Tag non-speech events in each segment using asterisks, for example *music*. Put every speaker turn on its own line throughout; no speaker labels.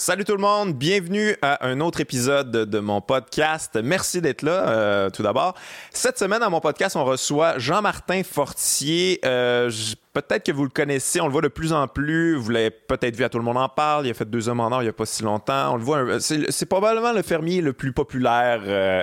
Salut tout le monde, bienvenue à un autre épisode de mon podcast. Merci d'être là, euh, tout d'abord. Cette semaine, à mon podcast, on reçoit Jean-Martin Fortier. Euh, j- peut-être que vous le connaissez, on le voit de plus en plus. Vous l'avez peut-être vu à Tout le monde en parle. Il a fait Deux hommes en or il n'y a pas si longtemps. On le voit, un- c'est c'est probablement le fermier le plus populaire euh,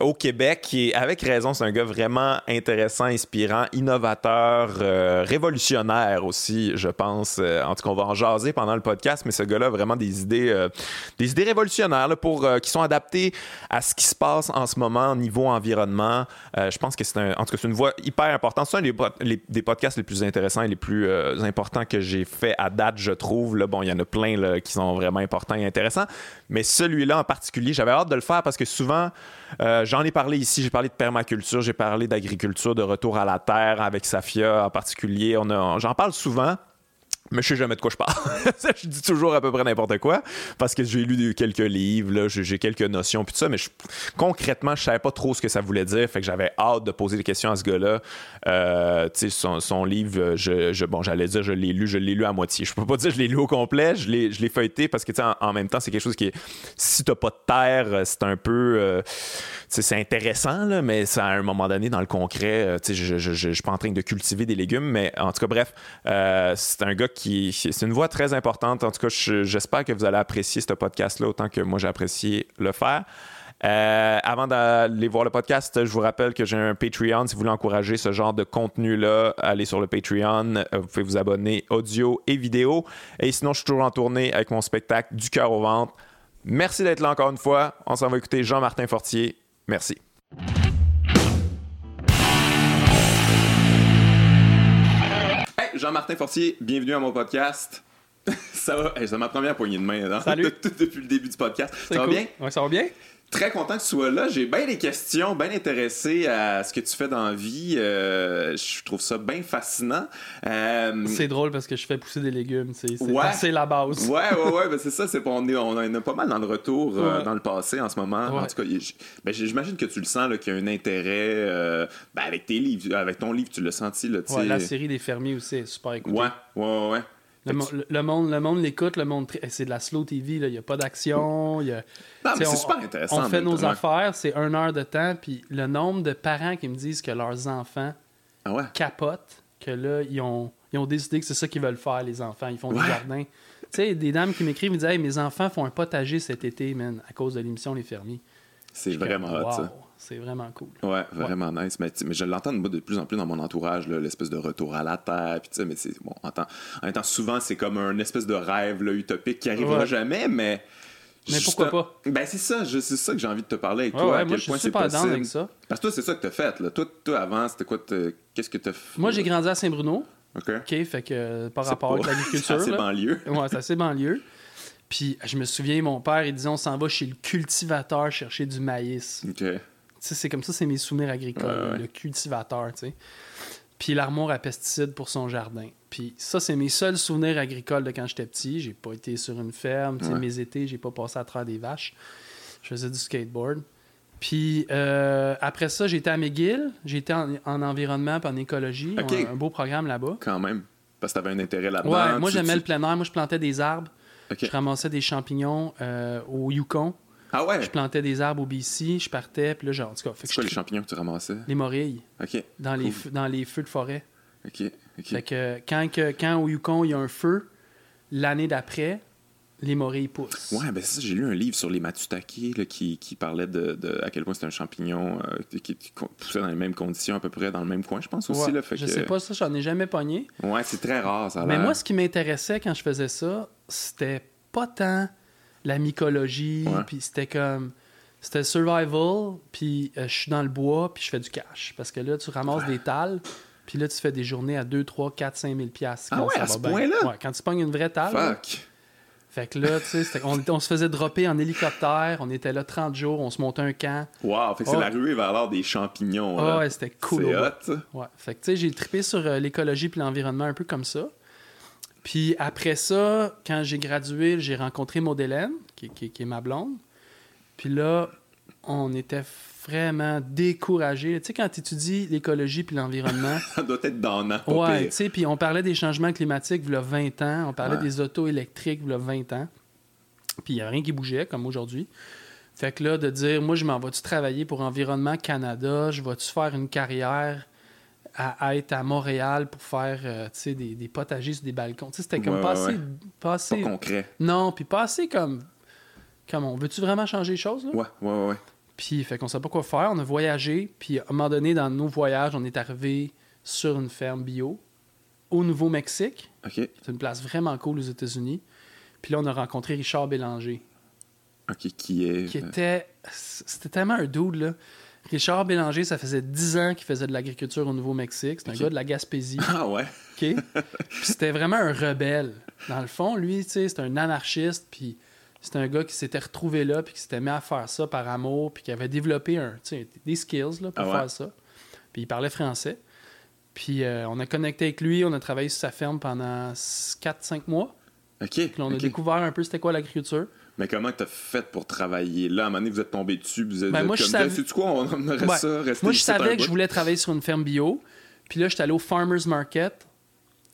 au Québec. Et avec raison, c'est un gars vraiment intéressant, inspirant, innovateur, euh, révolutionnaire aussi, je pense. Euh, en tout cas, on va en jaser pendant le podcast, mais ce gars-là a vraiment des idées, euh, des idées révolutionnaires là, pour, euh, qui sont adaptées à ce qui se passe en ce moment au niveau environnement. Euh, je pense que c'est un, en tout cas, c'est une voie hyper importante. C'est un des, pod- les- des podcasts les plus intéressants et les plus euh, importants que j'ai fait à date, je trouve. Là, bon, il y en a plein là, qui sont vraiment importants et intéressants, mais celui-là en particulier, j'avais hâte de le faire parce que souvent, euh, j'en ai parlé ici. J'ai parlé de permaculture, j'ai parlé d'agriculture, de retour à la terre avec Safia en particulier. On a- j'en parle souvent. Mais je sais jamais de quoi je parle. *laughs* Ça, je dis toujours à peu près n'importe quoi parce que j'ai lu des- quelques livres, là, j'ai j'ai quelques notions puis tout ça, mais je- concrètement, je savais pas trop ce que ça voulait dire. Fait que j'avais hâte de poser des questions à ce gars-là. Euh, tu sais, son, son livre, euh, je, je- bon, j'allais dire, je l'ai lu, je l'ai lu à moitié. Je peux pas dire que je l'ai lu au complet, je l'ai je l'ai feuilleté parce que tu sais, en, en même temps, c'est quelque chose qui est si t'as pas de terre, euh, c'est un peu, euh, tu sais, c'est intéressant là, mais ça à un moment donné dans le concret, euh, tu sais, je, je, je- je suis pas en train de cultiver des légumes, mais en tout cas bref, euh, c'est un gars qui, c'est une voix très importante. En tout cas, je- j'espère que vous allez apprécier ce podcast là autant que moi j'ai apprécié le faire. Euh, avant d'aller voir le podcast, je vous rappelle que j'ai un Patreon. Si vous voulez encourager ce genre de contenu-là, allez sur le Patreon. Euh, Vous pouvez vous abonner audio et vidéo. Et sinon, je suis toujours en tournée avec mon spectacle Du cœur au ventre. Merci d'être là encore une fois. On s'en va écouter Jean-Martin Fortier. Merci. Hey, Jean-Martin Fortier, bienvenue à mon podcast. *laughs* Ça va? Hey, c'est ma première poignée de main *laughs* hein,
Salut.
depuis le début du podcast. Ça
C'est
va
cool.
bien?
Ouais, ça va bien?
Très content que tu sois là. J'ai bien des questions, bien intéressé à ce que tu fais dans la vie. Euh, je trouve ça bien fascinant. Euh,
C'est drôle parce que je fais pousser des légumes, tu sais, c'est
Ouais.
assez la base.
Ouais, ouais, ouais, ben c'est ça, c'est pas- on, est, on en a pas mal dans le retour, euh,
Ouais.
dans le passé en ce moment. En
Ouais.
tout cas, il- j- ben, j- j'imagine que tu le sens, là, qu'il y a un intérêt euh, ben, avec tes livres, avec ton livre, tu l'as senti, là, tu
Ouais,
sais.
la série des fermiers aussi est super écoutée.
ouais, ouais, ouais, ouais.
Le, mo- le- le monde le monde l'écoute, le monde tri- eh, c'est de la slow TV, il n'y a pas d'action, il y a-
Non, mais
tu sais,
c'est
on-
super intéressant. en
On fait
même
nos
temps.
affaires, c'est une heure de temps, puis le nombre de parents qui me disent que leurs enfants
Ah ouais.
capotent, que là, ils ont, ils ont décidé que c'est ça qu'ils veulent faire, les enfants. Ils font
Ouais.
des jardins. Tu sais, des dames qui m'écrivent, ils me disent Hey, mes enfants font un potager cet été, man, à cause de l'émission Les Fermiers.
C'est vraiment hot,
Wow,
ça.
C'est vraiment cool.
Ouais, vraiment nice. Mais, tu- mais je l'entends moi, de plus en plus dans mon entourage, là, l'espèce de retour à la terre. Puis, tu sais, mais c'est bon, en, temps- en même temps, souvent, c'est comme un espèce de rêve là, utopique qui arrivera
Ouais.
jamais, mais.
Mais
juste-
pourquoi pas?
Ben, c'est ça, je- c'est ça que j'ai envie de te parler avec
Ouais,
toi.
ouais,
à
moi,
quel
je suis
point c'est
super down
possible.
avec ça.
Parce que toi, c'est ça que t'as fait, là. Toi, toi avant, c'était quoi t'as- Qu'est-ce que t'as fait
Moi, j'ai grandi à Saint-Bruno,
OK.
OK, fait que euh, par
C'est
rapport
pas-
avec
*laughs*
l'agriculture.
C'est
là.
banlieue.
Ouais, c'est assez banlieue. Puis je me souviens, mon père, il disait on s'en va chez le cultivateur chercher du maïs. Tu
OK.
sais, c'est comme ça, c'est mes souvenirs agricoles,
Ouais, ouais.
le cultivateur, tu sais. Puis l'armoire à pesticides pour son jardin. Puis ça, c'est mes seuls souvenirs agricoles de quand j'étais petit. J'ai pas été sur une ferme, tu sais,
Ouais.
mes étés, j'ai pas passé à travers des vaches. Je faisais du skateboard. Puis euh, après ça, j'étais à McGill, j'étais en, en environnement puis en écologie,
Ok.
un- un beau programme là-bas.
Quand même. Parce que t'avais un intérêt là-dedans.
Ouais, moi
tu-
j'aimais
tu-
le plein air. Moi je plantais des arbres.
OK.
Je ramassais des champignons euh, au Yukon.
Ah ouais?
Je plantais des arbres au BC. Je partais. Puis là, genre, en tout cas, fait que
C'est quoi
je-
les champignons que tu ramassais?
les morilles
OK.
dans, les,
Cool.
feux- dans les feux de forêt.
OK. OK.
Fait que quand, que- quand au Yukon il y a un feu, l'année d'après, les morilles poussent.
Ouais, ben c'est ça, j'ai lu un livre sur les matsutake là, qui, qui parlait de, de- à quel point c'était un champignon euh, qui, qui co- poussait dans les mêmes conditions, à peu près dans le même coin, je pense aussi.
Ouais.
Là, fait
je
que-
sais pas ça, j'en ai jamais pogné.
Ouais, c'est très rare, ça a
Mais
l'air.
moi, ce qui m'intéressait quand je faisais ça, c'était pas tant la mycologie,
Ouais.
puis c'était comme. C'était survival, puis euh, je suis dans le bois, puis je fais du cash. Parce que là, tu ramasses des talles, puis là, tu fais des journées à 2, 3, 4, 5 000 piastres.
Ah
quand
ouais,
ça
à
va
ce
bien.
point-là?
Ouais, quand tu pognes une vraie talle. là,
Fuck!
Fait que là, tu sais, c'était- on, était- on se faisait dropper en hélicoptère, on était là 30 jours, on se montait un camp.
Wow, fait que c'est
Oh.
la ruée vers l'art des champignons.
Ah
là.
ouais, c'était cool.
C'est
au bout.
hot, *laughs* ça.
Ouais. Fait que tu sais, j'ai trippé sur euh, l'écologie puis l'environnement un peu comme ça. Puis après ça, quand j'ai gradué, j'ai rencontré Maud Hélène, qui, qui- qui est ma blonde. Puis là, on était vraiment découragés. Tu sais, quand tu étudies l'écologie puis l'environnement,
Ça doit être donnant, pas
ouais,
pire.
tu sais, puis on parlait des changements climatiques il y a 20 ans, on parlait
Ouais.
des autos électriques il y a 20 ans. Puis il n'y avait rien qui bougeait, comme aujourd'hui. Fait que là, de dire, moi, je m'en vais-tu travailler pour Environnement Canada? Je vais-tu faire une carrière à être à Montréal pour faire euh, tu sais, des, des potagers sur des balcons? Tu sais, C'était comme
Ouais, ouais,
passer...
ouais.
passer-
Pas concret. non
non, puis passer comme... Comme on veut-tu vraiment changer les choses? Là?
Ouais, ouais, ouais.
Puis, fait qu'on savait pas quoi faire. On a voyagé. Puis, à un moment donné, dans nos voyages, on est arrivé sur une ferme bio au Nouveau-Mexique.
OK.
C'est une place vraiment cool aux États-Unis. Puis là, on a rencontré Richard Bélanger,
OK, qui est.
qui
euh, *laughs*
était... C'était tellement un dude, là. Richard Bélanger, ça faisait 10 ans qu'il faisait de l'agriculture au Nouveau-Mexique. C'était un
Ok.
gars de la Gaspésie.
Ah ouais.
OK? Puis c'était vraiment un rebelle. Dans le fond, lui, tu sais, c'était un anarchiste, puis c'était un gars qui s'était retrouvé là, puis qui s'était mis à faire ça par amour, puis qui avait développé un, tu sais, des skills là, pour
Ah ouais?
faire ça. Puis il parlait français. Puis euh, on a connecté avec lui, on a travaillé sur sa ferme pendant 4-5 mois.
OK.
Puis là, on a
ok.
découvert un peu c'était quoi l'agriculture.
Mais comment t'as fait pour travailler là? À un moment donné, vous êtes tombé dessus, puis vous êtes
Ben,
vous
moi,
êtes
je
comme,
savais-
sais-tu quoi, on aimerait
Ouais.
ça, rester
Moi, je
ici par un
savais que je
bout.
voulais travailler sur une ferme bio. Puis là, j'étais allé au Farmers Market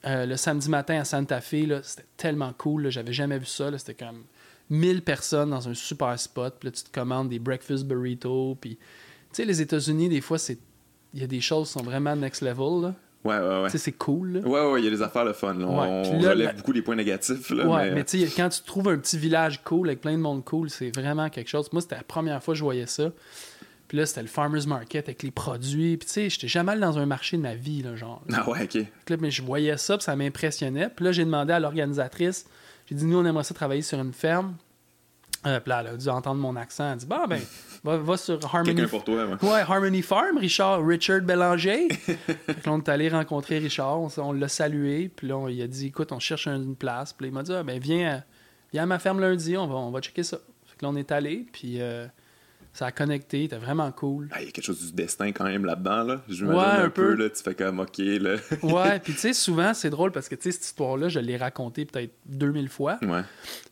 euh, le samedi matin à Santa Fe. là. C'était tellement cool. là. J'avais jamais vu ça. là. C'était comme 1000 personnes dans un super spot. Puis là, tu te commandes des breakfast burritos. Puis, tu sais, les États-Unis, des fois, c'est il y a des choses qui sont vraiment next level. là.
Ouais, ouais, ouais.
Tu sais, c'est cool. là.
Ouais, ouais, il y a des affaires le fun. là. On,
Ouais, puis
on
là,
relève
la-
beaucoup les points négatifs. Là,
ouais,
mais... euh,
mais tu sais, quand tu trouves un petit village cool avec plein de monde cool, c'est vraiment quelque chose. Moi, c'était la première fois que je voyais ça. Puis là, c'était le farmer's market avec les produits. Puis tu sais, j'étais jamais allé dans un marché de ma vie, là, genre.
Ah ouais, ok.
Fait que là, mais je voyais ça, puis ça m'impressionnait. Puis là, j'ai demandé à l'organisatrice, j'ai dit, nous, on aimerait ça travailler sur une ferme. Euh, puis là, elle a dû entendre mon accent. Elle a dit, bah,
*laughs*
ben, va, va sur Harmony.
Quelqu'un pour toi, moi.
Ouais, Harmony Farm, Richard, Richard Bélanger.
*laughs*
Fait que là, on est allé rencontrer Richard, on, s- on l'a salué, puis là, on, il a dit, écoute, on cherche un- une place. Puis là, il m'a dit, ah, ben, viens, à- viens à ma ferme lundi, on va, on va checker ça. Fait que là, on est allé, puis euh, ça a connecté, c'était vraiment cool.
*laughs* Ah, il y a quelque chose du destin quand même là-dedans, là. J'imagine
Ouais,
un,
un
peu,
peu.
là, tu fais comme, ok, là.
Ouais, puis tu sais, souvent, c'est drôle parce que tu sais, cette histoire-là, je l'ai racontée peut-être 2000 fois.
*laughs* ouais.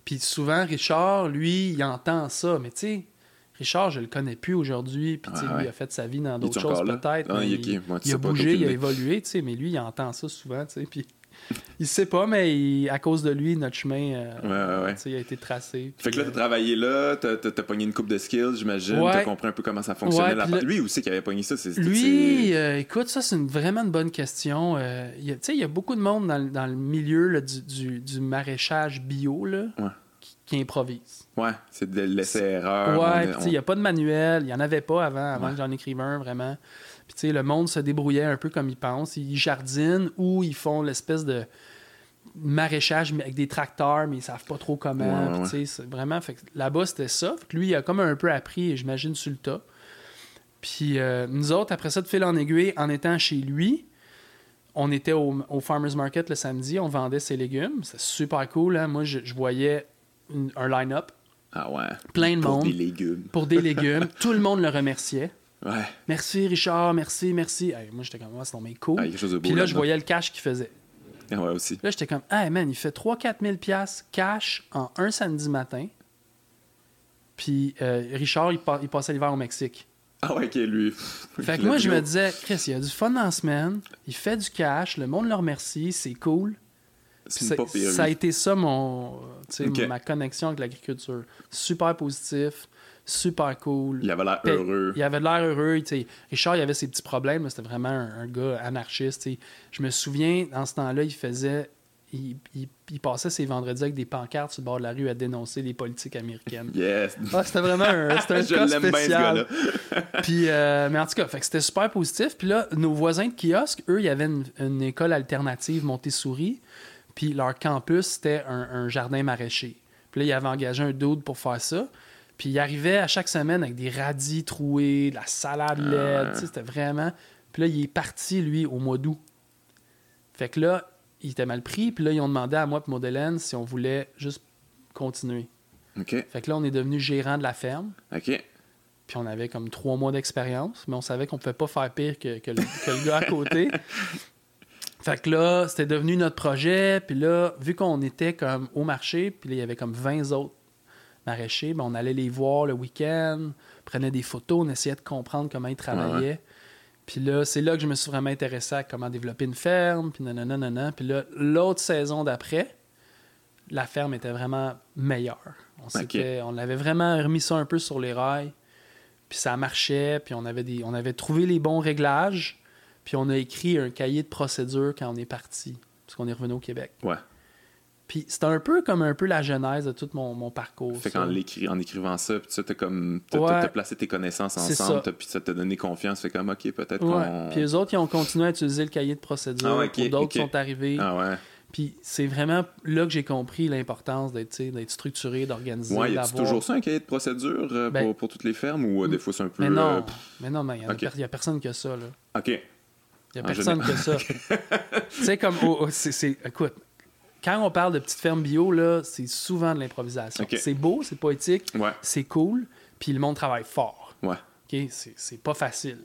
Puis souvent, Richard, lui, il entend ça. Mais tu sais, Richard, je le connais plus aujourd'hui. Puis tu sais,
Ouais,
lui, il
ouais.
a fait sa vie dans
est
d'autres
tu
choses
encore là?
peut-être.
Ah,
mais
il est
il,
qui? Moi, tu
il
sais
a
pas,
bougé,
aucune
il a
idée.
évolué, tu sais, mais lui, il entend ça souvent, tu sais.
*laughs*
Puis il sait pas, mais il- à cause de lui, notre chemin, euh,
Ouais, ouais, ouais.
tu sais, il a été tracé.
Fait que là,
Puis, euh,
t'as travaillé là, t'as t'as- t'as pogné une coupe de skills, j'imagine.
Ouais.
T'as compris un peu comment ça fonctionnait.
Ouais,
la
puis
part-
là-
Lui aussi qui avait pogné ça, c'est. c'est-
Lui,
c'est-
euh, écoute, ça, c'est une- vraiment une bonne question. Euh, il y a- tu sais, il y a beaucoup de monde dans, le- dans le milieu là, du, du- du maraîchage bio là,
Ouais.
qui, qui improvise.
Ouais, c'est de l'essai-erreur. on
ouais,
est-
puis tu sais,
on-
il n'y a pas de manuel. Il n'y en avait pas avant, avant
Ouais.
que j'en écrive un, vraiment. Puis tu sais, le monde se débrouillait un peu comme ils pensent. Ils jardinent ou ils font l'espèce de maraîchage mais avec des tracteurs, mais ils savent pas trop comment.
Ouais, ouais,
Puis, tu sais, c'est vraiment, fait que là-bas, c'était ça. Fait que lui, il a comme un peu appris, j'imagine, sur le tas. Puis euh, nous autres, après ça, de fil en aiguille, en étant chez lui, on était au, au Farmers Market le samedi, on vendait ses légumes. C'était super cool. hein. Moi, je, je voyais une- un line-up,
Ah ouais.
plein de
Pour
monde
des légumes.
pour des légumes. *laughs* Tout le monde le remerciait.
Ouais.
Merci Richard, merci, merci. Hey, moi j'étais comme, moi, c'est tombé cool.
Ah, il y a quelque chose de beau
Puis là, je
là-dedans.
voyais le cash qu'il faisait.
Ah ouais, aussi.
Là, j'étais comme, hey man, il fait 3-4 000 piastres cash en un samedi matin. Puis euh, Richard, il, pa- il passait l'hiver au Mexique.
Ah ouais, ok, lui.
Fait que moi, je me disais, Chris, il a du fun dans la semaine, il fait du cash, le monde le remercie, c'est cool. Puis
C'est
ça-
pas pire.
ça a
lui.
été ça mon, tu sais,
Ok.
ma connexion avec l'agriculture. Super positif, super cool.
Il avait l'air
Puis,
heureux.
Il avait de l'air heureux. tu sais. Richard, il avait ses petits problèmes. mais C'était vraiment un, un gars anarchiste. tu sais. Je me souviens, dans ce temps-là, il faisait. Il, il- il passait ses vendredis avec des pancartes sur le bord de la rue à dénoncer les politiques américaines.
Yes.
Ah, c'était vraiment un, *laughs* c'était un
Je
cas
l'aime bien, ce
spécial.
gars-là.
Puis, euh, mais en tout cas, fait que c'était super positif. Puis là, nos voisins de kiosque, eux, il y avait une, une école alternative Montessori. Puis leur campus, c'était un, un jardin maraîcher. Puis là, ils avaient engagé un dude pour faire ça. Puis il arrivait à chaque semaine avec des radis troués, de la salade laide. tu sais, C'était vraiment. Puis là, il est parti, lui, au mois d'août. Fait que là, il était mal pris. Puis là, ils ont demandé à moi et Modélène si on voulait juste continuer.
Ok,
Fait que là, on est devenu gérant de la ferme.
ok.
Puis on avait comme trois mois d'expérience, mais on savait qu'on pouvait pas faire pire que, que le, que le gars à côté. Fait que là, c'était devenu notre projet. Puis là, vu qu'on était comme au marché, puis là, il y avait comme 20 autres maraîchers, ben on allait les voir le week-end, prenait des photos, on essayait de comprendre comment ils travaillaient. Puis là, c'est là que je me suis vraiment intéressé à comment développer une ferme, puis nanana, nanana. Puis là, l'autre saison d'après, la ferme était vraiment meilleure. On,
Ok.
s'était- on avait vraiment remis ça un peu sur les rails. Puis ça marchait, puis on avait, des, on avait trouvé les bons réglages. Puis on a écrit un cahier de procédure quand on est parti, parce qu'on est revenu au Québec.
Ouais.
Puis c'est un peu comme un peu la genèse de tout mon, mon parcours.
Fait
ça.
qu'en l'écri- en écrivant ça, puis ça, t'as comme. T'as,
Ouais.
t'as- t'as placé tes connaissances
C'est
ensemble,
ça.
t'as- puis ça t'a donné confiance. Fait comme, ok, peut-être qu'on.
Ouais. Puis eux autres, ils ont continué à utiliser le cahier de procédure.
Ah ouais, ok,
Pour d'autres
ok.
qui sont arrivés.
Ah ouais.
Puis c'est vraiment là que j'ai compris l'importance d'être tu sais, d'être structuré, d'organiser,
Ouais, y a-tu
d'avoir.
toujours ça, un cahier de procédure euh,
Ben-
pour, pour toutes les fermes ou euh, des fois c'est un peu.
Mais non,
euh, pff,
mais non, mais il n'y
Ok. Ah,
a personne que ça. là.
ok.
Il n'y a
En
personne
*laughs*
que ça. tu sais, comme. au- au- c'est- c'est- écoute, quand on parle de petites fermes bio, là, c'est souvent de l'improvisation.
Ok. Mm.
C'est beau, c'est poétique,
Ouais.
c'est cool, puis le monde travaille fort.
Ouais.
OK? C'est c'est pas facile.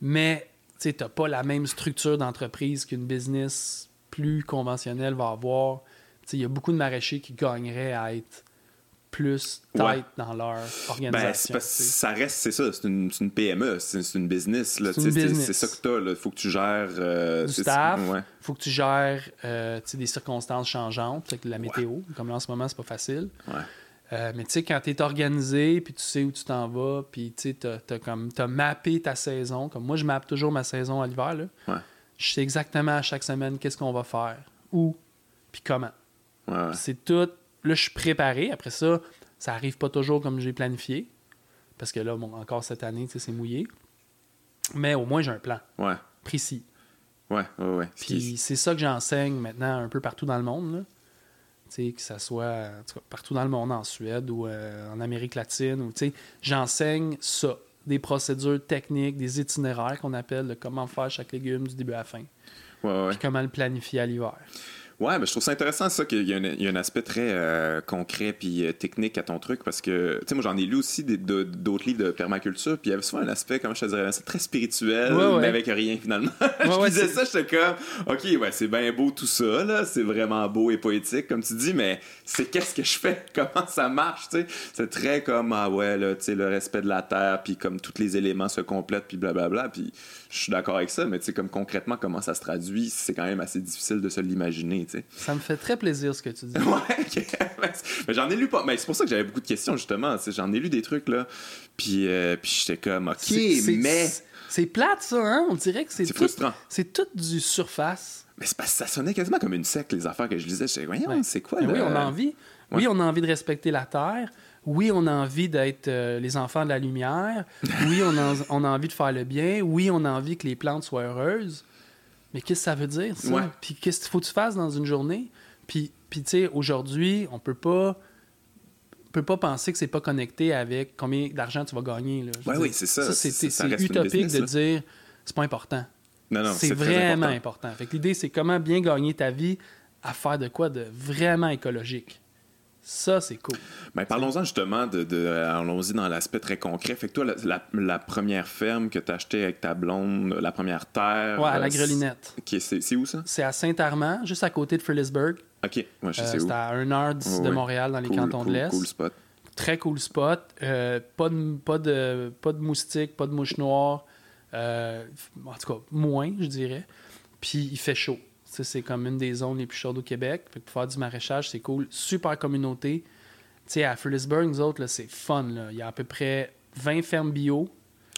Mais tu n'as pas la même structure d'entreprise qu'une business plus conventionnelle va avoir. Tu sais, Il y a beaucoup de maraîchers qui gagneraient à être plus tight
Ouais.
dans leur
Ben, c'est
organisation.
parce que ça reste, c'est ça, c'est une, c'est une PME, c'est, c'est une business. Là,
C'est une
tu sais,
business.
c'est ça que t'as, là. Faut que tu gères. euh,
du
c'est-
staff,
Ouais.
faut que tu gères euh, tu sais, des circonstances changeantes, fait que la météo, comme là en ce moment, c'est pas facile.
Ouais.
Euh, mais tu sais, quand tu es organisé, puis tu sais où tu t'en vas, puis tu as, mappé ta saison, comme moi, je mappe toujours ma saison à l'hiver, là.
Ouais.
je sais exactement à chaque semaine qu'est-ce qu'on va faire, où, puis comment.
Ouais. ouais.
Puis C'est tout. Là, je suis préparé. Après ça, ça arrive pas toujours comme j'ai planifié. Parce que là, bon, encore cette année, tu sais, c'est mouillé. Mais au moins, j'ai un plan
Ouais.
précis.
Ouais. Ouais. ouais. Ce qui-
Puis c'est ça que j'enseigne maintenant un peu partout dans le monde. là. Tu sais, que ça soit en tout cas, partout dans le monde, en Suède ou euh, en Amérique latine. Ou, tu sais, j'enseigne ça, des procédures techniques, des itinéraires qu'on appelle, de comment faire chaque légume du début à la fin.
Ouais. ouais.
Puis comment le planifier à l'hiver.
Ouais, mais je trouve ça intéressant, ça, qu'il y a, un- il y a un aspect très euh, concret puis euh, technique à ton truc, parce que, tu sais, moi, j'en ai lu aussi des- de- d'autres livres de permaculture, puis il y avait souvent un aspect, comme je te dirais, c'est très spirituel,
Ouais, ouais.
mais avec rien, finalement.
Ouais,
*laughs* je
ouais,
disais ça,
c'est-
j'étais comme, OK, ouais, c'est bien beau tout ça, là, c'est vraiment beau et poétique, comme tu dis, mais c'est qu'est-ce que je fais? *laughs* Comment ça marche, tu sais? C'est très comme, ah ouais, là, tu sais, le respect de la terre, puis comme tous les éléments se complètent, puis blablabla, puis je suis d'accord avec ça, mais tu sais, comme concrètement, comment ça se traduit, c'est quand même assez difficile de se l'imaginer, tu sais.
Ça me fait très plaisir ce que tu dis.
*laughs* Ouais, ok. Ben, c'est- ben, j'en ai lu pas. Mais c'est pour ça que j'avais beaucoup de questions, justement. tu sais, J'en ai lu des trucs, là. Puis, euh, puis j'étais comme, ok,
C'est- c'est-
mais.
c'est- C'est plate, ça, hein? On dirait que c'est
C'est
tout,
frustrant.
c'est tout du surface.
Mais c'est parce que ça sonnait quasiment comme une secte, les affaires que je lisais. J'étais, voyons,
Ouais.
c'est quoi,
Mais oui,
là?
on a envie. Oui, on a envie de respecter la Terre. Oui, on a envie d'être euh, les enfants de la lumière. Oui, on a, on a envie de faire le bien. Oui, on a envie que les plantes soient heureuses. Mais qu'est-ce que ça veut dire, ça?
Ouais.
Puis qu'est-ce qu'il faut que tu fasses dans une journée? Puis, puis tu sais, aujourd'hui, on peut pas... on peut pas penser que c'est pas connecté avec combien d'argent tu vas gagner. Là. Je veux
Ouais,
dire,
Ben oui, c'est ça.
c'est
Ça- ça
c'est
reste une
utopique
business,
de
là.
dire c'est pas important.
Ah Non, non,
c'est
c'est très
vraiment
important.
important. Fait que l'idée, c'est comment bien gagner ta vie à faire de quoi de vraiment écologique. Ça, c'est cool.
Ben, parlons-en justement de, de- allons-y dans l'aspect très concret. Fait que toi, la, la- la première ferme que t'as achetée avec ta blonde, la première terre.
Ouais, à la
euh, c'est-
grelinette.
Ok, c'est, c'est où ça?
C'est à Saint-Armand, juste à côté de Frillisburg.
Ok, moi je
Euh,
sais où.
c'est à 1 heure d'ici
Ouais,
de
ouais.
Montréal, dans les
Cool,
cantons
cool,
de l'Est.
Cool spot.
Très cool spot. Euh, pas, de, pas, de, pas de moustiques, pas de mouches noires. Euh, en tout cas, moins, je dirais. Puis il fait chaud. Ça, C'est comme une des zones les plus chaudes au Québec. Fait que pour faire du maraîchage, c'est cool. Super communauté. Tu sais, à Frillisburg, nous autres, là, c'est fun. là. Il y a à peu près 20 fermes bio.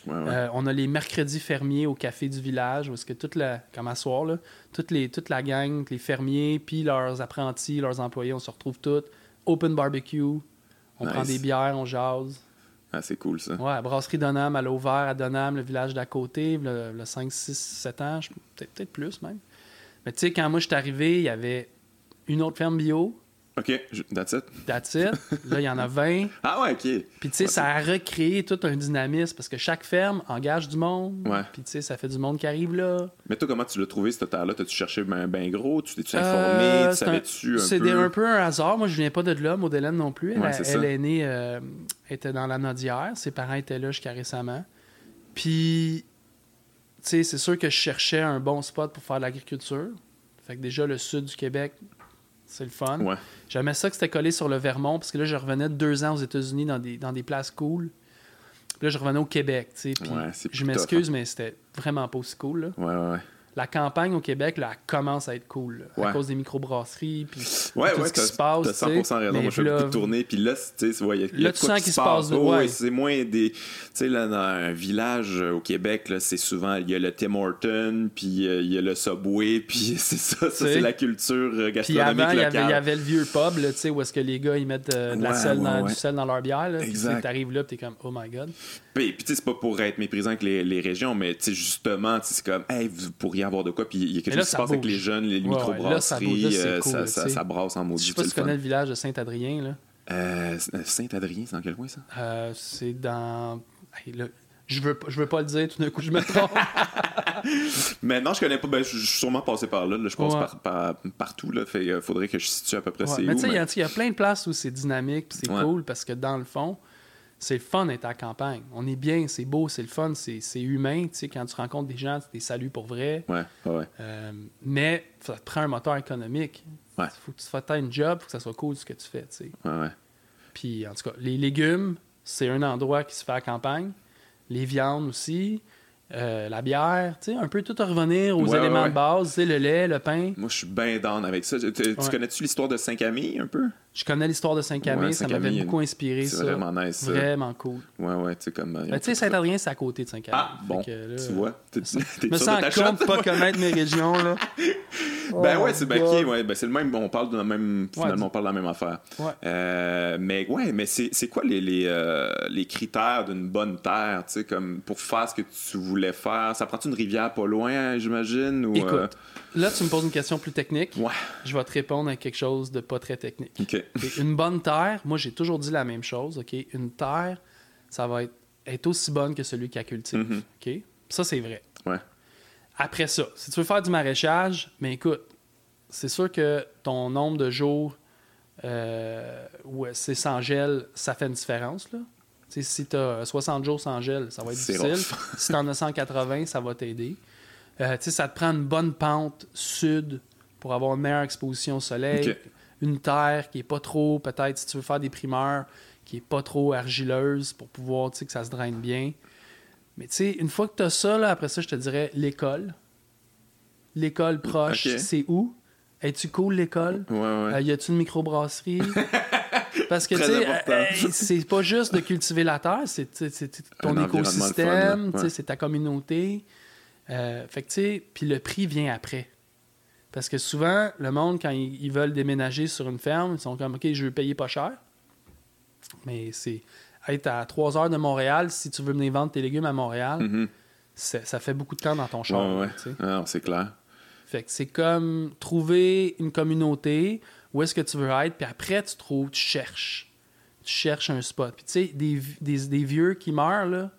Ouais, ouais.
Euh, on a les mercredis fermiers au café du village, où est-ce que toute la, comme à soir, là, toute, les, toute la gang, les fermiers, puis leurs apprentis, leurs employés, on se retrouve tous. Open barbecue, on
Nice.
prend des bières, on jase.
Ah, c'est cool ça.
Ouais, à brasserie Donham, à l'Auvert, à Donham, le village d'à côté, le, 5, 6, 7 ans, je- peut-être peut plus même. Mais tu sais, quand moi je suis arrivé, il y avait une autre ferme bio,
Ok, je- that's it.
that's it. Là, il y en a 20.
Ah ouais, ok.
Puis tu sais,
Ouais,
ça a recréé tout un dynamisme parce que chaque ferme engage du monde.
Ouais.
Puis tu sais, ça fait du monde qui arrive là.
Mais toi, comment tu l'as trouvé, cette terre-là? T'as-tu cherché ben, ben gros? Tu t'es-tu
Euh,
informé? Tu
c'est
savais-tu
un-
un,
C'est des-
peu?
un peu un hasard. Moi, je viens pas de là, Modélène non plus. Elle,
Ouais, c'est ça.
elle est née, euh, était dans la Nodière. Ses parents étaient là jusqu'à récemment. Puis, tu sais, c'est sûr que je cherchais un bon spot pour faire de l'agriculture. Fait que déjà, le sud du Québec, c'est le fun.
Ouais.
J'aimais ça que c'était collé sur le Vermont, parce que là, je revenais de deux ans aux États-Unis dans des, dans des places cool. Puis Là, je revenais au Québec, tu sais. Puis
Ouais, c'est plus hein.
je m'excuse, mais c'était vraiment pas aussi cool, là.
Ouais, ouais, ouais.
la campagne au Québec, là, elle commence à être cool, là, à
Ouais.
cause des microbrasseries, puis
Ouais,
tout
ouais,
ce qui
t'as-
se passe.
T'as 100% raison.
Mais
Moi, je fais
là-
beaucoup de tournées. Puis là, c'est- tu sais, ouais, il y a- il y a
Là,
de
tu
quoi
sens
qui
qu'il
se
se passe,
passe. Oh,
ouais.
ouais, c'est moins des. Tu sais, là, dans un village euh, au Québec, là, c'est souvent. Il y a le Tim Horton, puis euh, il y a le Subway, *laughs* puis c'est ça. Ça,
Tu sais.
c'est la culture euh,
Puis
gastronomique
avant, il y, avait,
locale.
il y avait le vieux pub, là, tu sais, où est-ce que les gars, ils mettent euh, de la
Ouais,
sel
ouais,
dans,
ouais.
du sel dans leur bière. Là, puis tu sais,
Exact.
t'arrives là, puis t'es comme, oh my god.
Puis, puis tu sais, c'est pas pour être méprisant avec les, les régions, mais tu sais, justement, tu sais, c'est comme, hey, vous pourriez avoir de quoi. Puis il y a quelque
Mais là,
chose qui se
ça
passe avec
bouge.
les jeunes, les
Ouais, ouais, là, ça bouge,
microbrasseries,
là, c'est
euh,
cool,
ça,
là,
ça,
tu sais.
ça brasse en maudit.
Je sais pas
c'est
si tu
le fun.
connais le village de Saint-Adrien, là.
Euh, Saint-Adrien, c'est dans quel coin ça?
Euh, c'est dans. Hey, là, je veux, pas- je veux pas le dire, tout d'un coup, je me trompe.
Mais non, je connais pas. Ben, je je suis sûrement passé par là. là, je pense
Ouais.
par, par- partout. Là, fait, euh, faudrait que je situe à peu près
Ouais,
c'est
Mais
où.
tu sais, il y
mais-
a- il y, a plein de places où c'est dynamique, puis c'est
Ouais.
cool, parce que dans le fond, c'est le fun d'être à la campagne. On est bien, c'est beau, c'est le fun, c'est c'est humain. Tu sais, quand tu rencontres des gens, tu les salues pour vrai.
Ouais, ouais, ouais.
Euh, mais ça te prend un moteur économique.
Ouais.
faut que tu fasses une job, faut que ça soit cool ce que tu fais. tu sais.
ouais, ouais.
Puis en tout cas, les légumes, c'est un endroit qui se fait à la campagne. Les viandes aussi, euh, la bière, tu sais, un peu tout à revenir aux
Ouais, ouais,
éléments
ouais.
de base, tu sais, le lait, le pain.
Moi, je suis bien down avec ça. Tu, tu- tu
Ouais.
connais-tu l'histoire de Saint-Camille un peu?
Je connais l'histoire de Saint-Camille,
Ouais,
ça
Saint-Camille,
m'avait beaucoup inspiré.
c'est
ça.
vraiment nice, ça.
Vraiment cool.
Ouais, ouais, tu sais, comme. euh, ils ont
Mais Ben, tu sais, Saint-Adrien, c'est à côté de Saint-Camille.
Ah,
Fait
bon,
que, là,
tu vois. T'es t'es sûr
Je me
de
sens
ta
compte
shot?
de pas connaître mes régions. Là.
*laughs* Ben
Oh
ouais, c'est
my
ben,
God.
ok, ouais, ben c'est le même, on parle de la même, finalement
dis-
on parle de la même affaire.
Ouais.
Euh, mais ouais, mais c'est c'est quoi les, les, euh, les critères d'une bonne terre, tu sais, comme pour faire ce que tu voulais faire? Ça prend-tu une rivière pas loin, j'imagine? Ou, euh,
Écoute, là, tu me poses une question plus technique.
Ouais,
Je vais te répondre à quelque chose de pas très technique.
*laughs* ok.
Et une bonne terre, moi j'ai toujours dit la même chose, OK? Une terre, ça va être, être aussi bonne que celui qui la cultive.
Mhm.
OK? Ça, c'est vrai.
Ouais.
Après ça, si tu veux faire du maraîchage, mais écoute, c'est sûr que ton nombre de jours euh, où c'est sans gel, ça fait une différence. Là. Tu sais, si tu as 60 jours sans gel, ça va être
C'est
difficile. si tu en as 180, ça va t'aider. Euh, tu sais, ça te prend une bonne pente sud pour avoir une meilleure exposition au soleil.
Ok.
Une terre qui est pas trop, peut-être, si tu veux faire des primeurs, qui est pas trop argileuse pour pouvoir tu sais, que ça se draine bien. Mais tu sais, une fois que tu as ça, là, après ça, je te dirais l'école. L'école proche,
Ok.
c'est où? Es-tu cool l'école?
Ouais, ouais.
Euh, y a-tu
*laughs*
une microbrasserie? Parce que, tu
Très
sais,
important.
euh, hey, c'est pas juste de cultiver la terre, c'est c'est- c'est- c'est ton
Un environnement le fun,
écosystème,
là.
tu sais,
Ouais.
c'est ta communauté. Euh, fait que, tu sais, puis le prix vient après. Parce que souvent, le monde, quand ils, ils veulent déménager sur une ferme, ils sont comme, OK, je veux payer pas cher. Mais c'est être à 3 heures de Montréal, si tu veux venir vendre tes légumes à Montréal,
Mhm.
c'est- ça fait beaucoup de temps dans ton
Ouais,
char.
ouais, ouais.
tu sais.
Non, c'est clair.
Fait que c'est comme trouver une communauté, où est-ce que tu veux être, puis après, tu trouves, tu cherches. Tu cherches un spot. Puis tu sais, des, vi- des, des vieux qui meurent, là,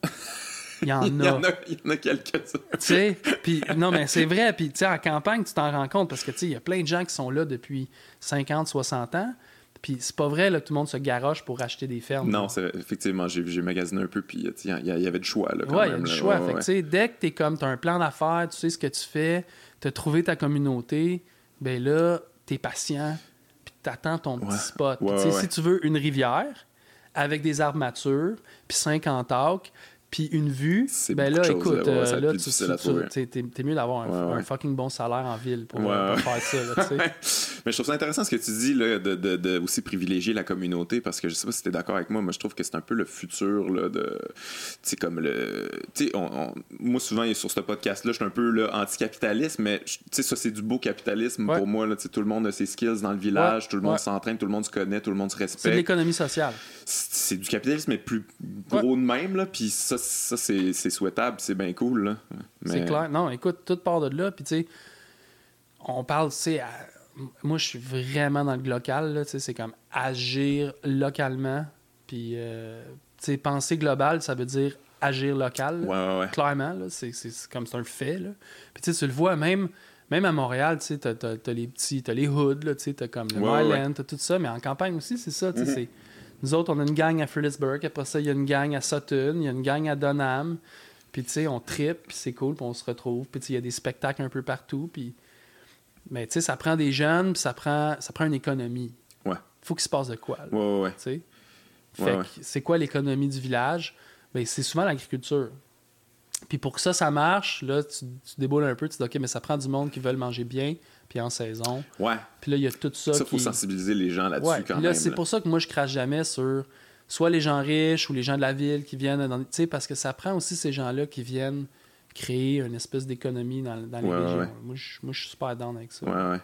il y en a.
*laughs* Il y en a, il y en a quelques-uns.
Tu sais, puis non, mais c'est vrai. Puis tu sais, en campagne, tu t'en rends compte parce que tu sais, il y a plein de gens qui sont là depuis 50, 60 ans. Puis c'est pas vrai là, que tout le monde se garoche pour acheter des fermes.
*laughs* Non, c'est effectivement, j'ai j'ai magasiné un peu, puis euh, tu sais, il y, a- il y avait du choix. Là, quand
Ouais, il y a
même,
du
là.
choix.
Ouais,
Fait que,
ouais.
tu sais, dès que t'es comme, t'as un plan d'affaires, tu sais ce que tu fais, t'as trouvé ta communauté, ben là, t'es patient, puis t'attends ton
Ouais.
petit spot. Puis,
Ouais,
tu sais,
ouais,
Si
ouais.
tu veux une rivière avec des arbres matures, puis 50 acres, puis une vue,
C'est
ben là,
beaucoup de choses,
écoute,
là. Ouais,
euh,
ça va être
là,
plus
tu,
difficile
tu-
à
tu-
trouver.
tu sais, t'es t'es mieux d'avoir un,
Ouais, ouais.
un fucking bon salaire en ville pour,
Ouais,
euh, pour faire ça, là, tu
*laughs*
sais.
*laughs* Mais je trouve ça intéressant ce que tu dis là, de, de- de aussi privilégier la communauté parce que je sais pas si tu es d'accord avec moi, mais je trouve que c'est un peu le futur là, de. Tu sais, comme le. Tu sais, on- on- moi souvent sur ce podcast-là, je suis un peu là, anticapitaliste, mais je- tu sais, ça c'est du beau capitalisme
Ouais.
pour moi. Là, Tu sais, tout le monde a ses skills dans le village,
Ouais,
tout le monde
ouais.
s'entraîne, tout le monde se connaît, tout le monde se
C'est de
respecte.
l'économie sociale.
C'est c'est du capitalisme, mais plus gros de même, là, puis ça, ça c'est c'est souhaitable, c'est bien cool. là. Mais-
C'est clair. Non, écoute, tout part de là. Puis, tu sais, on parle, tu sais, à- moi, je suis vraiment dans le local. là, Tu sais, c'est comme agir localement. Puis, euh, tu sais, penser global, ça veut dire agir local. là.
Ouais, ouais, ouais.
Clairement, là, c'est, c'est- c'est comme c'est un fait. Là. Puis, tu sais, tu le vois même. Même à Montréal, tu sais, t'as, t'as- t'as les petits, t'as les hoods, là, tu sais, t'as comme le
Ouais, Mm-hmm. ouais,
Myland, t'as tout ça, mais en campagne aussi, c'est ça, tu sais, c'est- Nous autres, on a une gang à Fredericksburg, après ça, il y a une gang à Sutton, il y a une gang à Dunham, puis tu sais, on tripe, puis c'est cool, puis on se retrouve, puis tu sais, il y a des spectacles un peu partout, puis... Mais tu sais, ça prend des jeunes, puis ça prend, ça prend une économie.
Ouais.
Faut qu'il se passe de quoi, là,
Ouais, ouais, ouais.
tu sais.
Ouais,
Fait
ouais.
que c'est quoi l'économie du village? Ben, c'est souvent l'agriculture. Puis pour que ça, ça marche, là, tu, tu déboules un peu, tu dis, OK, mais ça prend du monde qui veulent manger bien, puis en saison.
Ouais.
Puis là, il y a tout ça.
Ça, faut
qui-
sensibiliser les gens là-dessus
Ouais,
quand
puis là,
même.
c'est
là.
pour ça que moi, je crache jamais sur soit les gens riches ou les gens de la ville qui viennent, dans- tu sais, parce que ça prend aussi ces gens-là qui viennent créer une espèce d'économie dans, dans les
Ouais, ouais,
régions.
ouais.
Moi, je moi, je suis super down avec ça.
Ouais, ouais.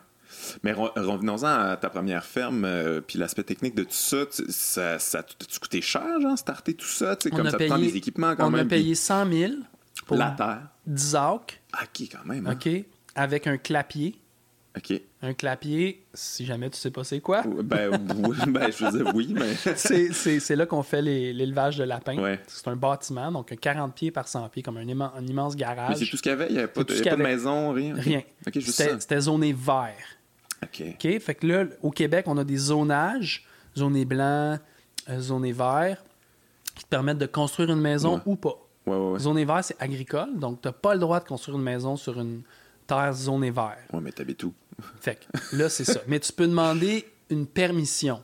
Mais re- revenons-en à ta première ferme, euh, puis l'aspect technique de tout ça. Tu- ça, ça t- t'as-tu coûté cher, genre, starter tout ça? tu sais,
On
Comme
a
ça te
payé-
prend des équipements quand
On
même.
a payé 100 000
puis
pour
La terre.
10 acres,
Ah, OK, quand même. Hein?
OK, avec un clapier.
OK.
Un clapier, si jamais tu sais pas c'est quoi,
Ou- *laughs* Ben, oui, ben, je faisais oui, mais.
*laughs* c'est- c'est c'est là qu'on fait les- l'élevage de lapins.
Ouais.
C'est un bâtiment, donc 40 pieds par 100 pieds, comme un, immen- un immense
Mais c'est
garage.
tout ce qu'il y avait? Il n'y avait pas,
C'est tout
de,
ce
il y avait pas de
qu'il y
maison, rien? OK.
Rien.
OK, juste ça.
C'était c'était zoné vert.
OK.
OK? Fait que là, au Québec, on a des zonages, zoné blanc, euh, zoné vert, qui te permettent de construire une maison
Ouais.
ou pas.
Ouais, ouais, ouais.
Zoné vert, c'est agricole, donc t'as pas le droit de construire une maison sur une terre zonée vert.
Ouais, mais t'avais tout.
Fait que là, c'est ça. Mais tu peux demander une permission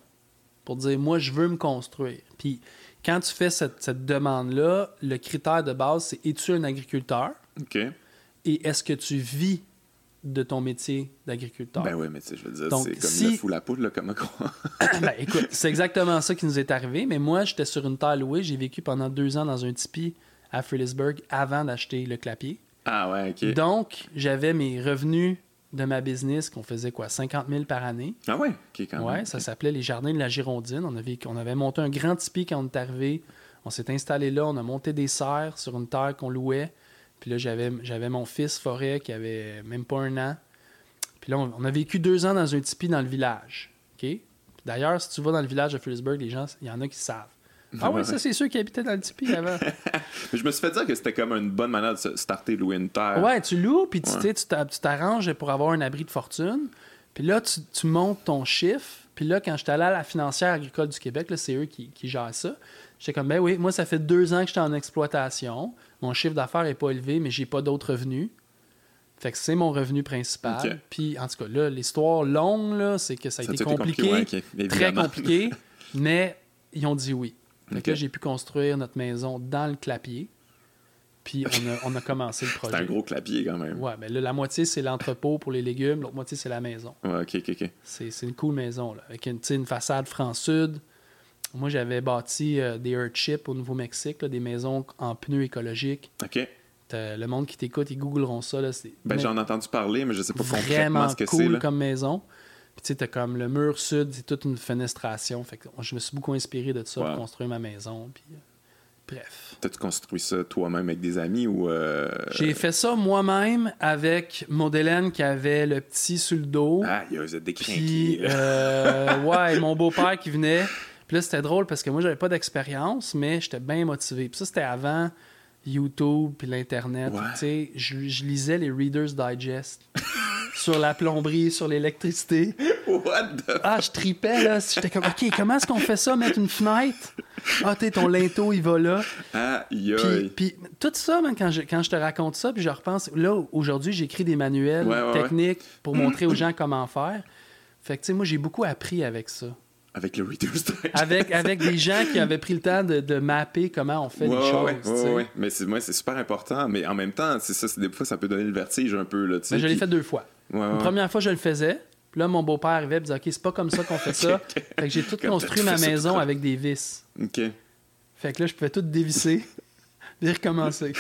pour dire moi, je veux me construire. Puis quand tu fais cette, cette demande-là, le critère de base, c'est es-tu un agriculteur
OK.
et est-ce que tu vis de ton métier d'agriculteur? *coughs*
Ben, ouais, mais tu sais, je veux dire,
Donc,
c'est comme
si-
le fou la poudre, là, comment qu'on.
Ben, écoute, c'est exactement ça qui nous est arrivé. Mais moi, j'étais sur une terre louée. J'ai vécu pendant deux ans dans un tipi à Frillisburg avant d'acheter le clapier.
*laughs* ah, ouais, OK.
Donc, j'avais mes revenus de ma business qu'on faisait quoi, 50 000 par année.
Ah, ouais, OK, quand
ouais,
même.
ça s'appelait les Jardins de la Girondine. On avait, on avait monté un grand tipi quand on est arrivé. On s'est installé là. On a monté des serres sur une terre qu'on louait. Puis là, j'avais j'avais mon fils Forêt qui avait même pas un an. Puis là, on, on a vécu deux ans dans un tipi dans le village. OK? D'ailleurs, si tu vas dans le village de Fredericksburg, les gens, il y en a qui savent. Ah oui, ça, c'est ceux qui habitaient dans le tipi avant.
Mais je me suis fait dire que c'était comme une bonne manière de se starter louer une terre.
ouais, tu loues, puis tu
Ouais.
tu sais, tu t'a- tu t'arranges pour avoir un abri de fortune. Puis là, tu, tu montes ton chiffre. Puis là, quand j'étais allé à la financière agricole du Québec, là, c'est eux qui, qui gèrent ça. J'étais comme, ben oui, moi, ça fait deux ans que j'étais en exploitation. Mon chiffre d'affaires n'est pas élevé, mais j'ai pas d'autres revenus. Fait que c'est mon revenu principal.
Ok.
Puis, en tout cas, là, l'histoire longue, là, c'est que ça a
Ça a
été
été compliqué,
compliqué,
ouais, ok,
très
évidemment. *laughs*
compliqué, mais ils ont dit oui. Fait
Ok.
que là, j'ai pu construire notre maison dans le clapier. Puis, on a, on a commencé le
C'est
projet.
un gros clapier, quand même.
Ouais, mais là, la moitié, c'est l'entrepôt pour les légumes, l'autre moitié, c'est la maison.
Ouais, OK, OK, OK.
C'est c'est une cool maison, là, avec une, tu sais, une façade franc-sud. Moi, j'avais bâti euh, des earthships au Nouveau-Mexique, là, des maisons en pneus écologiques.
OK.
T'as- Le monde qui t'écoute, ils googleront ça. là, C'est
Ben,
mais-
j'en ai entendu parler, mais je sais pas concrètement
vraiment
ce que c'est.
cool
là.
comme maison. Puis tu sais, t'as comme le mur sud, c'est toute une fenestration. Fait que je me suis beaucoup inspiré de ça
Wow.
pour construire ma maison. Puis, euh, bref.
T'as-tu construit ça toi-même avec des amis ou. euh,
J'ai fait ça moi-même avec Modélène qui avait le petit sur le dos.
Ah, il y a vous êtes des
Puis,
crinqués, là. *laughs*
euh, ouais, mon beau-père qui venait. Puis là, c'était drôle parce que moi, j'avais pas d'expérience, mais j'étais bien motivé. Puis ça, c'était avant YouTube puis l'Internet.
Ouais.
Tu sais, je, je lisais les Reader's Digest *laughs* sur la plomberie, sur l'électricité.
*laughs* What the.
Ah, je tripais, là. J'étais comme, OK, comment est-ce qu'on fait ça, mettre une fenêtre? Ah, t'es ton linteau, il va là.
Aïe,
ah, Puis,
aïe.
puis tout ça, man, quand, je, quand je te raconte ça, puis je repense, là, aujourd'hui, j'écris des manuels
Ouais, ouais, ouais.
techniques pour montrer aux gens comment faire. Fait que, tu sais, moi, j'ai beaucoup appris avec ça.
Avec le Reader's Digest.
Avec, avec des gens qui avaient pris le temps de, de mapper comment on fait
Ouais,
les
ouais,
choses.
ouais,
tu
ouais,
sais.
ouais. Mais c'est moi, c'est super important. Mais en même temps, c'est ça, c'est- des fois, ça peut donner le vertige un peu. Là, tu sais,
Mais Ben, je l'ai
puis-
fait deux fois.
Ouais, ouais,
La
ouais.
première fois, je le faisais. Puis là, mon beau-père arrivait et disait OK, c'est pas comme ça qu'on
*laughs*
fait ça. Fait que j'ai tout
Comme
construit
t'as
ma
tout fait ça,
maison
tout
avec des vis.
OK. *laughs*
Fait que là, je pouvais tout dévisser *laughs* et recommencer.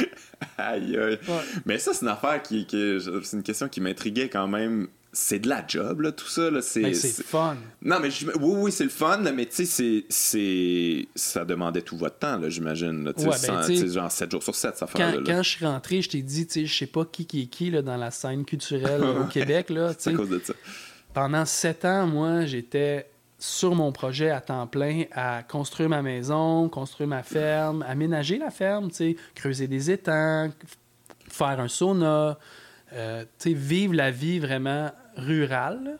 Aïe, aïe.
Ouais.
Mais ça, c'est une affaire qui. qui- c'est une question qui m'intriguait quand même. C'est de la job, là, tout ça. Là. C'est,
Hey,
c'est-
Ben, c'est fun.
Non, mais j'im- oui, oui, c'est le fun, là, mais tu sais, c'est- c'est. Ça demandait tout votre temps, là, j'imagine. là, tu sais,
Ouais, ben,
sans-
tu sais,
tu sais, genre 7 jours sur 7, ça fait
quand,
là.
quand je suis rentré, je t'ai dit, tu sais, je sais pas qui qui est qui là, dans la scène culturelle au Québec. Là, tu
C'est à
sais.
cause de ça.
Pendant sept ans, moi, j'étais sur mon projet à temps plein à construire ma maison, construire ma ferme, aménager la ferme, tu sais, creuser des étangs, f- faire un sauna, euh, tu sais, vivre la vie vraiment rurale. là.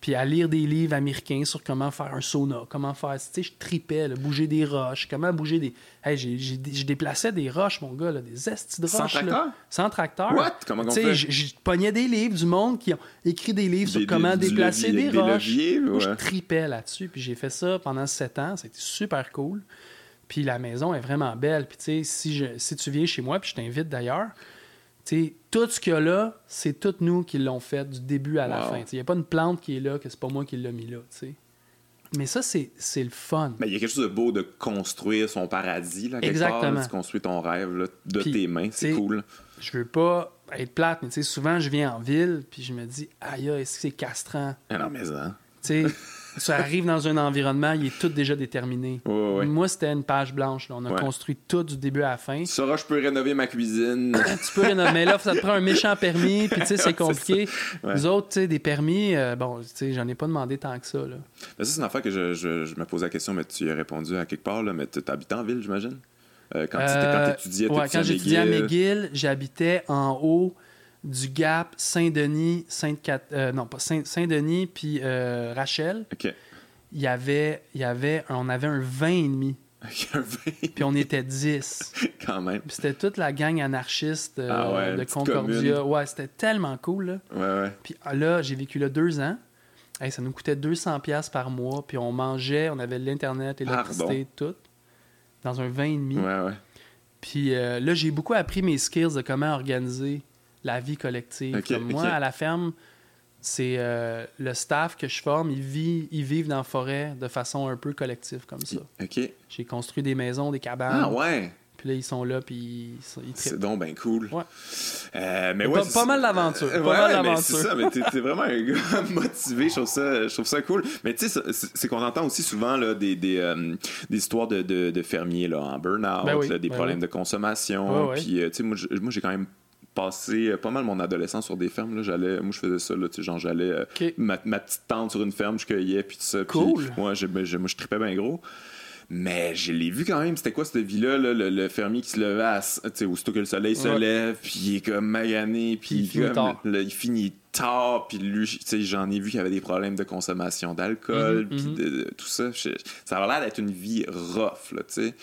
Puis à lire des livres américains sur comment faire un sauna, comment faire. Tu sais, je tripais, là, bouger des roches, comment bouger des. Hey, j'ai- j'ai- je déplaçais des roches, mon gars, là, des estis de roches.
Sans
là.
tracteur?
Sans tracteur.
What? Comment qu'on
Tu sais,
fait?
j- je pognais des livres du monde qui ont écrit des livres sur
Des-
comment
des- du
déplacer
levier-
des,
des
roches.
leviers,
Moi,
ouais.
je tripais là-dessus, puis j'ai fait ça pendant sept ans. C'était super cool. Puis la maison est vraiment belle. Puis tu sais, si, je- si tu viens chez moi, puis je t'invite d'ailleurs, tu sais, tout ce qu'il y a là, c'est toutes nous qui l'ont fait du début à la
Wow.
fin. Il n'y a pas une plante qui est là, que c'est pas moi qui l'ai mis là. tu sais. Mais ça, c'est c'est le fun.
Mais il y a quelque chose de beau de construire son paradis, là, quelque part.
Exactement.
là. Tu construis ton rêve là, de
Puis,
tes mains,
tu
c'est
sais,
cool.
Je veux pas être plate, mais tu sais, souvent, je viens en ville, puis je me dis, aïe, aïe, est-ce que c'est castrant?
Ah non, mais ça.
Tu sais, *laughs* tu arrives dans un environnement, il est tout déjà déterminé.
Ouais, ouais, ouais.
Moi, c'était une page blanche. là. On a
Ouais.
construit tout du début à la fin.
Tu sauras, je peux rénover ma cuisine. *coughs*
tu peux rénover. Mais là, ça te prend un méchant permis, puis tu
*laughs*
sais, c'est compliqué.
Ouais.
Nous autres, tu sais, des permis, euh, bon, tu sais, j'en ai pas demandé tant que ça, là.
Mais ça, c'est une affaire que je, je- je me pose la question, mais tu y as répondu à quelque part, là, mais tu habites en ville, j'imagine? Euh, quand tu
Euh,
quand t'étudiais,
ouais,
t'étudiais
quand j'étudiais à
McGill.
McGill, j'habitais en haut du Gap, Saint-Denis, Sainte-Cat... euh, non, pas Saint- Saint-Denis, puis euh, Rachel.
OK. *laughs*
Il y avait, il y avait, on avait un 20 et demi,
Avec un vin,
puis on était 10.
quand même.
Puis c'était toute la gang anarchiste euh,
Ah ouais,
de
une petite
Concordia.
commune.
Ouais, c'était tellement cool, là.
Ouais, ouais.
Puis ah, là, j'ai vécu là deux ans. Hey, ça nous coûtait 200$ piastres par mois. Puis on mangeait, on avait l'Internet, l'électricité, tout. Dans un 20 et demi.
Ouais, ouais.
Puis euh, là, j'ai beaucoup appris mes skills de comment organiser la vie collective.
Ok,
Comme moi,
ok.
à la ferme, c'est euh, le staff que je forme, ils, vit- ils vivent dans la forêt de façon un peu collective comme ça.
OK.
J'ai construit des maisons, des cabanes.
Ah ouais!
Puis là, ils sont là, puis ils, sont- ils trippent.
C'est donc ben cool.
Ouais.
Euh, mais
Pas-
ouais,
pas
c'est-
mal d'aventure,
Euh,
pas mal
ouais, mais
d'aventure.
c'est ça, mais t'es t'es vraiment un *laughs* gars motivé. Je trouve ça, je trouve ça cool. Mais tu sais, ça- c'est c'est qu'on entend aussi souvent là, des, des, euh, des histoires de, de- de fermiers là, en burn-out,
Ben oui,
là, des
ben
problèmes
oui.
de consommation.
Ouais, ouais.
Puis, euh, tu sais, moi, je- moi, j'ai quand même passé euh, pas mal mon adolescence sur des fermes. Là. J'allais, moi, je faisais ça, là, tu sais, genre, j'allais euh,
Ok.
ma, ma petite tente sur une ferme, je cueillais, puis tout ça. puis
Cool.
moi, je, ben, je- moi, je tripais bien gros. Mais je l'ai vu quand même. C'était quoi cette vie-là, là, le, le fermier qui se levait à, s- tu sais, aussitôt que le soleil se
Ouais.
lève, puis il est comme magané, puis
Puis il finit
comme-
tard.
le- il finit tard, puis lui, tu sais, j'en ai vu qu'il y avait des problèmes de consommation d'alcool,
Mhm,
puis
mhm.
de- de- tout ça. Je- ça a l'air d'être une vie rough, là, tu sais.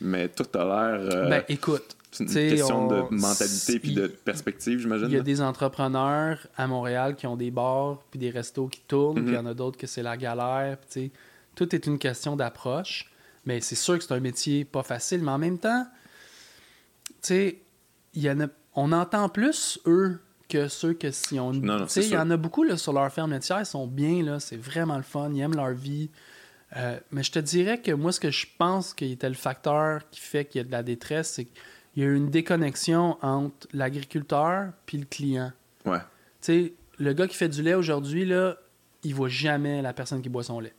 Mais tout a l'air. euh,
Ben écoute,
c'est une
t'sais,
question
on-
de mentalité puis
il-
de perspective, j'imagine.
Il y a
là.
des entrepreneurs à Montréal qui ont des bars, puis des restos qui tournent, puis il y en a d'autres que c'est la galère. puis tu sais, tout est une question d'approche. Mais c'est sûr que c'est un métier pas facile, mais en même temps, tu sais, il y en a- on entend plus eux que ceux que si on.
Non, non,
tu sais,
c'est
il y
sûr.
en a beaucoup là, sur leur ferme laitière, ils sont bien, là, c'est vraiment le fun, ils aiment leur vie. Euh, mais je te dirais que moi, ce que je pense qui était le facteur qui fait qu'il y a de la détresse, c'est qu'il y a eu une déconnexion entre l'agriculteur puis le client.
Ouais.
Tu sais, le gars qui fait du lait aujourd'hui, là, il voit jamais la personne qui boit son lait.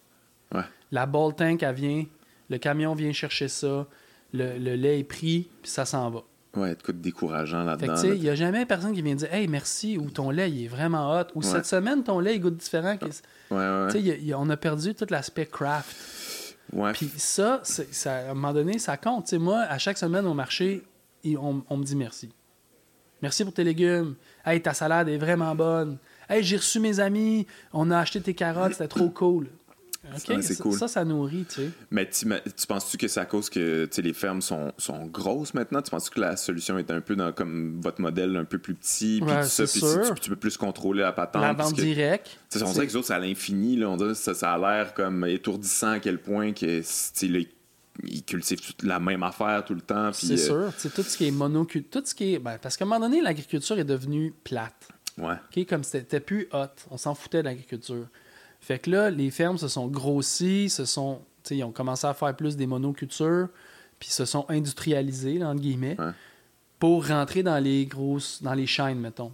Ouais.
La ball tank, elle vient, le camion vient chercher ça, le, le lait est pris, puis ça s'en va.
Ouais, de quoi de décourageant
Fait que,
là-dedans.
tu sais,
là.
il n'y a jamais personne qui vient dire Hey, merci, ou ton lait, il est vraiment hot, ou
Ouais.
cette semaine, ton lait, il goûte différent. que-
Ouais,
Tu
ouais,
sais,
ouais.
il y a- il y a- on a perdu tout l'aspect craft.
Ouais.
Puis ça, c'est- ça, à un moment donné, ça compte. Tu sais, moi, à chaque semaine au marché, il- on, on me dit merci. Merci pour tes légumes. Hey, ta salade est vraiment bonne. Hey, j'ai reçu mes amis. On a acheté tes carottes. C'était
*laughs*
trop cool. OK,
Ouais, c'est
ça,
cool.
ça, ça nourrit, tu sais.
Mais tu, ma- tu penses-tu que c'est à cause que tu sais, les fermes sont, sont grosses maintenant? Tu penses-tu que la solution est un peu dans comme votre modèle un peu plus petit? Puis
Ouais,
tout ça, puis si
c'est sûr.
tu, tu peux plus contrôler la patente.
La
parce
vente
que-
directe.
tu sais, on dirait que les autres, c'est à l'infini. là. On dirait que ça, ça a l'air comme étourdissant à quel point que tu sais, là, ils cultivent toute la même affaire tout le temps. puis,
C'est
euh,
sûr. Tu sais, tout ce qui est monoculture. Tout ce qui est. ben, parce qu'à un moment donné, l'agriculture est devenue plate.
Ouais.
OK, comme c'était plus hot. On s'en foutait de l'agriculture. Fait que là, les fermes se sont grossies, se sont, tu sais, ils ont commencé à faire plus des monocultures, puis se sont industrialisées, là, entre guillemets,
Ouais.
pour rentrer dans les grosses, dans les chaînes, mettons.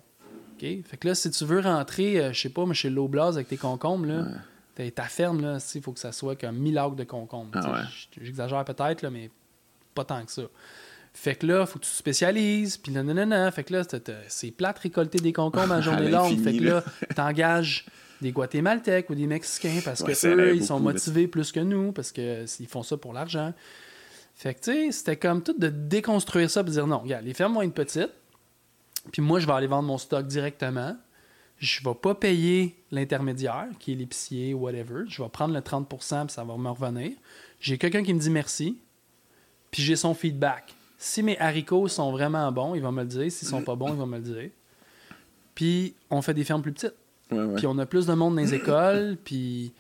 OK? Fait que là, si tu veux rentrer, euh, je sais pas, mais chez Loblaws avec tes concombres, là, t'as- ta ferme, là, il faut que ça soit comme 1000 acres de concombres.
Ah
Tu sais,
ouais.
j- J'exagère peut-être, là, mais pas tant que ça. Fait que là, faut que tu te spécialises, puis là, nanana. Fait que là, t'as- t'as- c'est plate récolter des concombres
*laughs*
à
À
journée longue.
l'infini,
Fait que là,
là.
t'engages des Guatémaltèques ou des Mexicains parce
Ouais,
que
ça en avait
eux, ils sont
beaucoup, là.
motivés plus que nous, parce que s- ils font ça pour l'argent. Fait que, tu sais, c'était comme tout de déconstruire ça, puis dire non, regarde, les fermes vont être petites, puis moi, je vais aller vendre mon stock directement. Je vais pas payer l'intermédiaire, qui est l'épicier, whatever. Je vais prendre le 30 puis ça va me revenir. J'ai quelqu'un qui me dit merci, puis j'ai son feedback. Si mes haricots sont vraiment bons, il va me le dire. S'ils sont pas bons, il va me le dire. Puis on fait des fermes plus petites.
Ouais, ouais. *coughs*
Puis on a plus de monde dans les écoles, puis...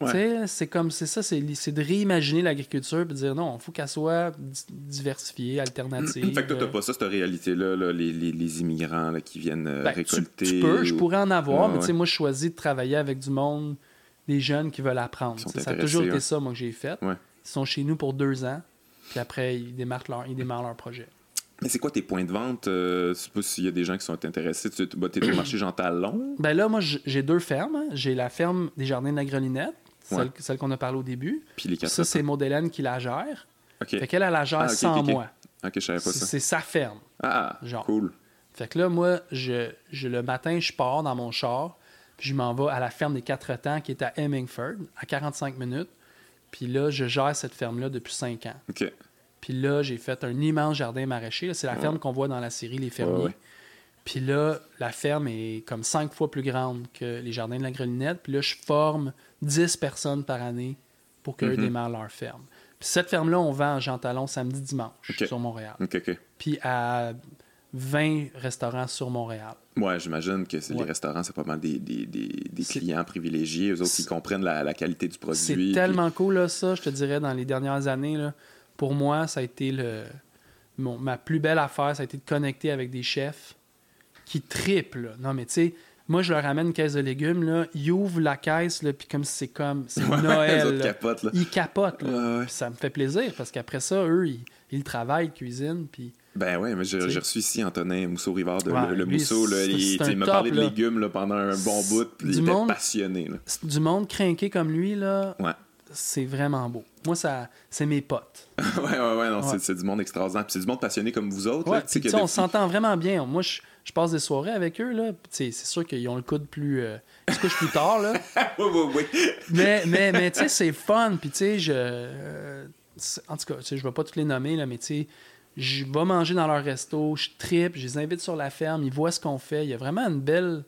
Tu sais, C'est comme c'est ça, c'est c'est de réimaginer l'agriculture et de dire non, il faut qu'elle soit di-
*clears throat*
diversifiée, alternative.
Fait que toi, t'as pas ça, cette réalité-là, là, les, les- les immigrants là, qui viennent euh,
Ben, tu-
récolter.
Tu, peux, je
ou-
pourrais en avoir,
Ouais,
mais tu sais,
ouais.
moi, je choisis de travailler avec du monde, des jeunes qui veulent apprendre.
Qui sont
tu sais. Ça a
intéressés,
toujours été
ouais.
ça, moi, que j'ai fait.
Ouais.
Ils sont chez nous pour deux ans, puis après, ils démarrent leur, ils démarrent leur projet.
Mais c'est quoi tes points de vente? Euh, je sais pas s'il y a des gens qui sont intéressés. Tu bah, t'es au marché Jean Talon?
Ben là, moi, j- j'ai deux fermes. hein. J'ai la ferme des jardins de la Grelinette, celle,
Ouais.
celle qu'on a parlé au début.
Puis les quatre.
Ça, c'est Maud Hélène qui la gère.
OK.
Fait qu'elle, elle la gère
Ah, ok,
sans
ok, ok.
moi.
Ok, je savais pas
C'est
ça.
c'est sa ferme.
Ah,
Genre.
cool.
Fait que là, moi, je, je- le matin, je pars dans mon char, puis je m'en vais à la ferme des Quatre Temps qui est à Hemingford, à 45 minutes. Puis là, je gère cette ferme-là depuis 5 ans.
OK.
Puis là, j'ai fait un immense jardin maraîcher. là. C'est la ferme qu'on voit dans la série Les Fermiers.
Ah. Ouais, ouais.
Puis là, la ferme est comme 5 fois plus grande que les jardins de la Grelinette. Puis là, je forme 10 personnes par année pour
Mhm.
qu'eux démarrent leur ferme. Puis cette ferme-là, on vend à Jean Talon samedi, dimanche
Ok.
sur Montréal.
OK, OK.
Puis à 20 restaurants sur Montréal.
Ouais, j'imagine que c'est les
Ouais.
restaurants, c'est pas mal des, des, des, des
C'est-
clients privilégiés, eux autres qui
C'est-
comprennent la, la qualité du produit.
C'est
puis-
tellement cool, là, ça, je te dirais, dans les dernières années. là. pour moi, ça a été le, mon- ma plus belle affaire, ça a été de connecter avec des chefs qui triplent. là. Non, mais tu sais, moi, je leur amène une caisse de légumes, là, ils ouvrent la caisse, là, puis comme si c'est comme c'est
*laughs* *laughs* Ouais, les
Noël.
autres
là.
capotent, là.
Ils capotent. là.
Ouais, ouais.
Puis Ça me fait plaisir, parce qu'après ça, eux, ils, ils travaillent, ils cuisinent, puis
Ben ouais, mais j'ai
T'sais.
j'ai reçu ici Antonin Mousseau-Rivard, de
Ouais,
le, le
lui,
Mousseau, là,
c'est-
il,
c'est un
t'sais, il m'a
top,
parlé de
là.
légumes là, pendant un bon bout, puis
Du
il était
monde-
passionné. là.
c'est du monde crinqué comme lui, là,
Ouais. *laughs*
c'est vraiment beau. Moi, ça, c'est mes potes.
ouais, ouais, ouais, non, c'est-
Ouais.
c'est du monde extraordinaire. Puis c'est du monde passionné comme vous autres.
Ouais,
là, tu sais,
puis
que
tu sais, on
depuis-
s'entend vraiment bien. Moi, je, je passe des soirées avec eux, là. puis tu sais, C'est sûr qu'ils ont le coude plus. euh, ils se couchent plus tard,
*laughs*
là.
*laughs* Ouais, ouais, ouais.
Mais, mais, mais tu sais, c'est fun. Puis, tu sais, je. euh, c'est- en tout cas, tu sais, je vais pas tous les nommer, là, mais tu sais, je vais manger dans leur resto, je tripe, je les invite sur la ferme, ils voient ce qu'on fait. Il y a vraiment une belle,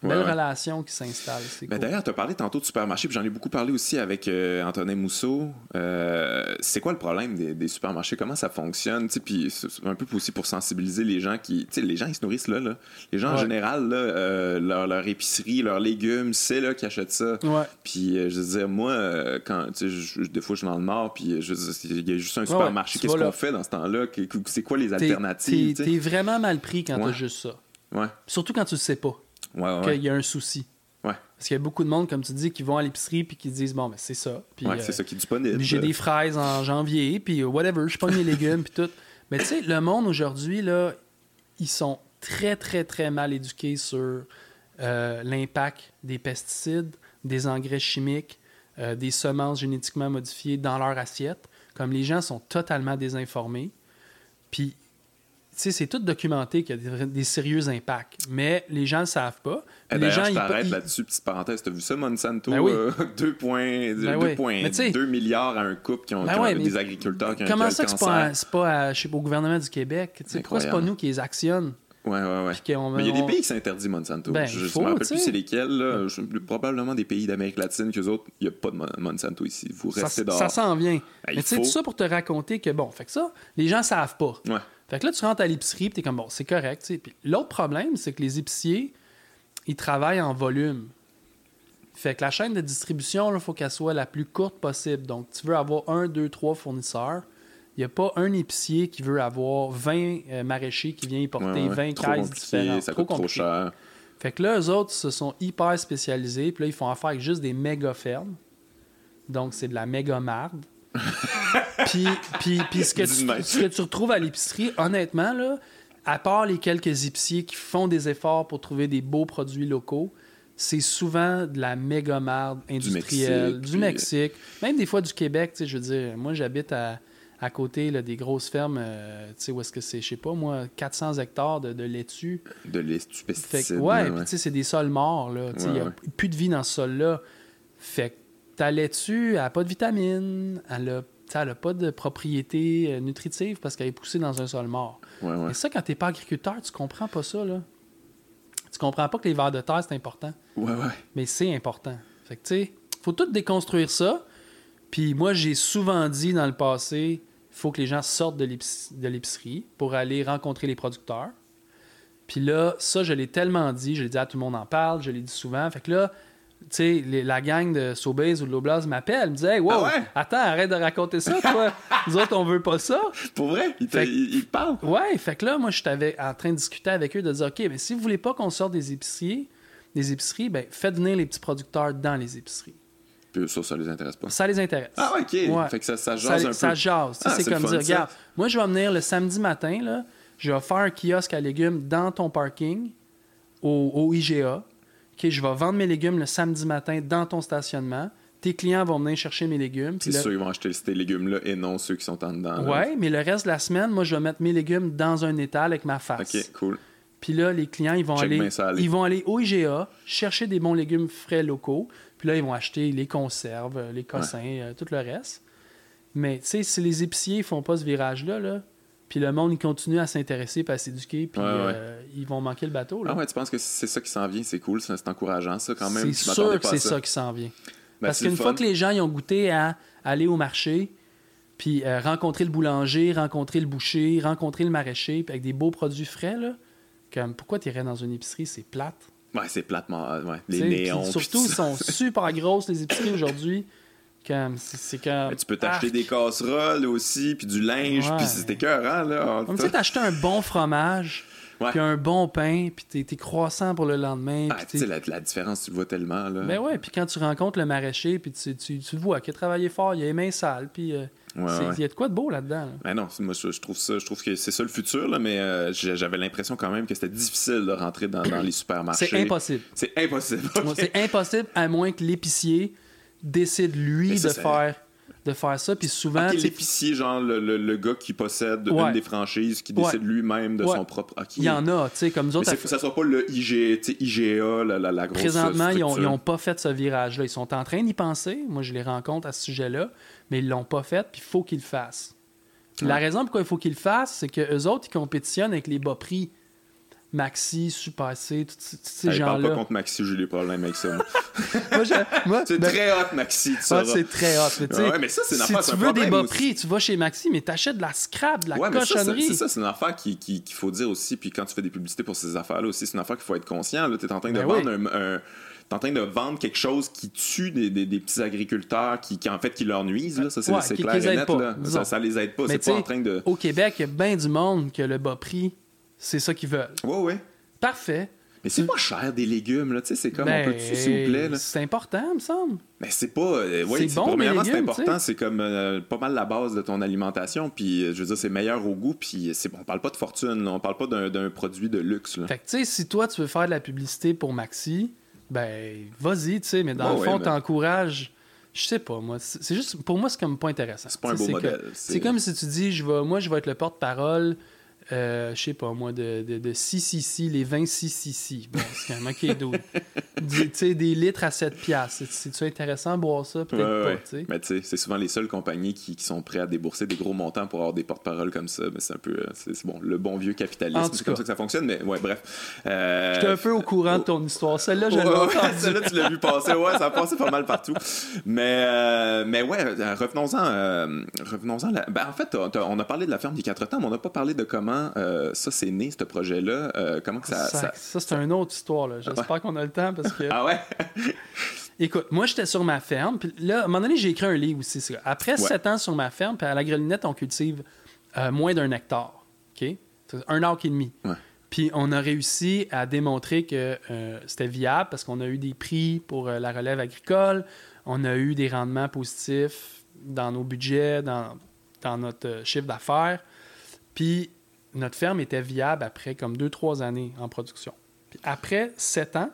Ouais,
belle
ouais.
relation qui s'installe. C'est
Ben
cool.
D'ailleurs, tu as parlé tantôt de supermarché, puis j'en ai beaucoup parlé aussi avec euh, Antonin Mousseau. Euh, c'est quoi le problème des, des supermarchés? Comment ça fonctionne? Tu sais, Puis c'est c'est un peu aussi pour sensibiliser les gens qui. tu sais, Les gens, ils se nourrissent là. là. Les gens, en
Ouais.
général, là, euh, leur, leur épicerie, leurs légumes, c'est là qu'ils achètent ça.
Ouais.
Puis euh, je veux dire, moi, euh, quand, tu sais, je- je- des fois, je suis dans le nord, puis euh, je veux dire, il y a juste un
Ouais,
supermarché.
ouais, tu
Qu'est-ce
vas
qu'on
là.
fait dans ce temps-là? Que- que- C'est quoi les
T'es-
alternatives?
T'es
tu sais?
t'es vraiment mal pris quand
Ouais.
t'as juste ça.
Ouais,
Surtout quand tu le sais pas,
ouais, ouais.
qu'il y a un souci.
Ouais,
Parce qu'il y a beaucoup de monde, comme tu dis, qui vont à l'épicerie puis qui disent Bon, ben, c'est ça. Puis,
ouais,
euh,
c'est ça qui est disponible.
J'ai des fraises en janvier, puis euh, whatever, je pogne les légumes, puis tout. Mais tu sais, le monde aujourd'hui, là, ils sont très, très, très mal éduqués sur euh, l'impact des pesticides, des engrais chimiques, euh, des semences génétiquement modifiées dans leur assiette. Comme les gens sont totalement désinformés. Puis, tu sais, c'est tout documenté qu'il y a des, des sérieux impacts. Mais les gens ne le savent pas.
Eh,
Puis les gens,
D'ailleurs, je
ils-
t'arrête
ils-
là-dessus, petite parenthèse. T'as vu ça, Monsanto?
Ben oui.
euh, *laughs* 2 points-
Ben oui.
2 points-
Mais tu sais-
2 milliards à un couple qui ont,
Ben
qui ont-
ouais, mais
des agriculteurs qui ont
Comment
qui ont
ça
le
que c'est pas, à-
cancer.
c'est pas à- je sais pas, au gouvernement du Québec? Tu sais, Pourquoi c'est pas
Incroyable.
nous qui les actionnons?
Ouais, ouais, ouais.
Puis qu'on-
Mais il y a
on-
des pays qui s'interdisent Monsanto.
Ben,
je je
faut,
me rappelle
tu sais.
plus c'est lesquels. là. Je- probablement des pays d'Amérique latine qu'eux autres, il n'y a pas de Mon- Monsanto ici. Vous
Ça,
restez dehors. Ben,
ça s'en vient.
il
Mais tu sais,
faut.
tout ça pour te raconter que, bon, fait que ça, les gens savent pas.
Ouais.
Fait que là, tu rentres à l'épicerie, puis t'es comme, bon, c'est correct, tu sais. Puis l'autre problème, c'est que les épiciers, ils travaillent en volume. Fait que la chaîne de distribution, il faut qu'elle soit la plus courte possible. Donc, tu veux avoir un, deux, trois fournisseurs. Il n'y a pas un épicier qui veut avoir 20 euh, maraîchers qui vient y
Ouais,
porter
ouais.
20
trop
caisses
compliqué,
différentes.
ça coûte trop
compliqué.
cher.
Fait que là, eux autres se sont hyper spécialisés. Puis là, ils font affaire avec juste des méga fermes. Donc, c'est de la
*laughs*
méga marde. puis, puis, puis ce, que
Dis de même.
tu, ce que tu retrouves à l'épicerie, honnêtement, là, à part les quelques épiciers qui font des efforts pour trouver des beaux produits locaux, c'est souvent de la méga marde industrielle,
Mexique, puis-
du
euh,
Mexique, même des fois du Québec. Tu sais, je veux dire, moi, j'habite à, à côté là, des grosses fermes, euh, tu sais, où est-ce que c'est, je sais pas, moi, 400 hectares de, de laitue.
De
Fait que,
l'estupécide.
ouais, puis tu sais, c'est des sols morts, là. Tu sais,
Ouais,
il n'y a
ouais.
plus de vie dans ce sol-là. Fait que ta laitue, elle n'a pas de vitamines, elle n'a pas de propriétés euh, nutritives parce qu'elle est poussée dans un sol mort.
ouais, ouais.
Mais ça, quand tu n'es pas agriculteur, tu comprends pas ça, là. Tu comprends pas que les vers de terre, c'est important.
Ouais, ouais.
Mais c'est important. Fait que, tu sais, faut tout déconstruire ça. Puis moi, j'ai souvent dit dans le passé, faut que les gens sortent de l'épic- de l'épicerie pour aller rencontrer les producteurs. Puis là, ça, je l'ai tellement dit, je l'ai dit à tout le monde en parle, je l'ai dit souvent. Fait que là, tu sais, les- la gang de Sobeys ou de Loblaz m'appelle, me dit Hey, wow,
Ah ouais?
attends, arrête de raconter ça, toi. Nous autres, on veut pas ça.
Pour vrai, il, te-
Fait que-
il- il parle.
Ouais, fait que là, moi, je t'avais en train de discuter avec eux, de dire OK, mais si vous voulez pas qu'on sorte des épiceries, des épiceries, ben, faites venir les petits producteurs dans les épiceries.
Puis ça, ça les intéresse pas.
Ça les intéresse.
Ah, ok.
Ouais.
Fait que ça, ça jase un peu.
ça jase. Tu sais,
Ah,
c'est
c'est le
comme
fun,
dire,
ça.
regarde, moi, je vais venir le samedi matin, là, je vais faire un kiosque à légumes dans ton parking au, au IGA. OK, je vais vendre mes légumes le samedi matin dans ton stationnement. Tes clients vont venir chercher mes légumes. Puis
C'est
le-
sûr, ils vont acheter ces légumes-là et non ceux qui sont en dedans. là.
Ouais, mais le reste de la semaine, moi, je vais mettre mes légumes dans un étal avec ma face.
Ok, cool.
Puis là, les clients, ils vont
Check
aller,
bien ça aller.
ils vont aller au IGA chercher des bons légumes frais locaux. Puis là, ils vont acheter les conserves, euh, les cossins, euh, tout le reste. Mais tu sais, si les épiciers font pas ce virage-là, là, puis le monde, il continue à s'intéresser, puis à s'éduquer, puis
Ouais, ouais.
euh, ils vont manquer le bateau. là.
Ah ouais, tu penses que c'est ça qui s'en vient, c'est cool, c'est c'est encourageant ça quand même.
c'est
Je m'attendais
sûr que
pas à
c'est ça qui s'en vient.
Ben,
Parce
c'est le
qu'une fois
fun.
que les gens ils ont goûté à aller au marché, puis euh, rencontrer le boulanger, rencontrer le boucher, rencontrer le maraîcher, puis avec des beaux produits frais, là, comme pourquoi tu irais dans une épicerie, c'est plate.
Ouais, c'est platement. euh, Ouais,
T'sais,
les
puis
néons. puis
Surtout,
tout
ils
ça.
sont super grosses, les épiceries aujourd'hui. Comme, c'est, c'est comme. ah,
Mais Ben, Tu peux t'acheter
Arc.
des casseroles aussi, puis du linge,
Ouais.
puis c'est écœurant, là. Ah,
Comme tu sais, t'acheter un bon fromage,
Ouais.
puis un bon pain, puis tes, tes croissants pour le lendemain.
Ah,
puis
tu
t'es-
sais, la, la différence, tu le vois tellement, là.
Ben ouais, puis quand tu rencontres le maraîcher, puis tu, tu, tu vois qu'il a travaillé fort, il a les mains sales, puis euh,
Ouais,
c'est- il
ouais.
y a de quoi de beau là-dedans. là.
Ben non, c'est- moi je, je trouve ça, je trouve que c'est ça le futur, là, mais euh, j'ai- j'avais l'impression quand même que c'était difficile de rentrer dans, dans les supermarchés.
C'est impossible.
C'est impossible.
Moi,
ok.
C'est impossible à moins que l'épicier décide, lui,
Mais ça,
de,
ça-
faire, de faire ça. Puis souvent,
Ok,
tu sais,
l'épicier, genre le, le- le gars qui possède
Ouais.
une des franchises, qui
Ouais.
décide lui-même de
Ouais.
son propre. ok.
il y en a, tu sais, comme nous
Mais
autres, à-
c'est- ça soit pas le IG, tu sais, IGA, la, la, la grosse
Présentement, ils
structure.
n'ont pas fait ce virage-là. Ils sont en train d'y penser. Moi, je les rencontre à ce sujet-là, mais ils l'ont pas fait, puis il faut qu'ils le fassent. Puis La raison pourquoi il faut qu'ils le fassent, c'est qu'eux autres, ils compétitionnent avec les bas prix. Maxi, Super C, tous ces- tous ces
Hey, parle Ben, pas
gens-là.
contre Maxi, j'ai des problèmes avec ça. moi.
*laughs* Moi,
*laughs*
je- moi,
c'est
ben,
très hot, Maxi, tu
ah,
sauras.
c'est très hot. mais tu sais,
Ouais, mais ça, c'est une
si
affaire, c'est
tu
un
veux des
problème
bas
aussi.
prix, tu vas chez Maxi, mais t'achètes de la scrap, de la
Ouais, mais ça, c'est-
cochonnerie.
c'est ça, c'est une affaire qui- qui- qu'il faut dire aussi. Puis quand tu fais des publicités pour ces affaires-là aussi, c'est une affaire qu'il faut être conscient. Tu es en train de
Ben
vendre un. un- t'es en train de vendre quelque chose qui tue des, des- des petits agriculteurs qui, qui, en fait qui leur nuisent là. ça c'est
Ouais,
c'est
qui-
clair
qui les
et
aident
net
pas,
là.
disons.
Ça, ça les aide pas
Mais
c'est pas
tu sais,
en train de
Au Québec, il y a bien du monde que le bas prix, c'est ça qu'ils veulent.
ouais ouais
Parfait.
mais c'est pas cher des légumes là tu sais c'est comme
Mm. Ben,
on peut s'il vous plaît là?
C'est important, il me semble.
Mais c'est pas. euh, ouais,
C'est
c'est
bon, des
premièrement, c'est
légumes, tu
important. C'est comme euh, pas mal la base de ton alimentation. Puis, euh, je veux dire, c'est meilleur au goût. Puis, c'est, on parle pas de fortune. là, on parle pas d'un, d'un produit de luxe. Là.
Fait que, tu sais, si toi, tu veux faire de la publicité pour Maxi, ben, vas-y, tu sais, mais dans
Bah Ouais,
le fond,
ouais, mais-
t'encourages. Je sais pas, moi. C'est c'est juste, pour moi, c'est comme pas intéressant.
C'est pas un
Tu sais,
beau
que-
modèle.
C'est
C'est-
comme si tu dis, je vais, moi, je vais être le porte-parole, euh, je sais pas, moi, de, de, de CCC, les 20 CCC. Bon, c'est quand même
*laughs*
OK, dude. Du- Tu sais, des litres à 7 piastres. C'est- C'est-tu intéressant de boire ça? Peut-être
Ouais,
pas,
ouais.
tu sais.
Mais tu sais, c'est souvent les seules compagnies qui, qui sont prêtes à débourser des gros montants pour avoir des porte-paroles comme ça. Mais c'est un peu. euh, C'est, c'est bon, le bon vieux capitalisme.
En tout
C'est comme
cas.
ça que ça fonctionne. Mais ouais, bref. Euh,
J'étais un peu au courant de ton histoire. Celle-là, je l'ai
Ouais, ouais,
entendue.
*laughs* Celle-là, tu l'as vu passer. Ouais, ça a passé pas mal partout. Mais, euh, mais ouais, euh, revenons-en. euh, revenons-en là- ben, en fait, on, t'as- on a parlé de la ferme des quatre temps, mais on n'a pas parlé de comment euh, ça s'est né, ce projet-là. euh, comment que ça.
Ça,
ça-
ça, c'est une autre histoire. là. J'espère qu'on a le temps
*laughs*
parce que.
Ah ouais?
Écoute, moi, j'étais sur ma ferme. Puis là, à un moment donné, j'ai écrit un livre aussi. c'est ça. Après
Ouais.
sept ans sur ma ferme, puis à la grelinette, on cultive euh, moins d'un hectare. OK? C'est Un arc et demi.
Ouais.
Puis on a réussi à démontrer que euh, c'était viable parce qu'on a eu des prix pour euh, la relève agricole. On a eu des rendements positifs dans nos budgets, dans, dans notre euh, chiffre d'affaires. Puis notre ferme était viable après comme deux, trois années en production. Puis après sept ans,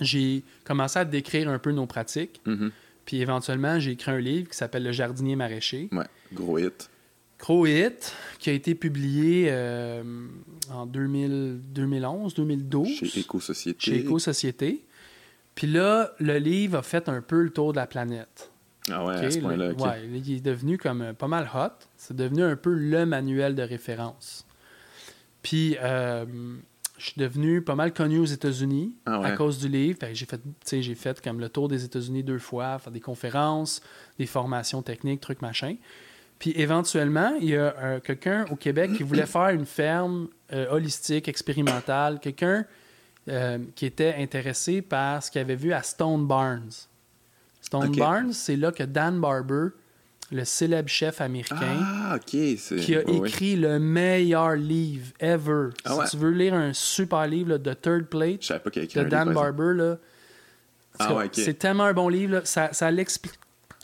j'ai commencé à décrire un peu nos pratiques.
Mhm.
Puis éventuellement, j'ai écrit un livre qui s'appelle Le jardinier maraîcher.
Ouais, gros hit.
Gros hit, qui a été publié euh, en 2000 2011, 2012
Chez Éco-Société.
chez Éco-Société. Puis là, le livre a fait un peu le tour de la planète.
Ah ouais,
OK,
à ce point-là.
le-
ok.
ouais, il est devenu comme euh, pas mal hot. C'est devenu un peu le manuel de référence. Puis, euh, je suis devenu pas mal connu aux États-Unis
Ah ouais.
à cause du livre. Fait que j'ai fait, tu sais, j'ai fait comme le tour des États-Unis deux fois, faire des conférences, des formations techniques, trucs machin. Puis éventuellement, il y a euh, quelqu'un au Québec qui voulait faire une ferme euh, holistique, expérimentale, quelqu'un euh, qui était intéressé par ce qu'il avait vu à Stone Barns. Stone
Ok.
Barns, c'est là que Dan Barber, le célèbre chef américain,
Ah, ok. c'est-
qui a
oui, oui.
écrit le meilleur livre ever.
Ah
si
ouais.
tu veux lire un super livre là, de Third Plate,
Je savais pas qu'il y a écrit
de
un
Dan
livre, par exemple.
Barber. Là. En tout
Ah
cas,
ouais, ok.
C'est tellement un bon livre. là. Ça, ça l'explique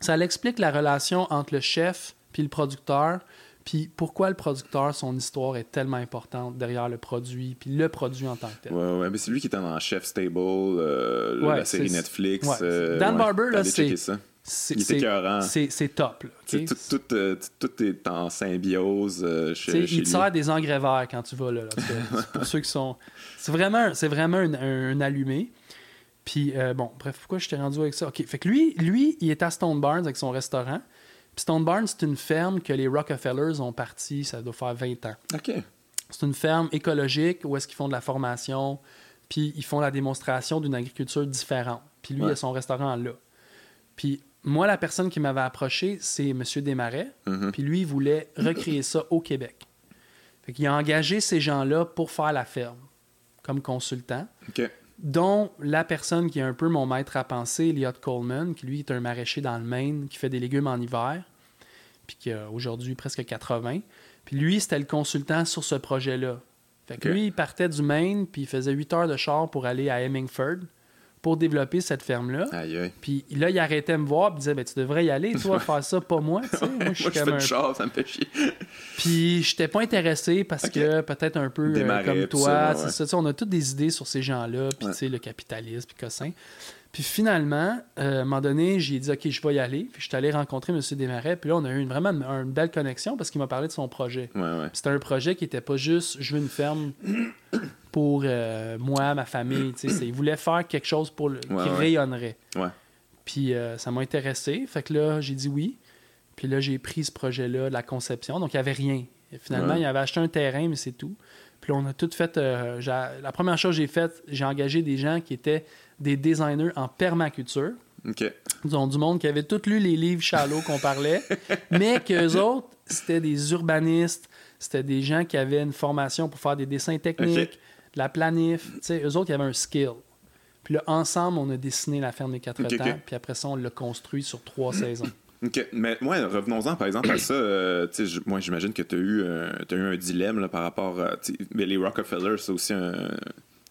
ça l'explique la relation entre le chef puis le producteur, puis pourquoi le producteur, son histoire est tellement importante derrière le produit, puis le produit en tant que tel.
Ouais, ouais, mais c'est lui qui était dans Chef Stable, euh,
Ouais,
la série
c'est-
Netflix.
ouais,
euh,
Dan
ouais,
Barber, là,
allez checker
c'est-
ça.
C'est
Il est
c'est-
écœurant.
c'est- c'est top. là, ok?
C'est Tout, tout, euh, tout- tout est en symbiose euh,
Tu sais,
chez, chez
il te
lui.
sert des engrais verts quand
*laughs*
tu vas là. là, parce que c'est pour ceux qui sont. C'est vraiment, c'est vraiment un, un- un allumé. Puis, euh, bon, bref, pourquoi je t'ai rendu avec ça? OK. Fait que lui, lui, il est à Stone Barns avec son restaurant. Puis Stone Barns, c'est une ferme que les Rockefellers ont partie, ça doit faire 20 ans.
Ok.
C'est une ferme écologique où est-ce qu'ils font de la formation, puis ils font la démonstration d'une agriculture différente. Puis lui,
Ouais.
il a son restaurant là. Puis moi, la personne qui m'avait approché, c'est M. Desmarais.
Mhm.
Puis lui, il voulait recréer ça au Québec. Fait qu'il a engagé ces gens-là pour faire la ferme comme consultant,
Ok.
dont la personne qui est un peu mon maître à penser, Elliot Coleman, qui lui est un maraîcher dans le Maine, qui fait des légumes en hiver, puis qui a aujourd'hui presque 80. Puis lui, c'était le consultant sur ce projet-là. Fait que
Ok.
lui, il partait du Maine, puis il faisait 8 heures de char pour aller à Hemingford pour développer cette ferme-là.
Aïe, aïe.
Puis là, il arrêtait de me voir, puis il disait, ben, tu devrais y aller,
*laughs*
toi, faire ça, pas moi. tu sais. moi, je suis
Moi, *laughs* je
comme
fais
un
du char, ça me fait chier.
puis j'étais pas intéressé parce
Ok.
que peut-être un peu euh,
Démarrer,
comme
puis
toi,
ça, ouais.
c'est ça, tu sais, on a toutes des idées sur ces gens-là, puis
Ouais.
tu sais, le capitalisme, puis Cossin. Puis finalement, euh, à un moment donné, j'ai dit OK, je vais y aller. Puis je suis allé rencontrer M. Desmarais, puis là, on a eu une, vraiment une, une belle connexion parce qu'il m'a parlé de son projet.
Ouais, ouais.
C'était un projet qui était pas juste je veux une ferme pour euh, moi, ma famille, tu sais, c'est- il voulait faire quelque chose pour le, qui
Ouais, ouais.
rayonnerait.
Ouais.
Puis euh, ça m'a intéressé. Fait que là, j'ai dit oui. Puis là, j'ai pris ce projet-là, de la conception. Donc, il n'y avait rien. Et finalement,
Ouais.
il avait acheté un terrain, mais c'est tout. Puis là, on a tout fait. euh, j'a- la première chose que j'ai faite, j'ai engagé des gens qui étaient des designers en permaculture.
Ok.
Disons, du monde qui avait tous lu les livres Shallow
*laughs*
qu'on parlait, mais qu'eux autres, c'était des urbanistes, c'était des gens qui avaient une formation pour faire des dessins techniques,
Ok.
de la planif. Tu sais, eux autres, ils avaient un skill. Puis là, ensemble, on a dessiné la ferme des quatre
Ok,
temps,
ok.
puis après ça, on l'a construit sur trois saisons.
OK. Mais moi, revenons-en par exemple à ça. euh, tu sais, j- moi, j'imagine que tu as, eu un dilemme là, par rapport à. tu sais, Mais les Rockefeller, c'est aussi un.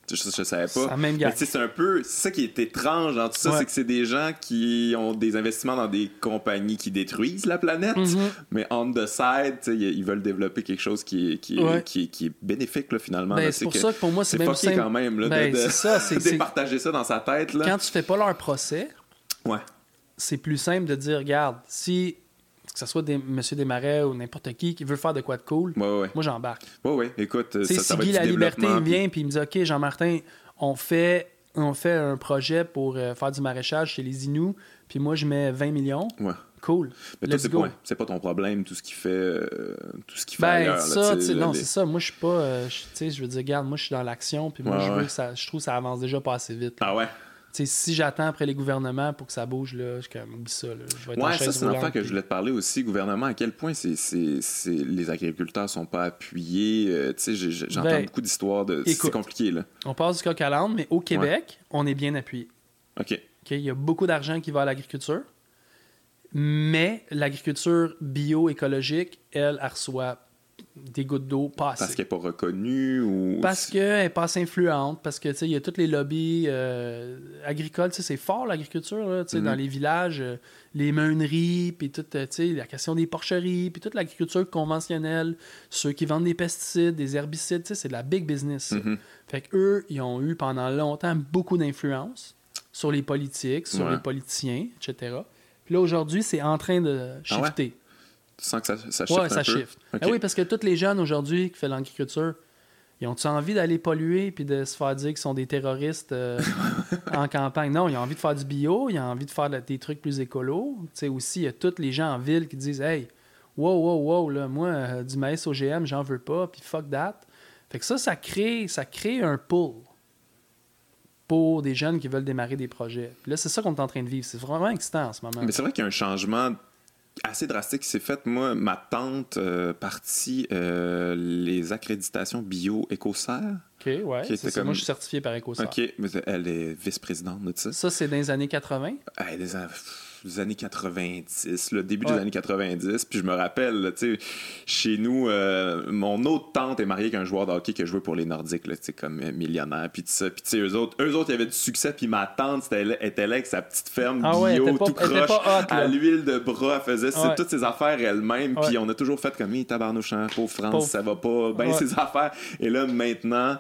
tu sais, Je, je savais
C'est
pas.
la même
Mais
guerre.
tu sais, c'est un peu. C'est ça qui est étrange dans tout ça,
Ouais.
c'est que c'est des gens qui ont des investissements dans des compagnies qui détruisent la planète,
Mhm.
mais on the side, tu sais, ils ils veulent développer quelque chose qui, est- qui, est-
Ouais.
qui, est- qui est bénéfique là, finalement.
Ben,
là,
c'est pour
que
ça que pour moi, c'est
C'est
même
fucké
simple.
quand même là, de-
Ben,
de, *laughs*
c'est ça, c'est- c'est-
départager ça dans sa tête. Là.
Quand tu fais pas leur procès,
Ouais.
c'est plus simple de dire, regarde, si que ce soit des, M. Desmarais ou n'importe qui qui veut faire de quoi de cool,
Ouais, ouais, ouais.
moi, j'embarque.
Ouais, ouais. Écoute, euh,
Tu sais,
ça, ça
si
va
Guy
être
La
du
Liberté
développement,
il vient puis il me dit OK, Jean-Martin, on fait, on fait un projet pour euh, faire du maraîchage chez les Inuits, puis moi, je mets 20 millions.
puis- Ouais.
Cool.
Mais toi,
Let's
c'est
go.
pas, c'est pas ton problème, tout ce qui fait, euh, tout ce qui fait
Ben,
ailleurs. là,
ça,
tu sais,
tu sais, non,
les-
c'est ça. Moi, je suis pas. euh, je- tu sais, je veux dire, regarde, moi, je suis dans l'action, puis moi,
Ouais,
je, veux
ouais.
que ça, je trouve que ça avance déjà pas assez vite. là.
Ah ouais?
Tu sais, si j'attends après les gouvernements pour que ça bouge, là, je suis comme, oublie ça, là, je vais être en
Ouais, ça,
chaise
c'est une affaire
roulante,
que
puis-
je voulais te parler aussi, gouvernement. À quel point c'est, c'est, c'est- les agriculteurs sont pas appuyés? euh, tu sais, j'ai- j'ai- j'entends
Ben,
beaucoup d'histoires de. C'est
écoute.
compliqué, là.
On passe du coq à l'âne, mais au Québec, on est bien appuyé.
OK.
OK, Il y a beaucoup d'argent qui va à l'agriculture, mais l'agriculture bio-écologique, elle, elle reçoit des gouttes d'eau pas
Parce
assez.
qu'elle n'est pas reconnue ou.
Parce qu'elle n'est pas assez influente, parce que tu sais, il y a tous les lobbies euh, agricoles, tu sais, c'est fort l'agriculture, là, tu sais,
Mhm.
dans les villages, euh, les meuneries, puis toute euh, tu sais, la question des porcheries, puis toute l'agriculture conventionnelle, ceux qui vendent des pesticides, des herbicides, tu sais, c'est de la big business. ça.
Mhm.
Fait qu'eux, ils ont eu pendant longtemps beaucoup d'influence sur les politiques, sur
Ouais.
les politiciens, etc. Puis là, aujourd'hui, c'est en train de
Ah ouais?
shifter.
Tu sens que ça, ça
ouais,
shift. un
ça
peu?
shift.
OK.
Ben oui, parce que tous les jeunes aujourd'hui qui font l'agriculture, ils ont-tu envie d'aller polluer puis de se faire dire qu'ils sont des
*laughs*
terroristes euh, en campagne? Non, ils ont envie de faire du bio, ils ont envie de faire de- des trucs plus écolos. Tu sais, aussi, il y a tous les gens en ville qui disent Hey, wow, wow, wow, là, moi, euh, du maïs OGM, j'en veux pas, puis fuck that. Fait que ça, ça crée, ça crée un pull pour des jeunes qui veulent démarrer des projets. Puis là, c'est ça qu'on est en train de vivre. C'est vraiment excitant en ce moment.
Mais c'est vrai qu'il y a un changement assez drastique qui s'est fait. Moi, ma tante euh, partit euh, les accréditations bio-écossaires.
OK, ouais.
Qui
c'est
était
ça.
comme-
Moi, je suis certifié par EcoSoc.
OK, mais elle est vice-présidente de ça.
Ça, c'est dans les années 80.
Hey, des, an- pff, des années 90, le début
Ouais.
des années 90. Puis je me rappelle, là, tu sais, chez nous, euh, mon autre tante est mariée avec un joueur de hockey qui a joué pour les Nordiques, là, tu sais, comme euh, millionnaire. Puis tout ça. Puis tu sais, eux autres, eux autres, ils avaient du succès. Puis ma tante c'était là- était là avec sa petite ferme
Ah ouais, elle
bio,
était pas-
tout
elle était
croche,
pas hot, là.
à l'huile de bras. Elle faisait c'est
Ouais.
toutes ses affaires elle-même.
Ouais.
Puis on a toujours fait comme, Hey, tabarnouchant, pauvre France,
Pauvre-
ça va pas bien
Ouais.
ses affaires. Et là, maintenant...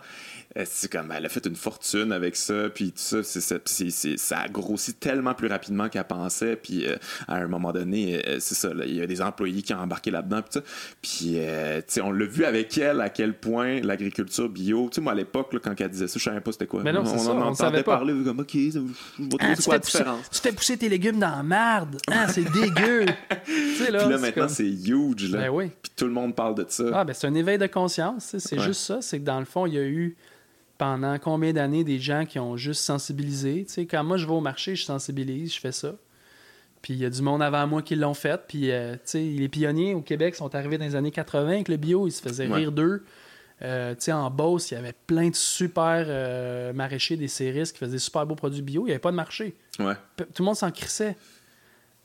Euh, C'est comme elle a fait une fortune avec ça, puis tout ça, c'est, ça- puis c'est- c'est- ça a grossi tellement plus rapidement qu'elle pensait, puis euh, à un moment donné, euh, c'est ça, là, il y a des employés qui ont embarqué là-dedans, puis tout ça. Puis, euh, tu sais, on l'a vu avec elle à quel point l'agriculture bio, tu sais, moi à l'époque, là, quand elle disait ça, je savais pas c'était quoi.
Mais non,
on,
c'est
on
ça, on
en
savait
entendait
pas. Ah,
parler, comme ok, je vais trouver c'est quoi la différence.
tu fais pousser tes légumes dans la marde. Ah, c'est dégueu. *laughs* tu sais, là,
Puis là,
c'est
maintenant,
comme-
c'est huge, là.
Ben oui.
Puis tout le monde parle de ça.
Ah, ben, c'est un éveil de conscience. tu sais, C'est
Ouais.
juste ça. C'est que dans le fond, il y a eu pendant combien d'années des gens qui ont juste sensibilisé. Tu sais, quand moi, je vais au marché, je sensibilise, je fais ça. Puis il y a du monde avant moi qui l'ont fait. Puis euh, tu sais, les pionniers au Québec sont arrivés dans les années 80 avec le bio. Ils se faisaient
Ouais.
rire d'eux. Euh, tu sais, en Beauce, il y avait plein de super euh, maraîchers des Céris qui faisaient des super beaux produits bio. Il n'y avait pas de marché.
Ouais.
Pe- tout le monde s'en crissait.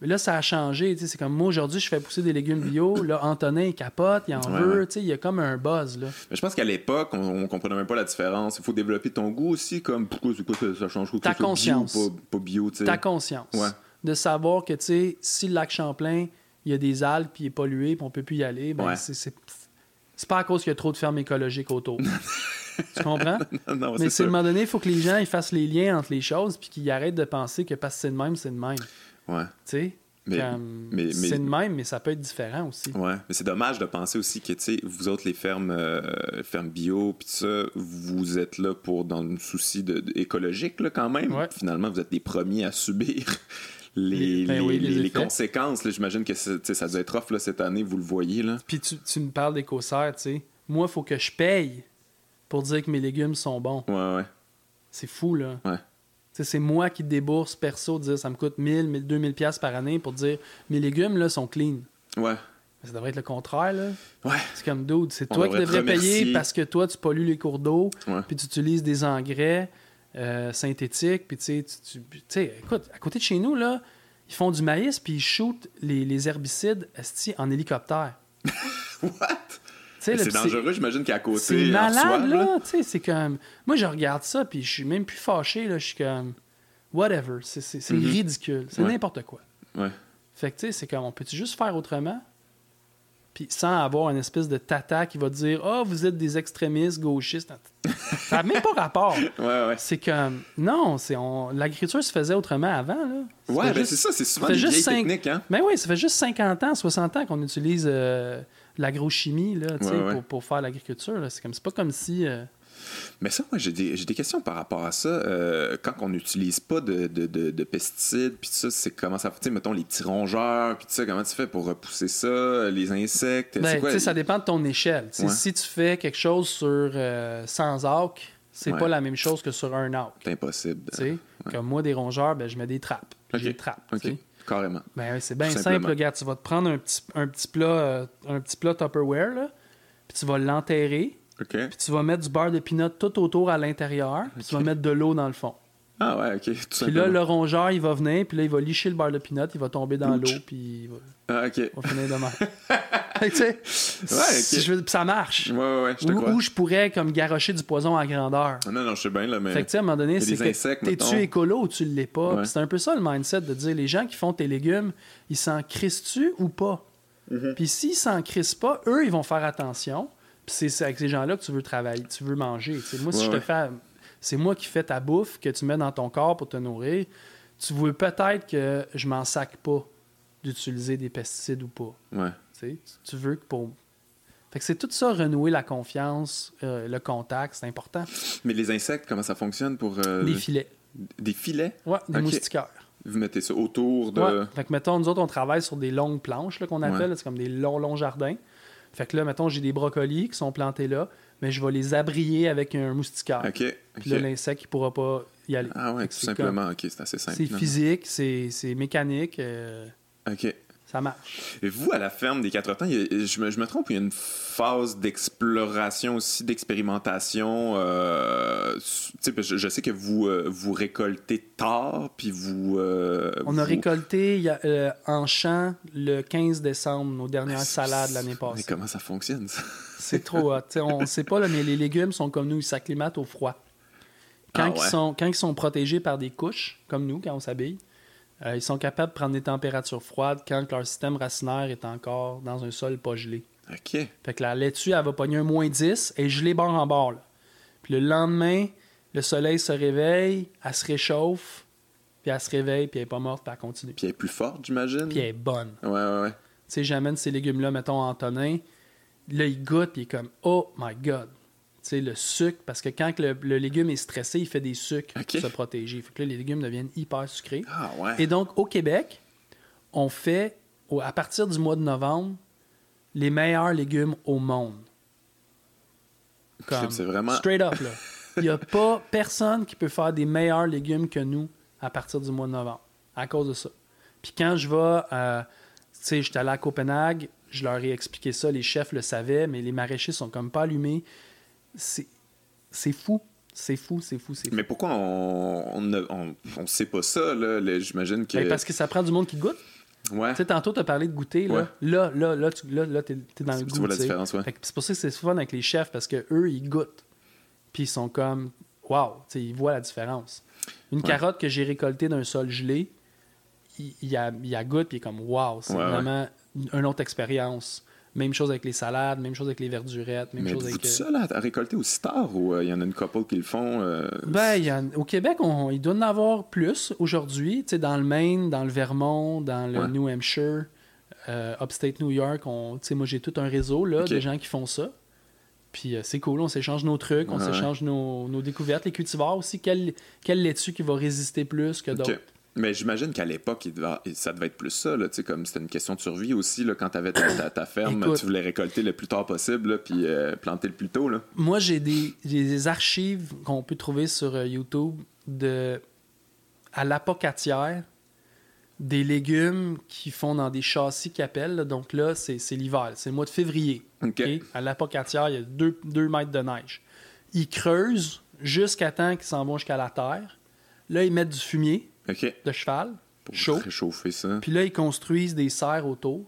Mais là, ça a changé. tu sais, C'est comme moi, aujourd'hui, je fais pousser des légumes bio. Là, Antonin, il capote, il en
Ouais,
veut.
ouais.
tu sais, Il y a comme un buzz. Là.
Mais je pense qu'à l'époque, on, on comprenait même pas la différence. Il faut développer ton goût aussi, comme pourquoi c'est quoi ça, ça change quoi que
Ta
ce soit
conscience.
Bio, ou pas, pas bio, tu sais.
Ta conscience.
Ouais.
De savoir que tu sais, si le lac Champlain, il y a des algues, puis il est pollué, puis on peut plus y aller, ben,
Ouais.
c'est- c'est c'est pas à cause qu'il y a trop de fermes
*laughs*
écologiques autour. tu comprends?
*laughs* non, c'est
Mais c'est à
ça.
un moment donné, il faut que les gens ils fassent les liens entre les choses, puis qu'ils arrêtent de penser que parce que c'est le même, c'est le même. Tu
Ouais.
sais?
Mais-
Comme,
mais- mais-
C'est le même, mais ça peut être différent aussi.
Ouais, mais c'est dommage de penser aussi que, tu sais, vous autres, les fermes, euh, fermes bio, puis tout ça, vous êtes là pour, dans le souci de, de- écologique, là, quand même.
Ouais.
Finalement, vous êtes les premiers à subir *laughs* les,
Les- ben
les-
oui, les
les- les
effets.
conséquences. là. J'imagine que c'est- tu sais, ça doit être off là, cette année, vous le voyez, là.
Puis tu, tu me parles d'écossaire, tu sais. Moi, il faut que je paye pour dire que mes légumes sont bons.
Ouais, ouais.
C'est fou, là.
Ouais.
Tu sais, c'est moi qui débourse perso, dire ça me coûte 1000, 1000, 2000 pièces par année pour dire mes légumes, là, sont clean.
Ouais.
Mais Ça devrait être le contraire, là.
Ouais. *laughs*
C'est comme dude, c'est
On
toi qui
devrait te
devrais payer
remercier.
parce que toi, tu pollues les cours d'eau,
Ouais.
puis tu utilises des engrais euh, synthétiques, puis tu sais, tu- tu- tu sais, écoute, à côté de chez nous, là, ils font du maïs, puis ils shootent les, les herbicides esti, en hélicoptère.
What?
Tu sais, là,
c'est
puis c'est-
dangereux, j'imagine qu'à côté.
C'est
en soi,
malade, là. Tu sais, c'est comme. Moi, je regarde ça, puis je suis même plus fâché, là. Je suis comme. Whatever. C'est c'est- c'est
Mhm.
ridicule. C'est
Ouais.
n'importe quoi.
Ouais.
Fait que, tu sais, c'est comme. On peut-tu juste faire autrement? Puis sans avoir une espèce de tata qui va dire Ah, vous êtes des extrémistes gauchistes. Ça n'a même pas rapport.
Ouais, ouais.
C'est comme. Non, c'est. on- L'agriculture se faisait autrement avant, là.
Ouais,
C'était
ben
juste-
c'est ça, c'est souvent
fait
des
juste
vieilles
cinq-
techniques, hein?
Mais oui, ça fait juste 50 ans, 60 ans qu'on utilise euh, l'agrochimie là, tu sais,
Ouais, ouais.
Pour, pour faire l'agriculture. là. C'est comme c'est pas comme si euh,
Mais ça, moi, j'ai des, j'ai des questions par rapport à ça. Euh, quand on n'utilise pas de, de- de- de pesticides, puis tout ça, c'est comment ça... Tu sais, mettons, les petits rongeurs, puis tout ça, comment tu fais pour repousser ça, les insectes,
ben,
c'est quoi?
tu sais, ça dépend de ton échelle. Tu sais,
Ouais.
Si tu fais quelque chose sur euh, 100 arcs, c'est
Ouais.
pas la même chose que sur un arc.
C'est impossible.
tu sais. Comme moi, des rongeurs, ben, je mets des trappes. puis
Ok.
Je les trappe. tu
OK,
sais.
carrément.
Ben, ouais, c'est bien
Tout
simple,
simplement.
gars. Tu vas te prendre un petit, un petit plat, euh, un petit plat Tupperware, là, puis tu vas l'enterrer,
OK.
puis tu vas mettre du beurre de pinot tout autour à l'intérieur, puis tu vas mettre de l'eau dans le fond.
Ah ouais, OK, tout
Puis là,
simplement.
le rongeur, il va venir, puis là, il va licher le beurre de pinot, il va tomber dans l'eau, puis il va,
Ah, OK. Ouais,
on va
*laughs*
finir demain. tu sais, si je veux- puis ça marche.
ouais, ouais, je
Ou
te
ou
crois. Ah,
je pourrais comme garocher du poison à grandeur.
Non, non, je sais bien, là, mais...
Fait que tu sais, à un moment donné,
Euh, y a
c'est
des
que
insectes,
t'es-tu
mettons.
écolo ou tu l'es pas?
Ouais.
Puis C'est un peu ça le mindset de dire les gens qui font tes légumes, ils s'en crissent-tu ou pas?
Mm-hmm.
Puis s'ils s'en crissent pas, eux, ils vont faire attention. Puis c'est- c'est avec ces gens-là que tu veux travailler, tu veux manger. Tu sais, moi, si
Ouais,
je te
ouais.
fais... C'est moi qui fais ta bouffe que tu mets dans ton corps pour te nourrir. Tu veux peut-être que je m'en sac pas d'utiliser des pesticides ou pas.
Ouais.
Tu sais, tu- tu veux que pour... Fait que c'est tout ça, renouer la confiance, euh, le contact, c'est important.
Mais les insectes, comment ça fonctionne pour... euh,
Des filets.
des filets?
Ouais, des
Ok.
moustiquaires.
Vous mettez ça autour de...
Ouais. Fait que, mettons, nous autres, on travaille sur des longues planches là, qu'on appelle.
Ouais.
là, C'est comme des longs, longs jardins. Fait que là, mettons, j'ai des brocolis qui sont plantés là, mais je vais les abrier avec un moustiquaire.
Ah, OK,
Puis là,
OK.
l'insecte, il pourra pas y aller.
Ah ouais,
Fait que
tout
c'est comme-
simplement. OK, c'est assez simple.
C'est
finalement.
physique, c'est c'est mécanique. euh,
OK.
ça Ça marche.
Et vous, à la ferme des quatre temps, il y a- je, me, je me trompe, il y a une phase d'exploration aussi, d'expérimentation. euh, tu sais, parce que je, je sais que vous, euh, vous récoltez tard, puis vous... euh,
On a
vous-
récolté il y a, euh, en champ le 15 décembre nos dernières
Ah,
salades l'année
Mais
passée.
comment ça fonctionne, ça?
C'est trop hot. T'sais, on ne sait pas, là, mais les légumes sont comme nous, ils s'acclimatent au froid. Quand,
Ah
ils
ouais.
sont, quand ils sont protégés par des couches, comme nous, quand on s'habille, euh, ils sont capables de prendre des températures froides quand leur système racinaire est encore dans un sol pas gelé.
OK.
Fait que la laitue, elle va pogner un moins 10 et gelée bord en bord. là. Puis le lendemain, le soleil se réveille, elle se réchauffe, puis elle se réveille, puis elle est pas morte, puis elle continue.
Puis elle est plus forte, j'imagine?
Puis elle est bonne.
Ouais, ouais, ouais.
Tu sais, j'amène ces légumes-là, mettons, à Antonin. Là, il goûte, puis il est comme, oh my God. Tu sais, le sucre, parce que quand que le, le légume est stressé, il fait des sucres
Ok.
pour se protéger. Fait que là, les légumes deviennent hyper sucrés.
Ah ouais.
Et donc, au Québec, on fait, au- à partir du mois de novembre, les meilleurs légumes au monde. Comme,
C'est vraiment-
Straight up,
*laughs*
là. Il n'y a pas personne qui peut faire des meilleurs légumes que nous à partir du mois de novembre, à cause de ça. Puis quand je vais, euh, tu sais, j'étais allé à Copenhague, je leur ai expliqué ça, les chefs le savaient, mais les maraîchers sont comme pas allumés. C'est c'est fou, c'est fou, c'est fou, c'est fou.
Mais pourquoi on on ne on, on sait pas ça, là? Le- J'imagine que...
Ben, parce que ça prend du monde qui goûte.
Ouais.
Tu sais, tantôt, tu as parlé de goûter. Là,
Ouais.
là, là, là, tu, là, là, t'es, t'es dans le
Tu
goût.
vois la
tu sais.
différence, ouais.
Fait que C'est pour ça que c'est souvent avec les chefs, parce que eux ils goûtent. Puis ils sont comme, waouh, tu sais, ils voient la différence. Une carotte que j'ai récoltée d'un sol gelé, il, il, a, il a goûte, puis il est comme, waouh, c'est
Ouais, ouais.
vraiment une- une autre expérience. Même chose avec les salades, même chose avec les verdurettes, même
Mais
chose
vous
avec.
tout
euh,
seul à, à récolter aussi tard ou euh, il y en a une couple qui le font? euh,
Ben, il y en- au Québec, on, il doit en avoir plus aujourd'hui. Tu sais, dans le Maine, dans le Vermont, dans le
Ouais.
New Hampshire, euh, Upstate New York, on, tu sais, moi j'ai tout un réseau là,
Ok.
de gens qui font ça. Puis euh, c'est cool, on s'échange nos trucs, on
Ouais.
s'échange nos, nos découvertes. Les cultivars aussi, quelle, quelle laitue qui va résister plus que d'autres?
Ok. Mais j'imagine qu'à l'époque, il devait- ça devait être plus ça, là, tu sais, comme c'était une question de survie aussi, là, quand t'avais ta, ta, ta ferme,
Écoute.
tu voulais récolter le plus tard possible, là, puis euh, planter le plus tôt. Là.
Moi, j'ai des, j'ai des archives qu'on peut trouver sur euh, YouTube de à l'apocatière des légumes qui font dans des châssis qui appellent. là. Donc là, c'est c'est l'hiver, c'est le mois de février.
OK.
OK? À l'apocatière, il y a 2 mètres de neige. Ils creusent jusqu'à temps qu'ils s'en vont jusqu'à la terre. Là, ils mettent du fumier
OK.
de cheval,
Pour
chaud.
réchauffer ça.
Puis là, ils construisent des serres autour.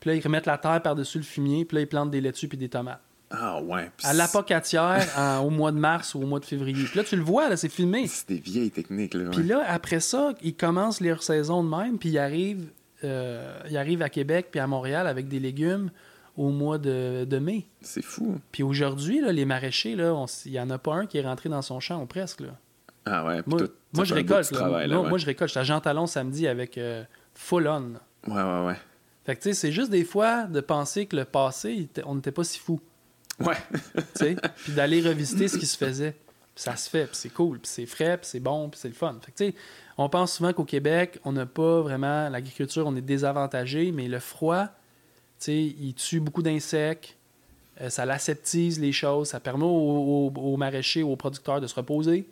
Puis là, ils remettent la terre par-dessus le fumier. Puis là, ils plantent des laitues puis des tomates.
Ah ouais. puis
À
c'est- *laughs*
l'apocatière en- au mois de mars ou au mois de février. Puis là, tu le vois, là, c'est filmé.
C'est des vieilles techniques, là. ouais.
Puis là, après ça, ils commencent leur saison de même, puis ils arrivent, euh, ils arrivent à Québec puis à Montréal avec des légumes au mois de, de mai.
C'est fou.
Puis aujourd'hui, là, les maraîchers, là, on s- il n'y en a pas un qui est rentré dans son champ, ou presque. là.
Ah ouais. puis
Moi,
tout- ça
moi, je
fait un bout
récolte.
de
là.
travail, là,
moi,
ouais.
moi, je récolte. J'étais à Jean Talon samedi avec euh, Full On. là.
ouais, ouais, ouais.
Fait que, tu sais, c'est juste des fois de penser que le passé, il était- on n'était pas si fou.
Ouais. *laughs*
tu sais, puis d'aller revisiter ce qui se faisait. Puis ça se fait, puis c'est cool, puis c'est frais, puis c'est bon, puis c'est le fun. Fait que, tu sais, on pense souvent qu'au Québec, on n'a pas vraiment l'agriculture, on est désavantagé, mais le froid, tu sais, il tue beaucoup d'insectes, euh, ça l'aseptise les choses, ça permet aux, aux- aux maraîchers, aux producteurs de se reposer.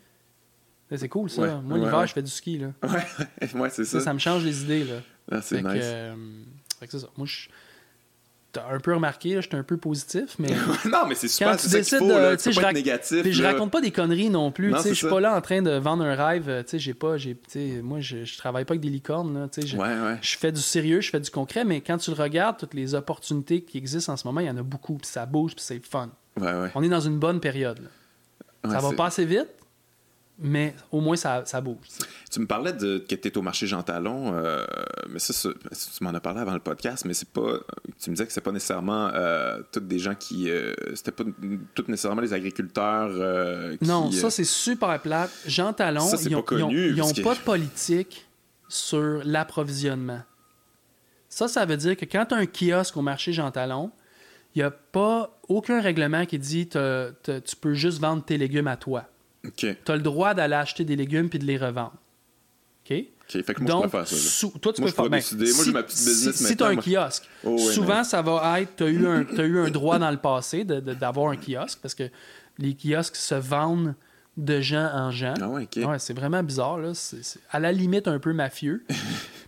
Là, C'est cool, ça.
Ouais,
Moi,
ouais,
l'hiver,
ouais.
je fais du ski, là.
ouais, ouais, c'est
Ça,
ça.
ça me change les idées, là.
Ah, c'est
Fait que,
nice. *laughs*
euh, fait que c'est ça. Moi, je... T'as un peu remarqué, là, j'étais un peu positif,
*laughs*
mais...
non, mais c'est super.
Quand tu
C'est ça qu'il
décides
faut,
de-
là. Tu
tu sais,
peux
je
pas
rac-
être négatif.
Puis je
là.
raconte pas des conneries non plus.
Non,
tu sais,
c'est
je suis
ça.
pas là en train de vendre un rêve. euh, tu sais, j'ai pas, j'ai, tu sais, moi, je, je travaille pas avec des licornes. là, tu sais, je,
Ouais, ouais.
je fais du sérieux, je fais du concret, mais quand tu le regardes, toutes les opportunités qui existent en ce moment, il y en a beaucoup. Puis ça bouge, puis c'est fun.
Ouais, ouais.
On est dans une bonne période. là.
Ouais,
ça va
c'est-
passer vite, mais au moins ça, ça bouge. tu sais.
Tu me parlais de que tu au marché Jean Talon, euh, mais ça, ça- tu m'en as parlé avant le podcast, mais c'est pas. Tu me disais que c'est pas nécessairement euh, toutes des gens qui. euh, C'était pas toutes nécessairement les agriculteurs euh, qui.
Non, ça
euh,
c'est super plate. Jean Talon,
Ça, c'est
ils ont,
pas
ils ont-
connu,
ils ont
parce que-
pas de politique sur l'approvisionnement. Ça, ça veut dire que quand tu as un kiosque au marché Jean Talon, il n'y a pas aucun règlement qui dit t'as- t'as- tu peux juste vendre tes légumes à toi.
euh, Ok, ok.
Tu as le droit d'aller acheter des légumes puis de les revendre. OK?
Fait que moi, je
Donc,
pourrais faire ça. là.
sous- toi, tu
Moi,
peux
je pourrais
faire. ben,
décider. Moi,
si-
j'ai ma petite business
si, si
maintenant,
t'as un
moi.
kiosque,
Oh, ouais,
souvent,
nice.
ça va être. Tu as, eu un- t'as eu un droit dans le passé de- de- d'avoir un kiosque parce que les kiosques se vendent de gens en gens.
Ah ouais, ok. *laughs*
Ouais, c'est vraiment bizarre. là. C'est c'est à la limite un peu mafieux.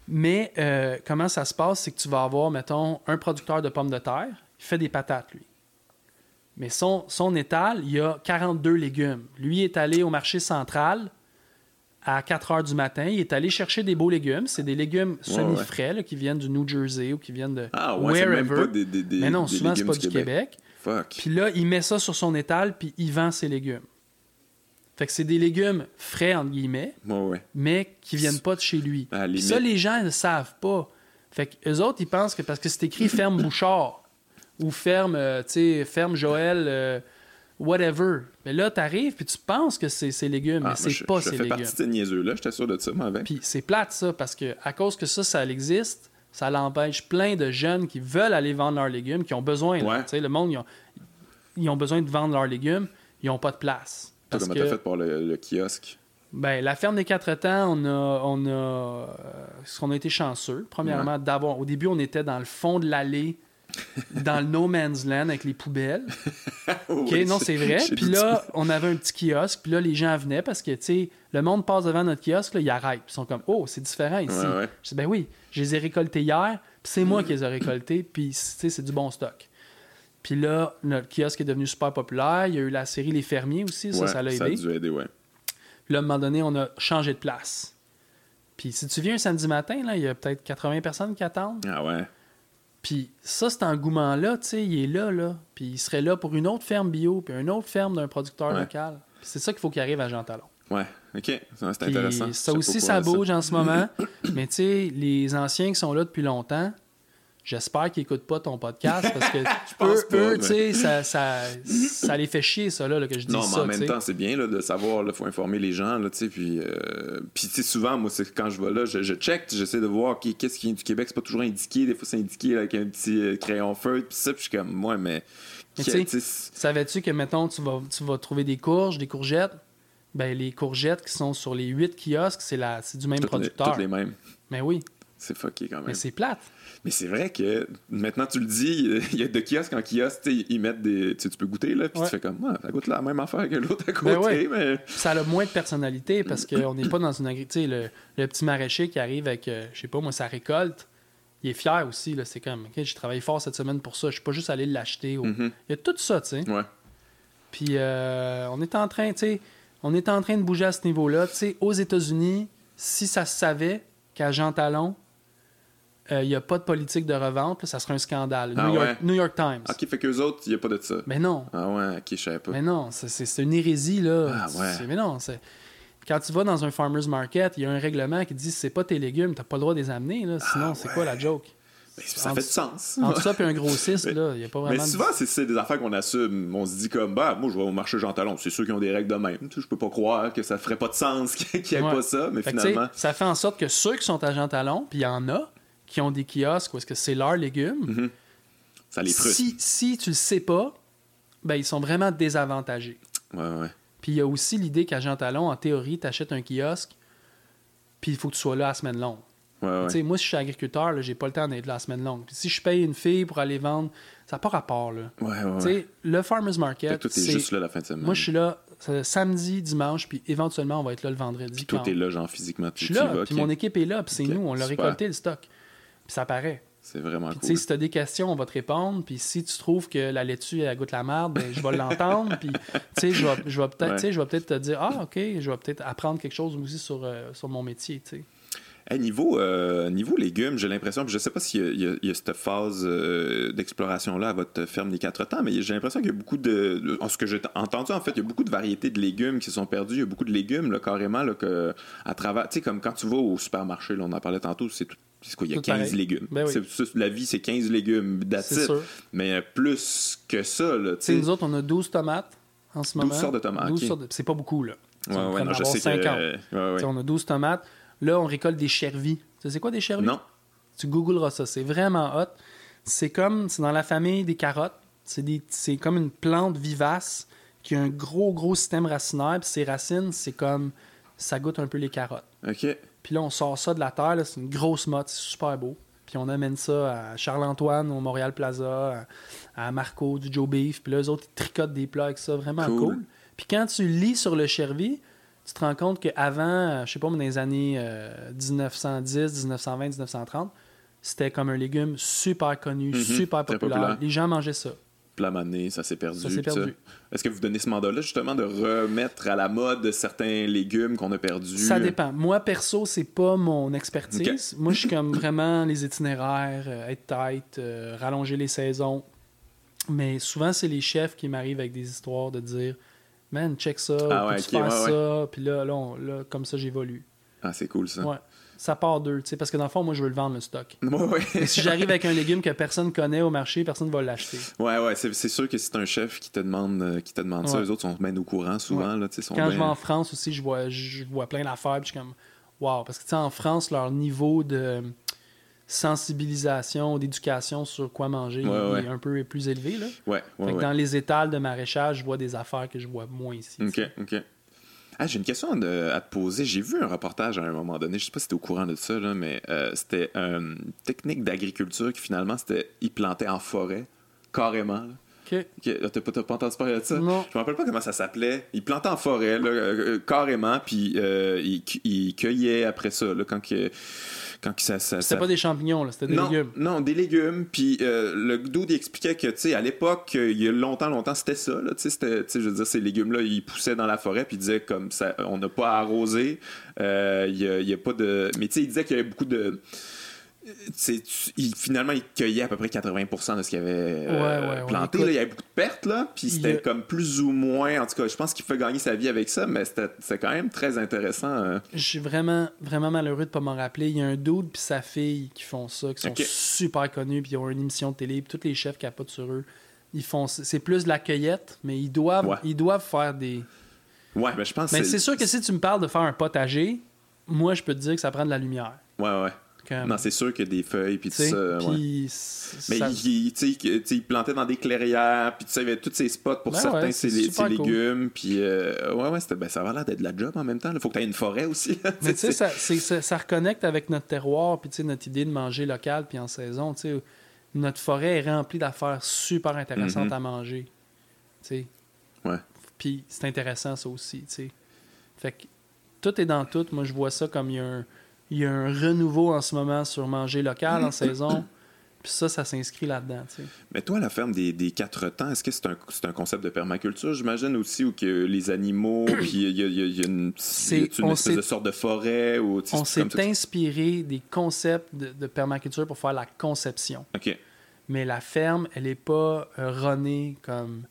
Mais euh, comment ça se passe, c'est que tu vas avoir, mettons, un producteur de pommes de terre, il fait des patates, lui. Mais son, son étal, il y a 42 légumes. Lui est allé au marché central à 4 heures du matin. Il est allé chercher des beaux légumes. C'est des légumes semi-frais là, qui viennent du New Jersey ou qui viennent de
Ah ouais, c'est même pas des, des, des
Mais non,
des
souvent, c'est
légumes
pas du Québec.
Fuck.
Puis là, il met ça sur son étal, puis il vend ses légumes. Fait que c'est des légumes frais, entre guillemets,
Ouais, ouais.
mais qui viennent pas de chez lui.
À la
Puis ça,
limite.
les gens ne le savent pas. Fait que eux autres, ils pensent que parce que c'est
*coughs*
écrit ferme Bouchard ou ferme, euh, tu sais, ferme Joël, euh, whatever. Mais là, t'arrives, puis tu penses que c'est ces légumes,
Ah,
mais
moi,
c'est
je,
pas
je
ces
fais
légumes.
partie de ces niaiseux-là, j'étais sûr de ça, moi, avec.
Puis c'est plate, ça, parce que à cause que ça, ça existe, ça l'empêche plein de jeunes qui veulent aller vendre leurs légumes, qui ont besoin. là.
Ouais.
Tu sais, Le monde, ils ont, ils ont besoin de vendre leurs légumes, ils n'ont pas de place.
Toi,
Parce
comment
que,
t'as fait pour le, le kiosque? *laughs*
ben, la ferme des quatre temps, on a, on a, euh, ce qu'on a été chanceux. Premièrement, d'avoir. Au début, on était dans le fond de l'allée, dans le no man's land avec
*laughs*
les poubelles.
OK,
OK, non, c'est vrai. Puis là, on avait un petit kiosque. Puis là, les gens venaient parce que, tu sais, le monde passe devant notre kiosque, là, ils arrêtent. Ils sont comme, oh, c'est différent ici.
Ouais, Mm. ouais.
Je dis, ben oui, je les ai récoltés hier, puis c'est moi qui les ai récoltés, puis, tu sais, c'est du bon stock. Puis là, notre kiosque est devenu super populaire. Il y a eu la série Les Fermiers aussi, ça, ça l'a
Ça
aidé.
a dû aider, ouais.
Puis là, à un moment donné, on a changé de place. Puis si tu viens un samedi matin, là, il y a peut-être 80 personnes qui attendent.
Ah ouais.
Puis ça, cet engouement-là, tu sais, il est là, là. Puis il serait là pour une autre ferme bio, puis une autre ferme d'un producteur
Ouais.
local. Puis C'est ça qu'il faut qu'il arrive à Jean Talon.
Ouais. OK. Ça, C'est
Puis
intéressant.
ça
Je sais
aussi,
pas
ça
pourquoi *clears throat*
bouge en ce moment. Mais tu sais, les anciens qui sont là depuis longtemps, j'espère qu'ils n'écoutent pas ton podcast
*laughs*
parce que
pense
eux,
pas,
eux,
mais-
tu sais, ça, ça, ça les fait chier, ça, là, là, que je dis
Non, mais
ça.
en même
tu sais.
temps, c'est bien là, de savoir, il faut informer les gens, là, tu sais, puis, euh, puis tu sais, souvent, moi, c'est quand je vais là, je, je check, j'essaie de voir OK, qu'est-ce qui vient du Québec, c'est pas toujours indiqué, des fois c'est indiqué là, avec un petit euh, crayon feu, puis ça, puis je suis comme, ouais, mais...
Mais
que-
tu sais,
tu sais, c'est-
Savais-tu que, mettons, tu vas, tu vas trouver des courges, des courgettes? Ben, les courgettes qui sont sur les huit kiosques, c'est la- c'est du même
toutes les-
producteur.
toutes les mêmes.
Mais oui,
C'est fucké quand même.
mais c'est plate.
Mais c'est vrai que maintenant tu le dis, il y a de kiosque en kiosque, tu sais, ils mettent des. Tu sais, tu peux goûter là, puis
Ouais.
tu fais comme ouais, ça goûte la même affaire que l'autre à côté,
Ben ouais.
mais.
Ça a moins de personnalité parce qu'on n'est pas dans une agri... Tu sais, le, le petit maraîcher qui arrive avec, euh, je sais pas moi, sa récolte, il est fier aussi. là. C'est comme, OK, j'ai travaillé fort cette semaine pour ça. Je suis pas juste allé l'acheter. au-
Mhm.
Il y a tout ça, tu sais.
Ouais.
Puis euh, on est en train, tu sais, on est en train de bouger à ce niveau-là. Tu sais, aux États-Unis, si ça se savait qu'à Jean Talon, euh, il n'y a pas de politique de revente, là, ça serait un scandale.
Ah
New,
ouais?
York, New York Times.
Ok, fait qu'eux autres, il n'y a pas de ça.
Mais non,
Ah ouais, ok, je savais pas.
mais non, c'est- c'est c'est une hérésie, là.
Ah ouais.
C'est- Mais non, c'est... Quand tu vas dans un farmer's market, il y a un règlement qui dit c'est pas tes légumes, t'as pas le droit de les amener, là. Sinon,
Ah
c'est quoi la joke?
Mais Ben, ça
En-
fait du sens.
Entre ça et un grossiste, là, il n'y a pas
Mais
vraiment... de-
souvent, c'est- c'est des affaires qu'on assume. On se dit comme, bah, moi, je vais au marché Jean Talon. C'est ceux qui ont des règles de même. Tu sais, je peux pas croire que ça ferait pas de sens *laughs* qu'il n'y ait
Ouais.
pas ça, mais
Fait que,
finalement.
tu sais, ça fait en sorte que ceux qui sont à Jean Talon, puis il y en a, qui ont des kiosques où est-ce que c'est leurs légumes,
Ça Mhm, les frustre.
si, si tu le sais pas, ben ils sont vraiment désavantagés.
Ouais, ouais.
Puis il y a aussi l'idée qu'à Jean Talon, en théorie, tu achètes un kiosque, puis il faut que tu sois là la semaine longue.
Ouais,
Tu
ouais.
sais, Moi, si je suis agriculteur, là, j'ai pas le temps d'être là la semaine longue. Puis si je paye une fille pour aller vendre, ça n'a pas rapport. Là.
Ouais, ouais.
Tu
ouais.
sais, Le farmer's
Fait que
market,
toi, t'es
c'est-
juste là la fin de semaine.
moi, je suis là euh, samedi, dimanche, puis éventuellement, on va être là le vendredi.
Puis
quand
toi, t'es là, genre, physiquement.
Je
Tu
suis
tu y
là,
vas,
puis
ok.
mon équipe est là, puis c'est
Ok,
nous, on l'a
super.
récolté, le stock. Puis ça paraît.
C'est vraiment
Puis, tu sais,
cool.
si tu as des questions, on va te répondre. Puis, si tu trouves que la laitue, elle goûte la merde, ben, je vais l'entendre. Puis, tu sais, je vais, je vais peut-être
Ouais.
tu sais, je vais peut-être te dire Ah, OK, je vais peut-être apprendre quelque chose aussi sur, euh, sur mon métier. tu sais.
Hey, niveau, euh, niveau légumes, j'ai l'impression, puis je sais pas s'il y a- il y, a- il y a cette phase euh, d'exploration-là à votre ferme des quatre temps, mais j'ai l'impression qu'il y a beaucoup de. de- En ce que j'ai t- entendu, en fait, il y a beaucoup de variétés de légumes qui sont perdues. Il y a beaucoup de légumes, là, carrément, là, que, à travers. Tu sais, comme quand tu vas au supermarché, là, on en parlait tantôt, c'est tout. c'est quoi, il y a
Tout
15
pareil.
légumes.
Ben oui.
C'est- c'est- la vie, c'est 15 légumes, that's
C'est
it.
sûr.
Mais euh, plus que ça, là, tu
Tu sais,
sais.
nous autres, on a 12 tomates en ce
12
moment.
sortes de tomates,
12
ok.
sortes de- C'est pas beaucoup, là. Tu
Ouais,
sais, on
ouais,
pourrait en
non, je
avoir
sais que.
50.
euh, ouais,
Tu sais,
ouais.
On a 12 tomates. Là, on récolte des chervis. Tu sais, c'est quoi des chervis
Non,
Tu googleras ça. C'est vraiment hot. C'est comme, c'est dans la famille des carottes. C'est, des, c'est comme une plante vivace qui a un gros, gros système racinaire. Puis ses racines, c'est comme, ça goûte un peu les carottes.
ok.
Puis là, on sort ça de la terre. là, c'est une grosse motte. C'est super beau. Puis on amène ça à Charles-Antoine, au Montréal Plaza, à, à Marco, du Joe Beef. Puis là, eux autres, ils tricotent des plats avec ça. Vraiment
Cool.
cool. Puis quand tu lis sur le Chervi, tu te rends compte qu'avant, euh, je sais pas, mais dans les années euh, 1910, 1920, 1930, c'était comme un légume super connu,
Mhm,
super
très
populaire.
populaire.
Les gens mangeaient ça.
Puis à un moment donné, ça s'est perdu.
Ça s'est
puis ça.
perdu.
Est-ce que vous donnez ce mandat-là, justement, de remettre à la mode certains légumes qu'on a perdus?
Ça dépend. Moi, perso, c'est pas mon expertise. Moi, je suis comme vraiment les itinéraires, euh, être tight, euh, rallonger les saisons. Mais souvent, c'est les chefs qui m'arrivent avec des histoires de dire Man, check ça,
Ah ouais,
peux-tu
ok,
faire
ouais,
ça, puis là, là, on- là, comme ça, j'évolue.
Ah, c'est cool, ça.
Ouais. Ça part d'eux, tu sais, parce que dans le fond, moi, je veux le vendre, le stock.
*laughs* Ouais, ouais.
Et si j'arrive avec un légume que personne connaît au marché, personne ne va l'acheter.
*laughs* Ouais, ouais, c'est, c'est sûr que c'est un chef qui te demande, euh, qui te demande ça.
Ouais.
Eux autres sont bien au courant souvent. Là, tu sais, sont
Quand je
ben-
vais en France aussi, je vois, je vois plein d'affaires, puis je suis comme, wow, parce que tu sais, en France, leur niveau de sensibilisation, d'éducation sur quoi manger
Ouais,
il
ouais.
est un peu plus élevé. Là.
Ouais, ouais,
Fait que
ouais.
Dans les étals de maraîchage, je vois des affaires que je vois moins ici. tu
Ok,
sais.
ok. Ah, j'ai une question de- à te poser. J'ai vu un reportage à un moment donné, je sais pas si tu au courant de ça, là, mais euh, c'était euh, une technique d'agriculture qui finalement, c'était, ils plantaient en forêt, carrément. là.
Ok.
Ok, T'as pas, t'as pas entendu parler de ça?
Non.
Je me rappelle pas comment ça s'appelait. Ils plantaient en forêt, là, euh, euh, carrément, puis euh, ils, cu- ils cueillaient après ça, là, quand, que- quand que ça, ça, ça-
C'était pas des champignons, là, c'était des
non,
légumes.
Non, des légumes. Puis euh, le dude il expliquait que, tu sais, à l'époque, euh, il y a longtemps, longtemps, c'était ça. là, Tu sais, c'était- tu sais, je veux dire, ces légumes-là, ils poussaient dans la forêt. Puis il disait, comme ça, on n'a pas à arroser. euh, Il n'y a, il y a pas de. Mais tu sais, il disait qu'il y avait beaucoup de. tu sais, tu- il- finalement, il cueillait à peu près 80% de ce qu'il avait euh,
Ouais, ouais, ouais,
planté.
écoute.
là, il y avait beaucoup de pertes, là. Puis
Il y
c'était
a-
comme plus ou moins. En tout cas, je pense qu'il fait gagner sa vie avec ça, mais c'était c'était quand même très intéressant. euh.
Je suis vraiment, vraiment malheureux de pas m'en rappeler. Il y a un dude puis sa fille qui font ça, qui sont
Ok.
super connus, puis ils ont une émission de télé, puis tous les chefs capotent sur eux. Ils font, c'est plus de la cueillette, mais ils doivent,
Ouais.
ils doivent faire des.
Ouais, mais je pense
Mais
que
Ben, c'est sûr que si tu me parles de faire un potager, moi je peux te dire que ça prend de la lumière.
Ouais, ouais.
Comme,
Non, c'est sûr qu'il y a des feuilles, puis
tu
tout
sais,
ça. ouais.
puis
Mais
ça-
il, il- tu sais, que- tu sais, il plantait dans des clairières, puis tu sais, il y avait tous ces spots pour
Ben
certains,
ouais,
ses,
c'est
les-
super
ses
cool.
légumes, puis euh, ouais, ouais, c'était- ben, ça va l'air d'être de la job en même temps. Il faut que tu aies une forêt aussi. là, *laughs*
Mais tu sais, ça, c'est- ça, ça reconnecte avec notre terroir, puis tu sais, notre idée de manger local, puis en saison. tu sais. Notre forêt est remplie d'affaires super intéressantes
Mhm.
à manger. Tu sais.
Ouais.
Puis c'est intéressant, ça aussi. tu sais. Fait que tout est dans tout. Moi, je vois ça comme il y a un, il y a un renouveau en ce moment sur
*clears throat*
manger local en saison. Puis ça, ça s'inscrit là-dedans. tu sais.
Mais toi, la ferme des, des quatre temps, est-ce que c'est un, c'est un concept de permaculture, j'imagine, aussi, où que les
*coughs*
animaux, puis il y a, il y a- il y a une,
C'est-
il y a-tu une
on
espèce
s'est-
de sorte de forêt, ou tu sais,
On
c'est comme
s'est
ça que-
inspiré des concepts de, de permaculture pour faire la conception.
Ok,
Mais la ferme, elle n'est pas euh, runnée comme.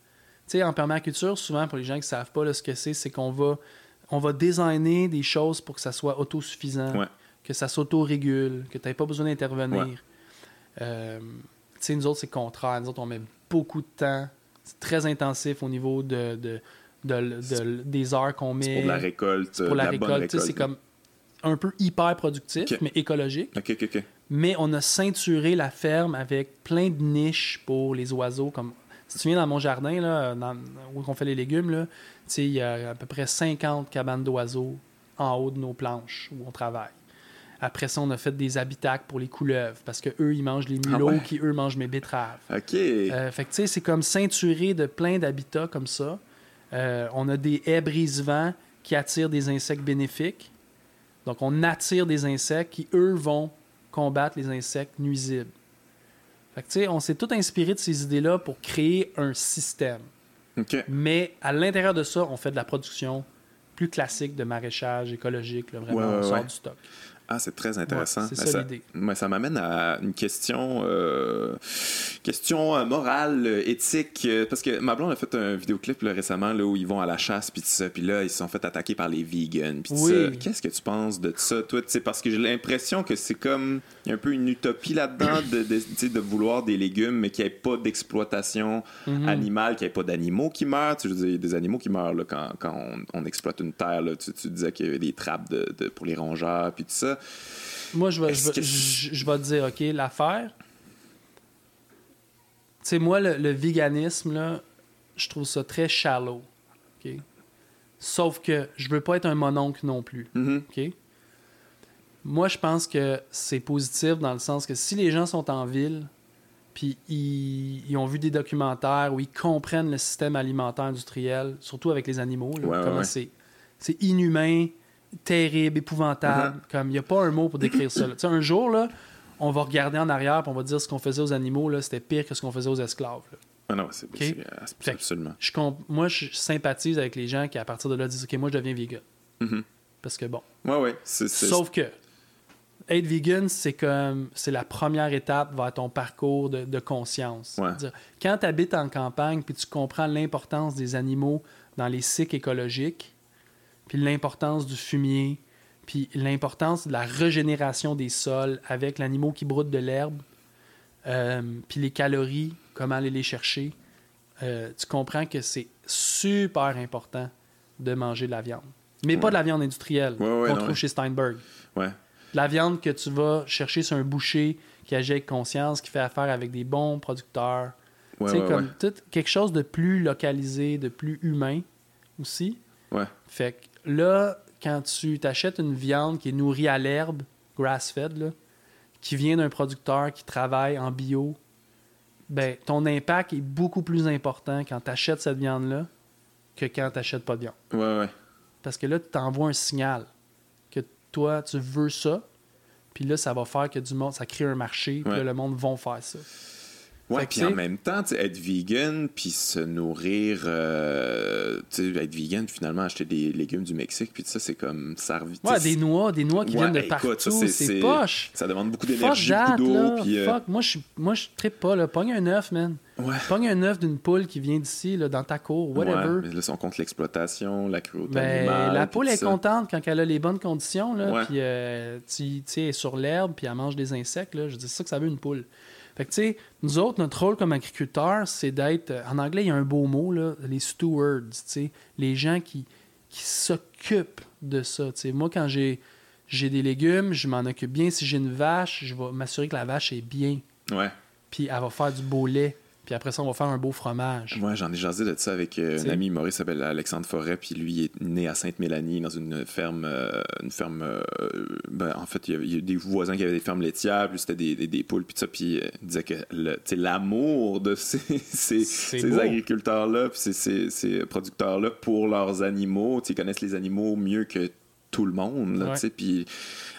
Tu sais, en permaculture, souvent, pour les gens qui ne savent pas là, ce que c'est, c'est qu'on va, on va designer des choses pour que ça soit autosuffisant,
Ouais.
que ça s'autorégule, que tu n'aies pas besoin d'intervenir.
Ouais.
Euh, tu sais, nous autres, c'est le contraire. Nous autres, on met beaucoup de temps. C'est très intensif au niveau de, de, de- de- des heures qu'on met.
c'est pour de la récolte,
pour
de
la
euh, la, bonne
récolte. tu
récolte.
sais, C'est comme un peu hyper productif,
Ok.
mais écologique.
Ok, ok, ok.
Mais on a ceinturé la ferme avec plein de niches pour les oiseaux. Comme si tu viens dans mon jardin, là, dans- où on fait les légumes, là, tu sais, il y a à peu près 50 cabanes d'oiseaux en haut de nos planches où on travaille. Après ça, on a fait des habitacles pour les couleuvres parce que eux, ils mangent les
Ah
mulots
ouais.
qui, eux, mangent mes betteraves.
Ok.
Euh, fait que tu sais, c'est comme ceinturé de plein d'habitats comme ça. Euh, on a des haies brise-vent qui attirent des insectes bénéfiques. Donc, on attire des insectes qui, eux, vont combattre les insectes nuisibles. Fait que tu sais, on s'est tout inspiré de ces idées-là pour créer un système.
ok.
Mais à l'intérieur de ça, on fait de la production plus classique de maraîchage écologique. là, vraiment,
Ouais, ouais,
on sort
ouais.
du stock.
Ah, c'est très intéressant.
Ouais, c'est
Ben,
ça
ça
l'idée.
ouais, ça m'amène à une question, euh, question euh, morale, euh, éthique. euh, parce que ma blonde a fait un vidéoclip là, récemment là, où ils vont à la chasse, puis tout ça. Puis là, ils se sont fait attaquer par les vegans. Puis tout
Oui.
ça. Qu'est-ce que tu penses de ça, toi? Tu sais, Parce que j'ai l'impression que c'est comme il y a un peu une utopie là-dedans de, de, tu sais, de vouloir des légumes, mais qu'il n'y ait pas d'exploitation
Mhm.
animal, qu'il n'y ait pas d'animaux qui meurent. Tu sais, je veux dire, il y a des animaux qui meurent là, quand, quand on, on exploite une terre. là. tu, tu disais qu'il y avait des trappes de, de- pour les rongeurs, puis tout ça.
Moi, je vais, je,
Est-ce
vais,
que-
je- je vais te dire, OK, l'affaire. Tu sais, moi, le, le véganisme, là, je trouve ça très shallow. OK? Sauf que je veux pas être un mononcle non plus.
Mhm.
OK? Moi, je pense que c'est positif dans le sens que si les gens sont en ville, puis ils, ils ont vu des documentaires où ils comprennent le système alimentaire industriel, surtout avec les animaux, là,
Ouais, ouais,
comment
ouais.
c'est c'est inhumain, terrible, épouvantable.
Uh-huh.
Comme il n'y a pas un mot pour décrire ça. là. Tu sais, un jour, là, on va regarder en arrière et on va dire ce qu'on faisait aux animaux, là, c'était pire que ce qu'on faisait aux esclaves. là.
Ah non, c'est c'est-
Ok.
ah, c'est-
Fait que-
absolument.
Je comp- moi, je sympathise avec les gens qui, à partir de là, disent Ok, moi, je deviens vegan.
Mhm.
Parce que bon.
Ouais, ouais. c'est- c'est-
Sauf que être vegan, c'est comme c'est la première étape vers ton parcours de, de conscience.
Ouais.
C'est-à-dire, Quand tu habites en campagne puis tu comprends l'importance des animaux dans les cycles écologiques, puis l'importance du fumier, puis l'importance de la régénération des sols avec l'animal qui broute de l'herbe, euh, puis les calories, comment aller les chercher, euh, tu comprends que c'est super important de manger de la viande. Mais pas de la viande industrielle
Ouais, ouais,
qu'on
non,
trouve
ouais.
chez Steinberg.
Ouais.
De La viande que tu vas chercher sur un boucher qui agit avec conscience, qui fait affaire avec des bons producteurs.
Ouais,
tu sais,
ouais,
comme tout, quelque chose de plus localisé, de plus humain aussi.
ouais. Ouais.
Fait que là, quand tu t'achètes une viande qui est nourrie à l'herbe, grass-fed, là, qui vient d'un producteur qui travaille en bio, ben, ton impact est beaucoup plus important quand tu achètes cette viande-là que quand tu n'achètes pas de viande.
Ouais, ouais.
Parce que là, tu t'envoies un signal que toi, tu veux ça. Puis là, ça va faire que du monde, ça crée un marché. Puis
Ouais.
là, le monde va faire ça. Fait
Ouais,
que
puis en
c'est-
même temps, tu sais, être vegan, puis se nourrir, euh, tu sais, être vegan, puis finalement acheter des légumes du Mexique, puis tout ça, c'est comme ça revient. tu
Ouais,
sais,
des noix, des noix qui
ouais,
viennent de
écoute, ça,
partout. C'est poche.
Ça demande beaucoup
Fuck
d'énergie,
that,
beaucoup
là.
d'eau, puis. euh,
Fuck, moi, je suis- moi, je trippe pas, là. Pogne un œuf, man.
Ouais.
Pogne un œuf d'une poule qui vient d'ici, là, dans ta cour,
Ouais,
whatever.
mais là, si on compte l'exploitation, la cruauté
Ben,
animale,
la
puis
poule
tout
est
ça.
contente quand elle a les bonnes conditions, là,
Ouais.
puis euh, tu tu sais, elle est sur l'herbe, puis elle mange des insectes. Là. Je dis c'est ça que ça veut une poule. Fait que, tu sais, nous autres, notre rôle comme agriculteurs, c'est d'être. euh, En anglais, il y a un beau mot, là, les stewards, tu sais, les gens qui, qui s'occupent de ça. tu sais. Moi, quand j'ai j'ai des légumes, je m'en occupe bien. Si j'ai une vache, je vais m'assurer que la vache est bien,
Ouais.
puis elle va faire du beau lait, puis après ça, on va faire un beau fromage.
Ouais, j'en ai jasé de ça avec euh,
Tu
un
sais.
ami humoriste qui s'appelle Alexandre Forêt, puis lui il est né à Sainte-Mélanie dans une ferme. euh, une ferme euh, ben, en fait, il y, avait, il y a des voisins qui avaient des fermes laitières, puis c'était des, des, des poules, puis tout ça, puis euh, il disait que le- tu sais, l'amour de *laughs* ces, ces,
C'est
ces
beau.
agriculteurs-là, puis ces, ces, ces producteurs-là pour leurs animaux, tu sais, ils connaissent les animaux mieux que tout le monde, là,
Ouais.
tu sais, puis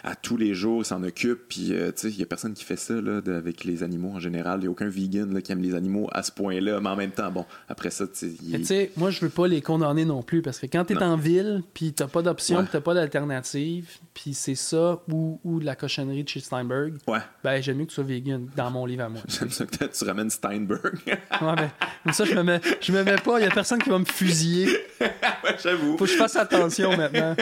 à tous les jours, ils s'en occupent, puis euh, tu sais, il y a personne qui fait ça là, de- avec les animaux en général, il n'y a aucun vegan là, qui aime les animaux à ce point-là, mais en même temps, bon, après ça, tu sais,
Mais tu
il...
sais, moi, je veux pas les condamner non plus, parce que quand t'es
Non.
en ville, puis t'as pas d'option,
Ouais.
puis t'as pas d'alternative, puis c'est ça ou, ou de la cochonnerie de chez Steinberg,
ouais, *laughs*
ben j'aime mieux que tu sois vegan dans mon livre à moi.
j'aime ça que tu ramènes Steinberg,
Ouais, ben, comme ça, je me mets, je me mets pas, il y a personne qui va me fusiller.
Ouais, j'avoue.
Faut que je fasse attention maintenant.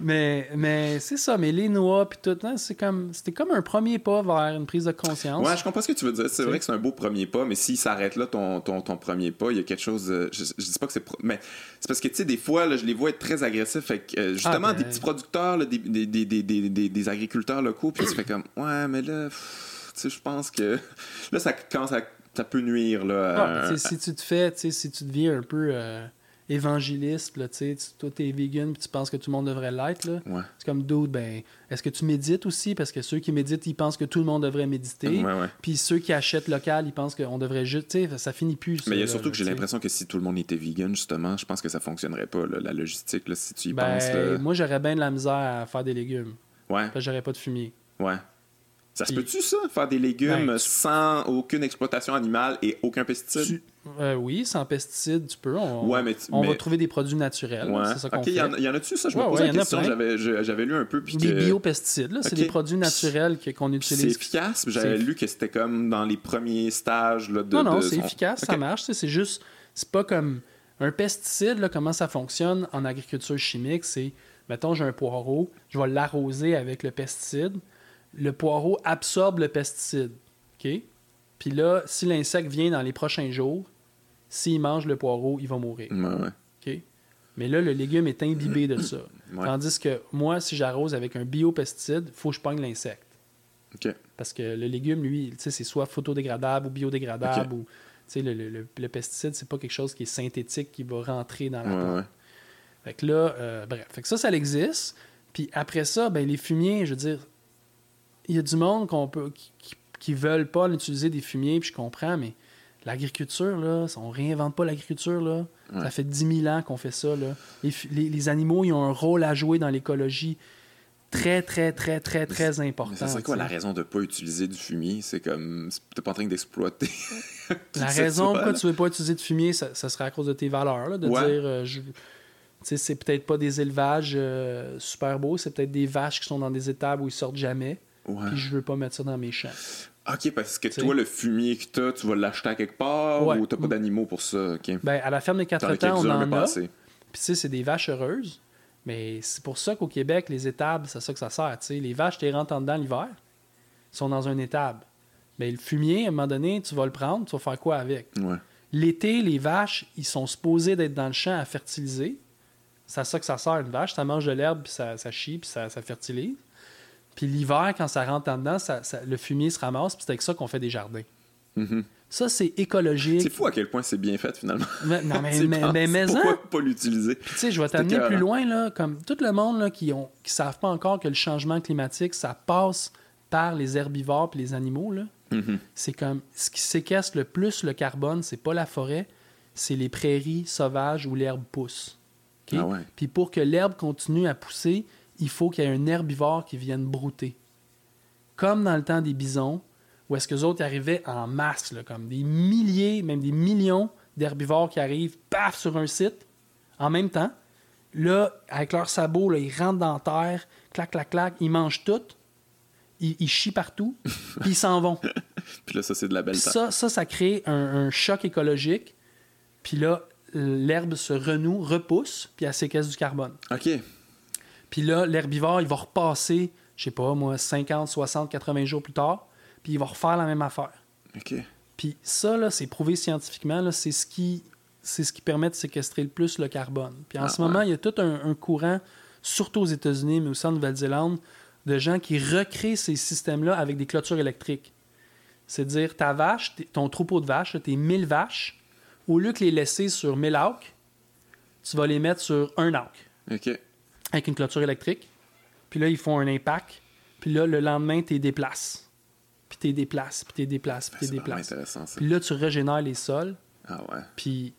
Mais, mais c'est ça, mais les noix, puis tout, hein, c'est comme, c'était comme un premier pas vers une prise de conscience.
Ouais, je comprends ce que tu veux dire. C'est
Tu sais.
vrai que c'est un beau premier pas, mais s'il s'arrête là, ton, ton, ton premier pas, il y a quelque chose. euh, Je, je dis pas que c'est. pro- Mais c'est parce que, tu sais, des fois, là, je les vois être très agressifs. Fait que, euh, justement,
Ah, ben.
des petits producteurs, là, des, des, des, des, des, des- des agriculteurs locaux, puis tu fais comme, ouais, mais là, pff, tu sais, je pense que. *laughs* Là, ça commence à. Ça peut nuire, là. à-
Ah, tu sais, si tu te fais, tu sais, si tu deviens un peu euh, évangéliste, là, tu sais, tu- toi t'es vegan puis tu penses que tout le monde devrait l'être, là,
Ouais.
c'est comme d'autres, ben, est-ce que tu médites aussi? Parce que ceux qui méditent, ils pensent que tout le monde devrait méditer.
Ouais, ouais.
Puis ceux qui achètent local, ils pensent qu'on devrait juste, tu sais, ça finit plus. ça,
Mais il y a
là,
surtout que j'ai
tu sais.
l'impression que si tout le monde était vegan, justement, je pense que ça fonctionnerait pas, là, la logistique, là, si tu y
Ben,
penses. là.
moi, j'aurais bien de la misère à faire des légumes.
Ouais.
Là, j'aurais pas de fumier.
Ouais. Ça se
Puis-
peut-tu, ça? Faire des légumes
Ben, tu-
sans aucune exploitation animale et aucun pesticide?
Tu- euh, oui, sans pesticides, tu peux. On,
Ouais, mais tu-
on va
mais-
trouver des produits naturels.
Ouais.
C'est ça qu'on
Ok,
fait.
y en, y en a-tu, ça? Je
Ouais,
me posais
ouais, y
la
en a
question.
plein.
J'avais, je- j'avais lu un peu. Puis
Des
que-
biopesticides, là, c'est
Ok.
des produits naturels que- qu'on
puis c'est
utilise
efficace. puis J'avais
C'est-
lu que c'était comme dans les premiers stages là, de.
Non, non,
de-
c'est
on-
efficace, ça
Ok.
marche. tu sais, C'est juste, c'est pas comme un pesticide, là, comment ça fonctionne en agriculture chimique, c'est, mettons, j'ai un poireau, je vais l'arroser avec le pesticide. Le poireau absorbe le pesticide. OK? Puis là, si l'insecte vient dans les prochains jours, s'il mange le poireau, il va mourir.
Ouais, ouais.
OK? Mais là, le légume est imbibé de ça.
Ouais.
Tandis que moi, si j'arrose avec un biopesticide, il faut que je pogne l'insecte.
Ok.
Parce que le légume, lui, tu sais, c'est soit photodégradable ou biodégradable. ou tu sais, le, le- le- le pesticide, c'est pas quelque chose qui est synthétique qui va rentrer dans la
Ouais,
plante.
ouais.
Fait que là, euh, bref. Fait que ça, ça existe. Puis après ça, ben, les fumiers, je veux dire, il y a du monde qu'on peut, qui, qui, qui veulent pas utiliser des fumiers, puis je comprends, mais L'agriculture, là, on réinvente pas l'agriculture, là. Ça fait 10 000 ans qu'on fait ça, là. Les, fi- les- les animaux, ils ont un rôle à jouer dans l'écologie très, très, très, très, très important.
Mais ça serait quoi
tu
la
sais.
raison de pas utiliser du fumier? C'est comme, c'est- t'es pas en train d'exploiter. *laughs* toute
La
cette
raison pourquoi
toile.
tu ne veux pas utiliser de fumier, ça, ça serait à cause de tes valeurs. là, de
Ouais.
dire, euh, je- tu sais, c'est peut-être pas des élevages euh, super beaux, c'est peut-être des vaches qui sont dans des étables où ils sortent jamais,
Ouais.
puis je veux pas mettre ça dans mes champs.
Ok, parce que
T'sais.
toi, le fumier que t'as, tu vas l'acheter à quelque part
Ouais.
ou t'as pas d'animaux pour ça? Ok.
Ben, à la ferme des quatre
T'en as
temps, on
quelques-uns, mais
en
pas
a.
assez.
Puis tu sais, c'est des vaches heureuses. Mais c'est pour ça qu'au Québec, les étables, c'est ça que ça sert. tu sais. Les vaches, tu les rentres en dedans l'hiver, ils sont dans un étable. Mais le fumier, à un moment donné, tu vas le prendre, tu vas faire quoi avec?
Ouais.
L'été, les vaches, ils sont supposés d'être dans le champ à fertiliser. C'est à ça que ça sert une vache. Ça mange de l'herbe, puis ça, ça chie, puis ça, ça fertilise. Puis l'hiver, quand ça rentre en dedans, ça- ça- le fumier se ramasse, puis c'est avec ça qu'on fait des jardins.
Mhm.
Ça, c'est
C'est
écologique.
fou à quel point c'est bien fait finalement.
*laughs*
*laughs*
Mais- non, mais,
Tu
mais,
penses,
mais, mais- hein?
Pourquoi pas l'utiliser? *laughs*
Puis, tu sais, je vais t'amener
écœurant.
plus loin, là, comme tout le monde là, qui ne qui savent pas encore que le changement climatique, ça passe par les herbivores et les animaux. Là.
Mhm.
C'est comme ce qui séquestre le plus le carbone, c'est pas la forêt, c'est les prairies sauvages où l'herbe pousse. OK?
Ah ouais.
Puis pour que l'herbe continue à pousser, il faut qu'il y ait un herbivore qui vienne brouter. Comme dans le temps des bisons, où est-ce que les autres arrivaient en masse, là, comme des milliers, même des millions d'herbivores qui arrivent, paf, sur un site, en même temps. Là, avec leurs sabots, là, ils rentrent dans la terre, clac, clac, clac, ils mangent tout, ils, ils
*laughs*
chient partout, puis ils s'en vont.
Puis là, ça, c'est de la belle
Puis
terre.
ça, ça, ça crée un, un choc écologique. Puis là, l'herbe se renoue, repousse, puis elle séquestre du carbone.
Ok.
Puis là, l'herbivore, il va repasser, je sais pas, moi, 50, 60, 80 jours plus tard, puis il va refaire la même affaire.
Ok.
Puis ça, là, c'est prouvé scientifiquement, là, c'est ce qui c'est ce qui permet de séquestrer le plus le carbone. Puis en
Ah,
ce
ouais.
moment, il y a tout un, un courant, surtout aux États-Unis, mais aussi en Nouvelle-Zélande, de gens qui recréent ces systèmes-là avec des clôtures électriques. C'est-à-dire, ta vache, t- ton troupeau de vaches, là, tes 1000 vaches, au lieu de les laisser sur 1000 arcs, tu vas les mettre sur un arc
Ok.
avec une clôture électrique. Puis là, ils font un impact. Puis là, le lendemain, tu les déplaces. Puis tu les déplaces, puis tu les déplaces, puis
Ben,
tu
C'est
les
vraiment
déplaces.
intéressant ça.
Puis là, tu régénères les sols.
Ah ouais.
Puis.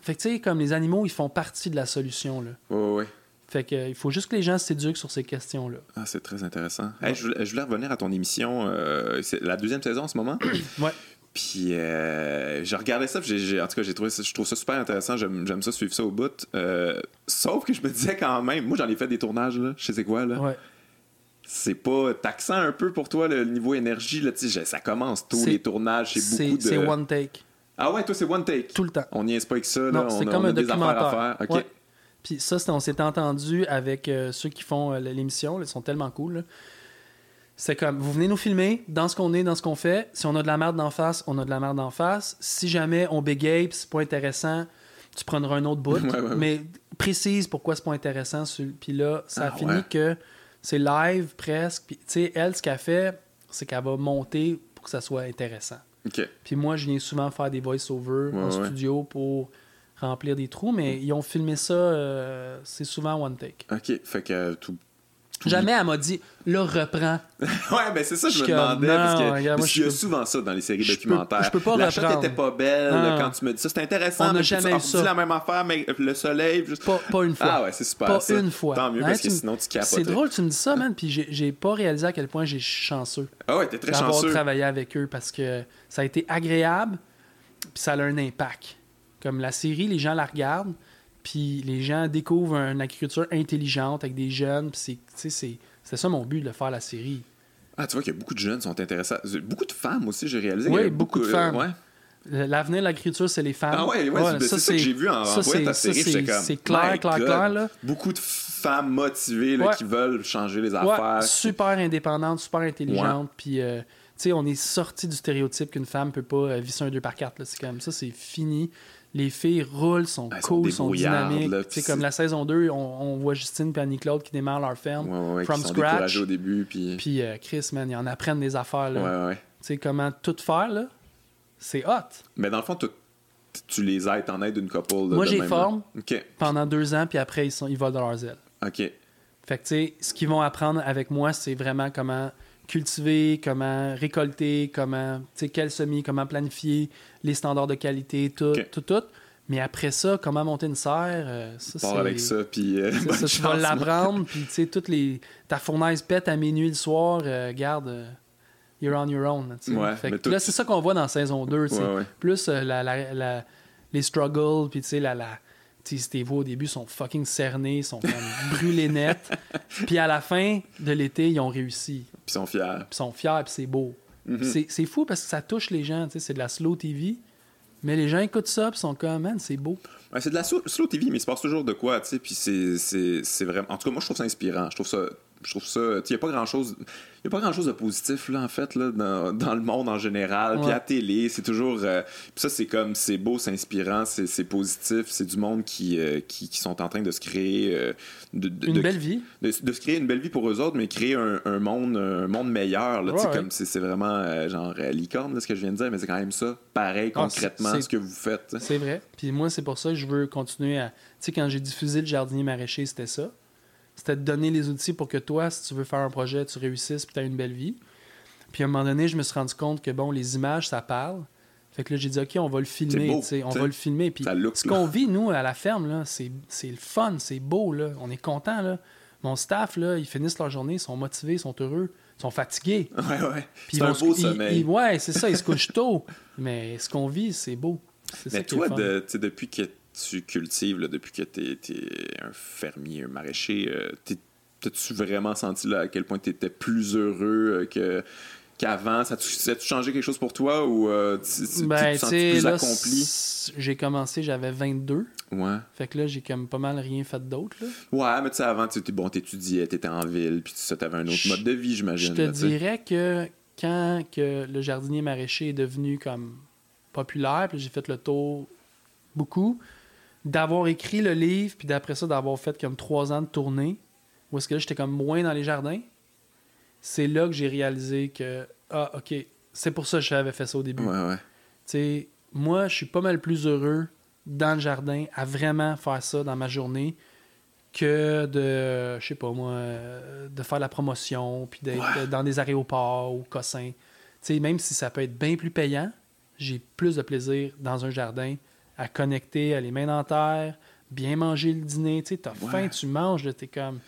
Fait que tu sais, comme les animaux, ils font partie de la solution. Là.
Ouais, ouais, ouais.
Fait que, euh, il faut juste que les gens s'éduquent sur ces questions-là.
Ah, c'est très intéressant. Hey, je, voulais- je voulais revenir à ton émission, euh, c'est la deuxième saison en ce
*clears throat*
moment.
Ouais.
Puis euh, je regardais ça, puis j'ai- j'ai- en tout cas, j'ai trouvé ça- je trouve ça super intéressant. J'aime j'aime ça, suivre ça au bout. Euh, sauf que je me disais quand même, moi j'en ai fait des tournages, là, je sais quoi, là.
ouais.
C'est pas taxant un peu pour toi le niveau énergie, là, tu sais, j'ai- ça commence tôt,
C'est-
les tournages, c'est
C'est
beaucoup de.
c'est one take,
Ah ouais, toi c'est one take.
tout le temps.
On n'y est pas avec ça, là.
Non,
on,
c'est
a-
comme
on a
un
des affaires à
documentaire.
faire. Ok.
Ouais. Puis ça, c'est- on s'est entendu avec euh, ceux qui font euh, l'émission. là, Ils sont tellement cool. là. C'est comme, vous venez nous filmer dans ce qu'on est, dans ce qu'on fait. Si on a de la merde d'en face, on a de la merde d'en face. Si jamais on bégaye puis c'est pas intéressant, tu prendras un autre bout.
*laughs* Ouais, ouais, ouais.
Mais précise pourquoi c'est pas intéressant. sur- Puis là, ça
Ah,
finit
ouais.
que c'est live presque. Puis tu sais, elle, ce qu'elle fait, c'est qu'elle va monter pour que ça soit intéressant.
Ok.
Puis moi, je viens souvent faire des voice-overs
Ouais,
en
ouais.
studio pour remplir des trous, mais ils ont filmé ça, euh, c'est souvent one take.
Ok. Fait que euh, tout. *laughs* tout-
Jamais elle m'a dit, là, reprends.
Ouais, ben c'est ça que je
Je
me
suis comme,
demandais.
non,
parce que
regarde, moi,
parce
je
qu'il y a
peux-
souvent ça dans les séries
je peux-
documentaires.
je peux pas
La chute
reprendre.
était pas belle
Ah.
quand tu me dis ça. C'est intéressant.
On n'a
mais tu-
jamais
ah,
eu
tu
ça.
dis la même affaire, mais le soleil. Juste...
Pas, pas une fois.
Ah ouais, c'est super.
pas
ça.
une fois.
Tant mieux,
Hein,
parce que
tu me-
sinon tu capotes.
C'est drôle, tu me dis ça, man, puis j'ai- j'ai pas réalisé à quel point j'ai je suis chanceux
Ah ouais, t'es très
d'avoir
chanceux.
travaillé avec eux parce que ça a été agréable, puis ça a un impact. Comme la série, les gens la regardent, puis les gens découvrent une agriculture intelligente avec des jeunes, puis c'est- tu sais, c'est c'est ça mon but de faire la série.
Ah, tu vois qu'il y a beaucoup de jeunes qui sont intéressés. Beaucoup de femmes aussi, j'ai réalisé.
Oui,
qu'il y avait
beaucoup de
euh,
femmes.
ouais.
L'avenir de l'agriculture, c'est les femmes.
Ah ouais, ouais, c'est- c'est ça, que j'ai vu en, en
ça,
voyant
c'est-
ta
ça,
série. j'étais
c'est-
comme,
c'est clair,
my
clair,
God.
clair, là.
Beaucoup de femmes motivées là,
Ouais.
qui veulent changer les
Ouais,
affaires.
super indépendante, super intelligente. Puis, euh, tu sais, on est sorti du stéréotype qu'une femme peut pas euh, visser un 2 par 4 C'est comme ça, c'est fini. Les filles roulent, sont
Elles sont
cool, sont,
débrouillardes,
dynamiques.
là,
Tu sais,
puis
comme
c'est-
la saison 2, on, on voit Justine et Annie-Claude qui démarrent leur ferme
Ouais, ouais, ouais,
from
qui sont
scratch.
découragées au début. Puis...
Puis, euh, Chris, man, ils en apprennent des affaires. là.
Ouais, ouais.
Tu sais, comment tout faire, là, c'est hot.
Mais dans le fond, toi, t- tu les aides, t'en aides une couple. là,
Moi,
de
j'ai
même,
forme.
là. OK,
Pendant deux ans, puis après, ils, sont, ils volent de leurs ailes.
OK.
Fait que, tu sais, ce qu'ils vont apprendre avec moi, c'est vraiment comment cultiver, comment récolter, comment, tu sais, quel semis, comment planifier, les standards de qualité, tout,
Ok.
tout, tout. Mais après ça, comment monter une serre, euh, ça,
Part
c'est-
avec ça, puis euh,
ça,
*laughs* bonne
ça, tu vas
chance,
l'apprendre, puis tu sais, toutes les... Ta fournaise pète à minuit le soir, euh, garde, euh, you're on your own. tu sais.
Ouais,
Fait
mais
que
tout-
Là, c'est ça qu'on voit dans saison 2, tu sais.
Ouais, ouais.
Plus euh, la- la- la- les struggles, puis tu sais, la... la tu sais, tes voix au début sont fucking cernés, sont
*laughs*
comme brûlés net. Puis à la fin de l'été, ils ont réussi.
puis ils sont fiers.
Puis ils sont fiers, puis c'est beau. Puis
Mhm.
c'est- C'est fou parce que ça touche les gens. tu sais, C'est de la slow TV. Mais les gens écoutent ça, puis sont comme, man, c'est beau.
Ouais, c'est de la slow, slow TV, mais il se passe toujours de quoi, tu sais, puis c'est- c'est c'est vraiment... En tout cas, moi, je trouve ça inspirant. Je trouve ça... Je trouve ça... Tu sais, il n'y a pas grand-chose... Il y a pas grand-chose de positif, là, en fait, là, dans, dans le monde en général, puis
Ouais.
à la télé, c'est toujours... euh, puis ça, c'est comme... C'est beau, c'est inspirant, c'est c'est positif, c'est du monde qui, euh, qui, qui sont en train de se créer... euh, de, de-
Une
de-
belle vie.
de, de se créer une belle vie pour eux autres, mais créer un, un monde, un monde meilleur. là, tu sais,
Ouais,
comme c'est c'est vraiment euh, genre euh, licorne, là, ce que je viens de dire, mais c'est quand même ça, pareil
Ah,
concrètement,
c'est-
ce que vous faites.
C'est vrai. Puis moi, c'est pour ça que je veux continuer à. Tu sais, quand j'ai diffusé le jardinier maraîcher, c'était ça. C'était de donner les outils pour que toi, si tu veux faire un projet, tu réussisses puis tu une belle vie. Puis à un moment donné, je me suis rendu compte que, bon, les images, ça parle. Fait que là, j'ai dit, OK, on va le filmer.
beau,
tu sais, on
t'sais.
va le filmer. Puis
Ça look,
ce
là.
qu'on vit, nous, à la ferme, là, c'est c'est le fun, c'est beau, là. On est content, là. Mon staff, là, ils finissent leur journée, ils sont motivés, ils sont heureux, ils sont fatigués.
Ouais, ouais.
Puis
C'est
ils
un
vont se-
beau
ils-
sommeil.
ils- ouais, c'est ça, ils se couchent tôt. Mais ce qu'on vit, c'est beau. C'est ça
Mais
qui est
toi,
fun.
de- tu sais, depuis que tu cultives, là, depuis que tu es, un fermier, un maraîcher, euh, t'es- t'as-tu vraiment senti là, à quel point tu étais plus heureux euh, que qu'avant? Ça a-tu ça a-tu changé quelque chose pour toi ou euh, tu tu- tu
Ben,
te
tu
sens
sais,
plus
là,
accompli?
c- j'ai commencé, j'avais 22.
Ouais.
Fait que là, j'ai comme pas mal rien fait d'autre. là.
Ouais, mais tu sais, avant, tu étais bon, t'étudiais, t'étais en ville, puis tu avais un autre
Je-
mode Ben, de vie,
Je
j'imagine.
te
là, tu sais.
dirais que quand que le jardinier maraîcher est devenu comme populaire, puis j'ai fait le tour beaucoup, d'avoir écrit le livre, puis d'après ça, d'avoir fait comme trois ans de tournée, où est-ce que là, j'étais comme moins dans les jardins, c'est là que j'ai réalisé que, ah, OK, c'est pour ça que j'avais fait ça au début.
Ouais, ouais.
Tu sais, moi, je suis pas mal plus heureux dans le jardin à vraiment faire ça dans ma journée que de, je sais pas moi, euh, de faire la promotion, puis d'être
Ouais.
euh, dans des aéroports ou cossins. Tu sais, même si ça peut être bien plus payant, j'ai plus de plaisir dans un jardin à connecter, à les mains dans terre, bien manger le dîner. Tu sais, t'as
Ouais.
faim, tu manges, là, t'es comme...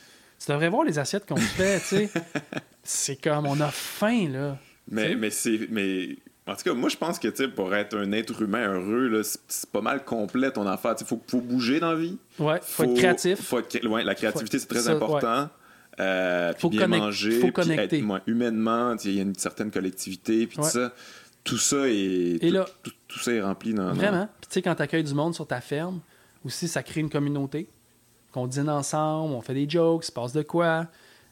Tu devrais voir les assiettes qu'on se fait, tu
*laughs*
sais. C'est comme, on a faim, là. Tu
Mais,
sais?
mais c'est. Mais... En tout cas, moi, je pense que tu sais, pour être un être humain heureux, là, c'est- c'est pas mal complet ton affaire. Il faut, faut bouger dans la vie.
Ouais, faut être créatif.
Faut être cré- ouais, la créativité,
Faut-
c'est très
ça,
important. Euh, puis
Faut
bien
connect-
manger,
faut
puis être
connecter.
moins humainement, tu sais, il y a une certaine collectivité, puis tout
Ouais.
ça. Tout ça est,
Et
tout,
là-
tout- tout ça est rempli dans. dans-
Vraiment. Puis tu sais, quand t'accueilles du monde sur ta ferme, aussi, ça crée une communauté. Qu'on dîne ensemble, on fait des jokes, il se passe de quoi.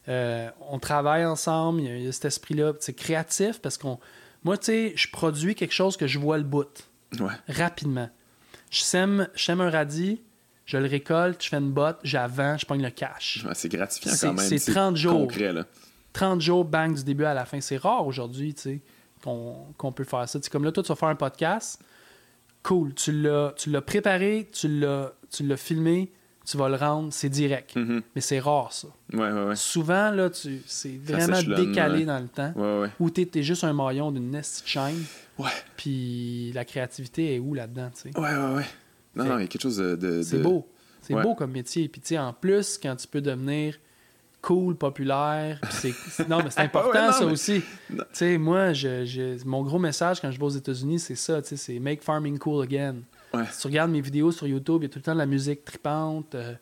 Euh, on travaille ensemble, il y a- il y, a cet esprit-là. Puis C'est créatif parce qu'on... Moi, tu sais, je produis quelque chose que je vois le bout,
Ouais.
rapidement. Je sème, je sème un radis, je le récolte, je fais une botte, j'avance, je pogne le cash.
Ouais, c'est gratifiant
C'est-
quand même.
c'est 30 jours.
concret, là.
30 jours, bang, du début à la fin. C'est rare aujourd'hui, tu sais, qu'on qu'on peut faire ça. Tu sais, comme là, toi, tu vas faire un podcast. Cool. Tu l'as tu l'as préparé, tu l'as tu l'as filmé, tu vas le rendre, c'est direct.
Mhm.
Mais c'est rare, ça.
Ouais, ouais, ouais.
Souvent, là, tu c'est
Ça
vraiment
s'échelonne,
décalé
ouais.
dans le temps.
Ouais, ouais.
Ou t'es es juste un maillon d'une nest chaîne,
Ouais.
puis la créativité est où là-dedans, tu sais?
Ouais, ouais, ouais. Non,
Fait-
non, il y a quelque chose de. de-
C'est
de-
beau. C'est
Ouais.
beau comme métier. Puis, tu sais, en plus, quand tu peux devenir cool, populaire, puis c'est...
*laughs*
c'est- Non, mais c'est important,
Ah Ouais, non,
ça
mais-
aussi. Tu
Non.
sais, moi, je, je- mon gros message quand je vais aux États-Unis, c'est ça, tu sais, c'est « Make farming cool again ».
Ouais.
Si tu regardes mes vidéos sur YouTube, il y a tout le temps de la musique tripante. euh,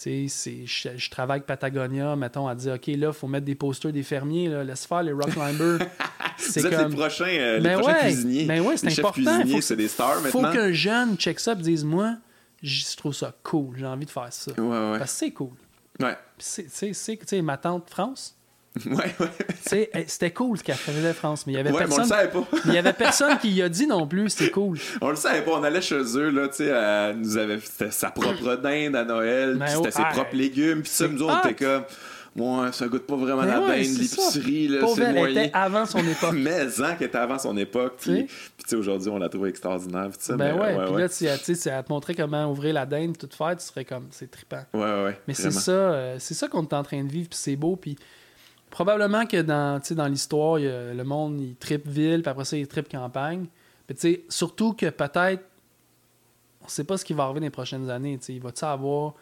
tu sais, c'est- je, je travaille avec Patagonia, mettons, à dire « OK, là, il faut mettre des posters des fermiers, là, laisse faire les rock
*laughs*
climbers. »
Vous
C'est
êtes
comme...
les prochains, euh, les
Ben
prochains
ouais,
cuisiniers.
ben ouais, c'est
les chefs
important, faut
cuisiniers,
que-
c'est des stars
Faut
maintenant.
qu'un jeune check ça et dise « Moi, j- je trouve ça cool, j'ai envie de faire ça.
Ouais, ouais.
Parce que c'est cool.
Ouais,
Puis c'est- Tu sais, c'est- tu sais, ma tante France,
ouais, ouais.
tu sais, elle- c'était cool ce qu'elle faisait France, *laughs* mais il y avait
Ouais, mais on le
personne.
savait pas. *laughs*
Il y avait personne qui y a dit non plus, c'est cool.
On le savait pas. On allait chez eux, là, tu sais, elle nous avait c'était sa propre dinde à Noël,
Mm. Ben
puis
oh,
c'était ses
hey,
propres légumes, puis ça, nous autres, on était comme, ouais, ça goûte pas vraiment
Mais
la
Ben ouais,
dinde,
c'est ça.
l'épicerie, là,
Pauvre,
c'est
elle
moyen.
était avant son
*laughs*
époque.
Mais ans qui était avant son époque, puis
T'sais.
puis tu sais, aujourd'hui, on la trouve extraordinaire, puis tout ça.
ben
mais,
ouais,
ouais,
puis
ouais.
là, tu sais, tu sais, elle te montrait comment ouvrir la dinde, tout faire, tu serais comme, c'est trippant.
ouais, ouais, ouais,
Mais c'est
vraiment.
ça, euh, c'est ça qu'on est en train de vivre, puis c'est beau, puis probablement que dans, tu sais, dans l'histoire, il y a- le monde, il tripe ville, puis après ça, il tripe campagne. Mais tu sais, surtout que peut-être, on sait pas ce qui va arriver dans les prochaines années. tu sais. Il va-tu avoir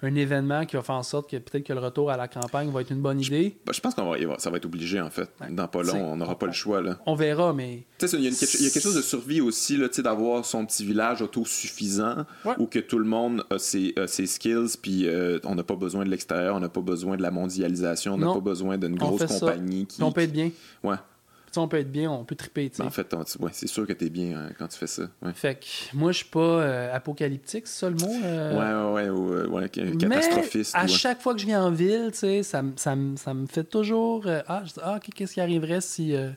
un événement qui va faire en sorte que peut-être que le retour à la campagne va être une bonne idée?
Bah, je pense qu'on va, il va- ça va être obligé, en fait.
Ouais.
Dans pas
C'est-
long, on n'aura pas le choix, là.
On verra, mais
Tu sais, il y, a une- il y a quelque chose de survie aussi, là, tu sais, d'avoir son petit village autosuffisant
Ouais.
où que tout le monde a ses, a ses skills, puis euh, on n'a pas besoin de l'extérieur, on n'a pas besoin de la mondialisation, on n'a
Non.
pas besoin d'une
On
grosse
fait ça.
compagnie qui.
on peut être bien. Tu
Ouais.
sais, on peut être bien, on peut triper. tu sais.
Ben, en fait, on- ouais, c'est sûr que t'es bien hein, quand tu fais ça. Ouais,
Fait que moi, je suis pas euh, apocalyptique, c'est ça le mot? euh,
ouais, ouais, ouais, ou, euh, ouais, ca- catastrophiste.
Mais à
ouais.
chaque fois que je viens en ville, tu sais, ça, me- ça, me- ça me fait toujours. euh, ah, je dis, ah, ok, qu'est-ce qui arriverait si, euh,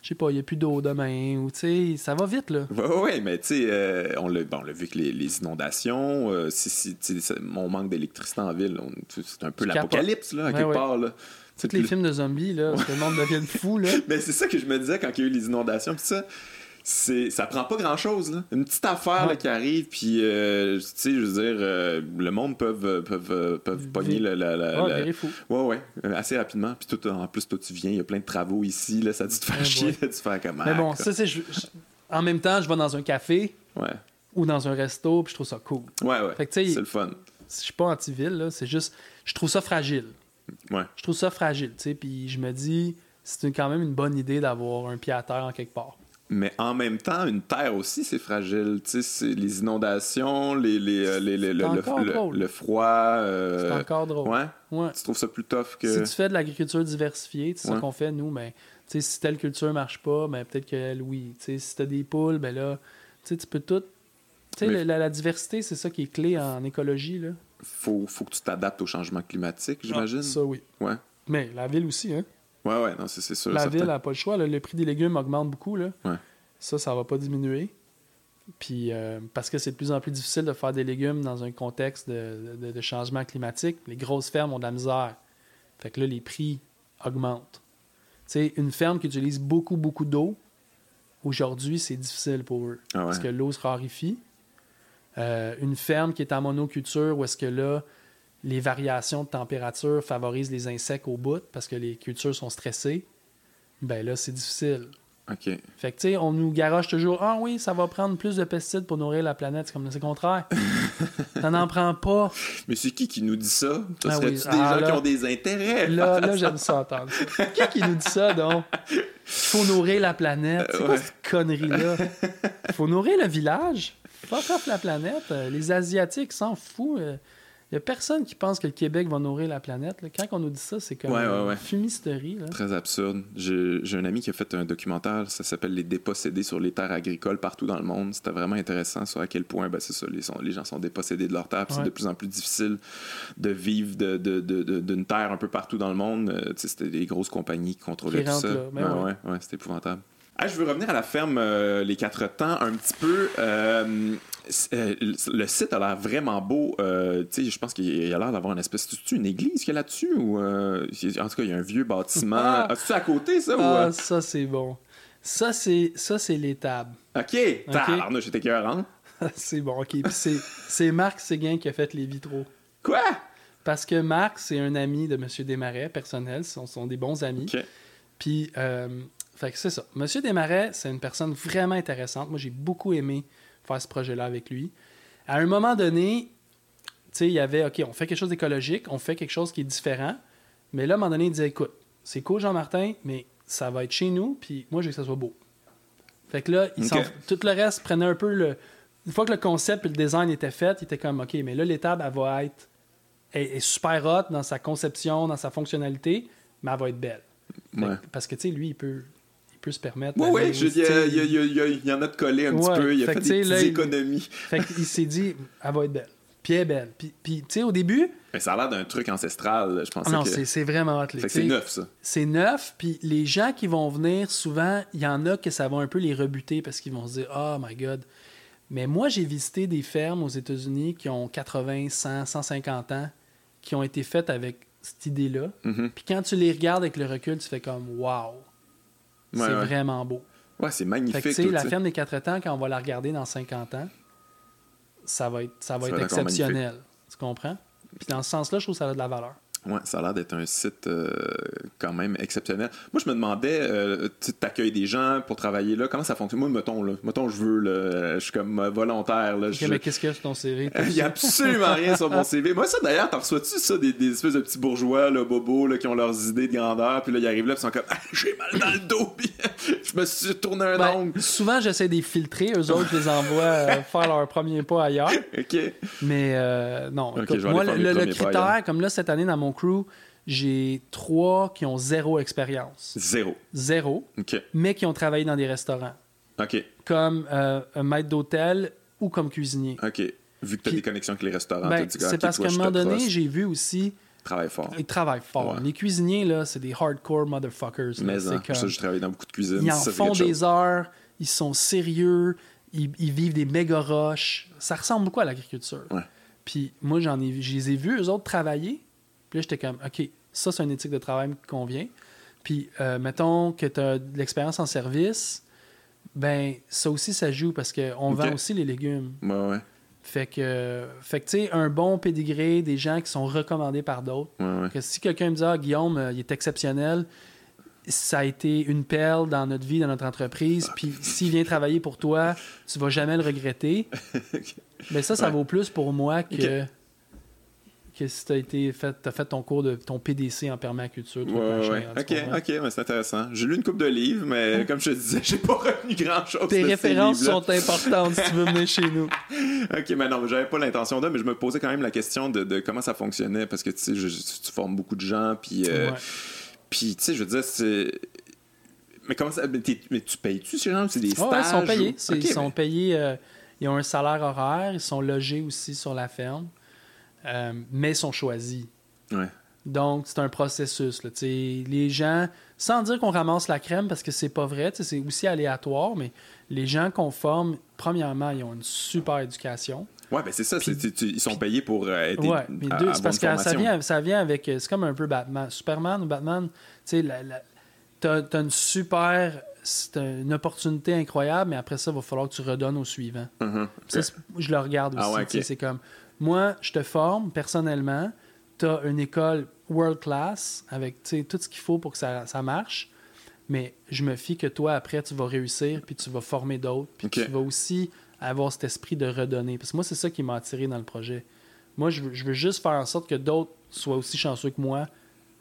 je sais pas, il n'y a plus d'eau demain ou tu sais, ça va vite là.
*laughs* Ouais, ouais, ouais, mais tu sais, euh, on l'a bon, on l'a vu que les, les inondations, euh, si, si, tu sais, ça- on manque d'électricité en ville, on- tu- c'est un peu
Tu
l'apocalypse, là, à
Ouais,
quelque
ouais.
part, là.
Tous les films de zombies là, tout le monde devient
*laughs*
fou là.
Mais c'est ça que je me disais quand il y a eu les inondations, puis ça, c'est, ça prend pas grand chose. Une petite affaire là,
Ouais.
qui arrive, puis euh, tu sais, je veux dire, euh, le monde peut peuvent, euh, peuvent
Vi-
pogner la. la, la-
Ah,
la-
viré fou.
Ouais, ouais, euh, assez rapidement. Puis tout, en plus, toi, tu viens, il y a plein de travaux ici, là, ça a dû te faire
Ouais,
chier,
ouais.
là, tu fais comme
Mais
ah,
bon,
quoi.
ça c'est. je- je- En même temps, je vais dans un café
Ouais,
ou dans un resto, puis je trouve ça cool.
ouais, ouais.
Fait que tu sais,
c'est le fun.
Je suis pas anti-ville là, c'est juste, je trouve ça fragile.
Ouais.
Je trouve ça fragile, tu sais, puis je me dis, c'est une- quand même une bonne idée d'avoir un pied à terre en quelque part.
Mais en même temps, une terre aussi, c'est fragile. Tu sais, c'est les inondations, les, les, euh, les- les- le, le-
encore
le-
drôle.
le froid. euh,
C'est encore drôle.
Ouais.
Ouais.
Tu trouves ça plus tough que.
Si tu fais de l'agriculture diversifiée, c'est
Ouais.
ça qu'on fait, nous, mais tu sais, si telle culture marche pas, ben, peut-être qu'elle, oui. Tu sais, si tu as des poules, ben là, tu sais, tu peux tout. Tu sais,
Mais-
la, la diversité, c'est ça qui est clé en écologie. Là.
faut, faut que tu t'adaptes au changement climatique, j'imagine.
Ah, Ça, oui.
ouais.
Mais la ville aussi, hein.
Ouais, ouais, non, c'est c'est sûr.
la
certain.
ville hein, n'a pas le choix. là. Le prix des légumes augmente beaucoup. Là.
Ouais.
Ça, ça va pas diminuer. Puis, euh, parce que c'est de plus en plus difficile de faire des légumes dans un contexte de, de- de changement climatique, les grosses fermes ont de la misère. Fait que là, les prix augmentent. Tu sais, une ferme qui utilise beaucoup, beaucoup d'eau, aujourd'hui, c'est difficile pour eux.
Ah ouais.
Parce que l'eau se raréfie. Euh, une ferme qui est en monoculture, où est-ce que là, les variations de température favorisent les insectes au bout parce que les cultures sont stressées, ben là, c'est difficile.
Ok.
Fait que, tu sais, on nous garoche toujours Ah oui, ça va prendre plus de pesticides pour nourrir la planète. C'est comme c'est le contraire. ça n'en prend pas.
Mais c'est qui qui nous dit ça? Ça
Ah
serait-tu
oui,
des
ah
gens
là.
qui ont des intérêts?
Là, là j'aime ça entendre ça. Qui qui nous dit ça, donc Qu'il faut nourrir la planète. C'est
Ouais.
quoi cette connerie-là Faut nourrir le village. Fuck off la planète. Euh, Les Asiatiques s'en foutent. Il n'y a personne qui pense que le Québec va nourrir la planète. là. Quand on nous dit ça, c'est comme
Ouais, ouais,
une
ouais.
fumisterie. Là.
Très absurde. J'ai j'ai un ami qui a fait un documentaire, ça s'appelle Les dépossédés sur les terres agricoles partout dans le monde. C'était vraiment intéressant sur à quel point ben, c'est ça, les, sont- les gens sont dépossédés de leurs terres. puis C'est
Ouais.
de plus en plus difficile de vivre de- de- de- de- d'une terre un peu partout dans le monde. Euh, tu sais, C'était des grosses compagnies qui contrôlaient
Qui
tout
rentrent
ça.
là, ben
Ouais,
ouais.
ouais, ouais, c'était épouvantable. Ah, je veux revenir à la ferme euh, Les Quatre Temps un petit peu. Euh, c'est- euh, le le site a l'air vraiment beau. Euh, tu sais, je pense qu'il y a l'air d'avoir une espèce. C'est-tu une église qu'il y a là-dessus? Ou, euh, c'est- en tout cas, il y a un vieux bâtiment.
Ah!
Ah, c'est à côté, ça?
Ah, ça, c'est bon. Ça, c'est ça c'est l'étable.
Ou... euh? OK. Tarnouche, j'étais hein? écœurant.
*laughs* c'est bon, OK. Puis c'est c'est Marc Séguin qui a fait les vitraux.
Quoi?
Parce que Marc, c'est un ami de M. Desmarais, personnel. Ce sont, sont des bons amis.
OK.
Puis, euh, fait que c'est ça. Monsieur Desmarais, c'est une personne vraiment intéressante. Moi, j'ai beaucoup aimé faire ce projet-là avec lui. À un moment donné, tu sais, il y avait, OK, on fait quelque chose d'écologique, on fait quelque chose qui est différent. Mais là, à un moment donné, il disait, écoute, c'est cool, Jean-Martin, mais ça va être chez nous, puis moi, je veux que ça soit beau. Fait que là, il
OK.
s'en- tout le reste prenait un peu le... Une fois que le concept et le design étaient faits, il était comme, OK, mais là, l'étable, elle va être... Elle est super hot dans sa conception, dans sa fonctionnalité, mais elle va être belle. Fait que-
Ouais.
Parce que, tu sais, lui, il peut, il peut se permettre.
Oui,
d'aller,
oui, je- il y, a- il y
tu
a-
sais,
il y a- il y a- il y en a de collé un
Ouais,
petit peu. Il a
fait
fait,
que,
des
tu sais, là,
petites
il-
économies.
Fait qu'il s'est dit, elle va être belle. Puis elle est belle. Puis, puis, tu sais, au début,
Mais ça a l'air d'un truc ancestral. Je pensais
Ah non,
Ah, que...
c'est- c'est vraiment hot. là,
Fait
tu
que c'est
sais.
neuf, ça.
C'est neuf, puis les gens qui vont venir, souvent, il y en a que ça va un peu les rebuter parce qu'ils vont se dire Oh my God. Mais moi, j'ai visité des fermes aux États-Unis qui ont 80, 100, 150 ans, qui ont été faites avec cette idée-là.
Mhm.
Puis quand tu les regardes avec le recul, tu fais comme Wow, c'est
ouais.
vraiment beau.
Ouais, c'est
Fait
magnifique.
que, tu
tout,
sais, la
tu sais.
ferme des quatre temps, quand on va la regarder dans 50 ans, ça va être, ça va
Ça
être
va être encore
exceptionnel. Tu comprends? Puis dans ce sens-là, je trouve que ça a de la valeur.
Ouais, ça a l'air d'être un site euh, quand même exceptionnel. Moi, je me demandais, euh, tu accueilles des gens pour travailler là, comment ça fonctionne? Moi, mettons, là, mettons, je veux, là, je suis comme euh, volontaire. Là,
Ok,
je-
mais qu'est-ce qu'il y a sur ton série?
*laughs* Il n'y a absolument rien sur mon CV. Moi, ça, d'ailleurs, t'en reçois-tu, ça, des, des espèces de petits bourgeois, là, bobos, là, qui ont leurs idées de grandeur, puis là, ils arrivent là, puis ils sont comme, *laughs* Ah, j'ai mal dans le dos, *laughs* puis je me suis tourné un
Ben,
ongle.
souvent, j'essaie de les filtrer. Eux autres, je les envoie
*laughs*
euh, faire leur premier pas ailleurs.
OK.
Mais euh, non,
Ok,
écoute,
je vais
moi,
aller faire
le,
mes
le
premiers pas
critère, comme là, cette année, dans mon crew, j'ai trois qui ont zéro expérience.
Zéro.
Zéro,
OK.
mais qui ont travaillé dans des restaurants,
OK.
comme euh, un maître d'hôtel ou comme cuisinier.
OK. Vu que t'as
Puis-
des connexions avec les restaurants, t'as
Ben,
dit, ah,
c'est
OK,
parce
toi,
qu'à un
je te
moment donné,
trosse.
j'ai vu aussi,
Travaille fort.
ils travaillent fort.
Ouais.
Les cuisiniers, là, c'est des hardcore motherfuckers. là.
Mais
C'est
hein,
comme-
ça, je travaille dans beaucoup de cuisine.
Ils en
ça, c'est
font
quelque chose.
des heures, ils sont sérieux, ils, ils vivent des méga roches. Ça ressemble beaucoup à l'agriculture.
Ouais.
Puis moi, j'en ai, je les ai vus, eux autres, travailler. Puis là, j'étais comme, OK, ça, c'est une éthique de travail qui me convient. Puis, euh, mettons que tu as de l'expérience en service, ben ça aussi, ça joue parce qu'on
Ok.
vend aussi les légumes.
Ouais, ouais.
Fait que, fait que tu sais, un bon pédigré, des gens qui sont recommandés par d'autres.
Ouais, ouais.
Que si quelqu'un me dit Ah, Guillaume, euh, il est exceptionnel, ça a été une perle dans notre vie, dans notre entreprise,
Ah.
puis s'il vient travailler pour toi, tu vas jamais
*laughs*
le regretter. Mais ça, ça
Ouais.
vaut plus pour moi que, que si tu as, fait, as fait ton cours de ton PDC en permaculture. truc
Ouais, ouais,
machin,
ouais.
hein, tu
Ok,
comprends?
ok, mais c'est intéressant. J'ai lu une coupe de livres, mais comme je te disais, *laughs* j'ai pas retenu grand chose.
Tes références sont importantes si tu veux
*laughs*
venir chez nous.
Ok, mais non, mais j'avais pas l'intention de, mais je me posais quand même la question de, de comment ça fonctionnait, parce que tu sais, je- je- tu formes beaucoup de gens, puis, euh,
Ouais.
puis tu sais, je veux dire, c'est. Mais comment ça. Mais, t'es- mais tu payes-tu ces gens C'est des
Ouais,
stages
Ah ouais, ils sont payés.
ou-
C'est-
Ok, ben.
ils sont payés. euh, ils ont un salaire horaire. Ils sont logés aussi sur la ferme. Euh, mais ils sont choisis.
mais- Ouais.
Donc, c'est un processus. là. Tu sais, Les gens, sans dire qu'on ramasse la crème parce que c'est pas vrai, tu sais, c'est aussi aléatoire, mais les gens qu'on forme, premièrement, ils ont une super éducation.
Ouais, ben c'est ça,
Puis-
c'est- tu- tu- ils sont payés pour euh, aider.
Ouais, mais
à-
deux,
à
c'est
bonne
parce que ça
formation.
vient, ça vient avec. euh, C'est comme un peu Batman. Superman ou Batman, tu sais, la- la- t'as t'as une super. C'est un- une opportunité incroyable, mais après ça, il va falloir que tu redonnes au suivant.
Mhm.
Ça, c'est- je le regarde aussi.
Ah ouais,
tu sais,
ok.
C'est comme, moi, je te forme personnellement. Tu as une école world class avec tu sais, tout ce qu'il faut pour que ça, ça marche. Mais je me fie que toi, après, tu vas réussir, puis tu vas former d'autres, puis
Ok.
tu vas aussi avoir cet esprit de redonner. Parce que moi, c'est ça qui m'a attiré dans le projet. Moi, je veux, je veux juste faire en sorte que d'autres soient aussi chanceux que moi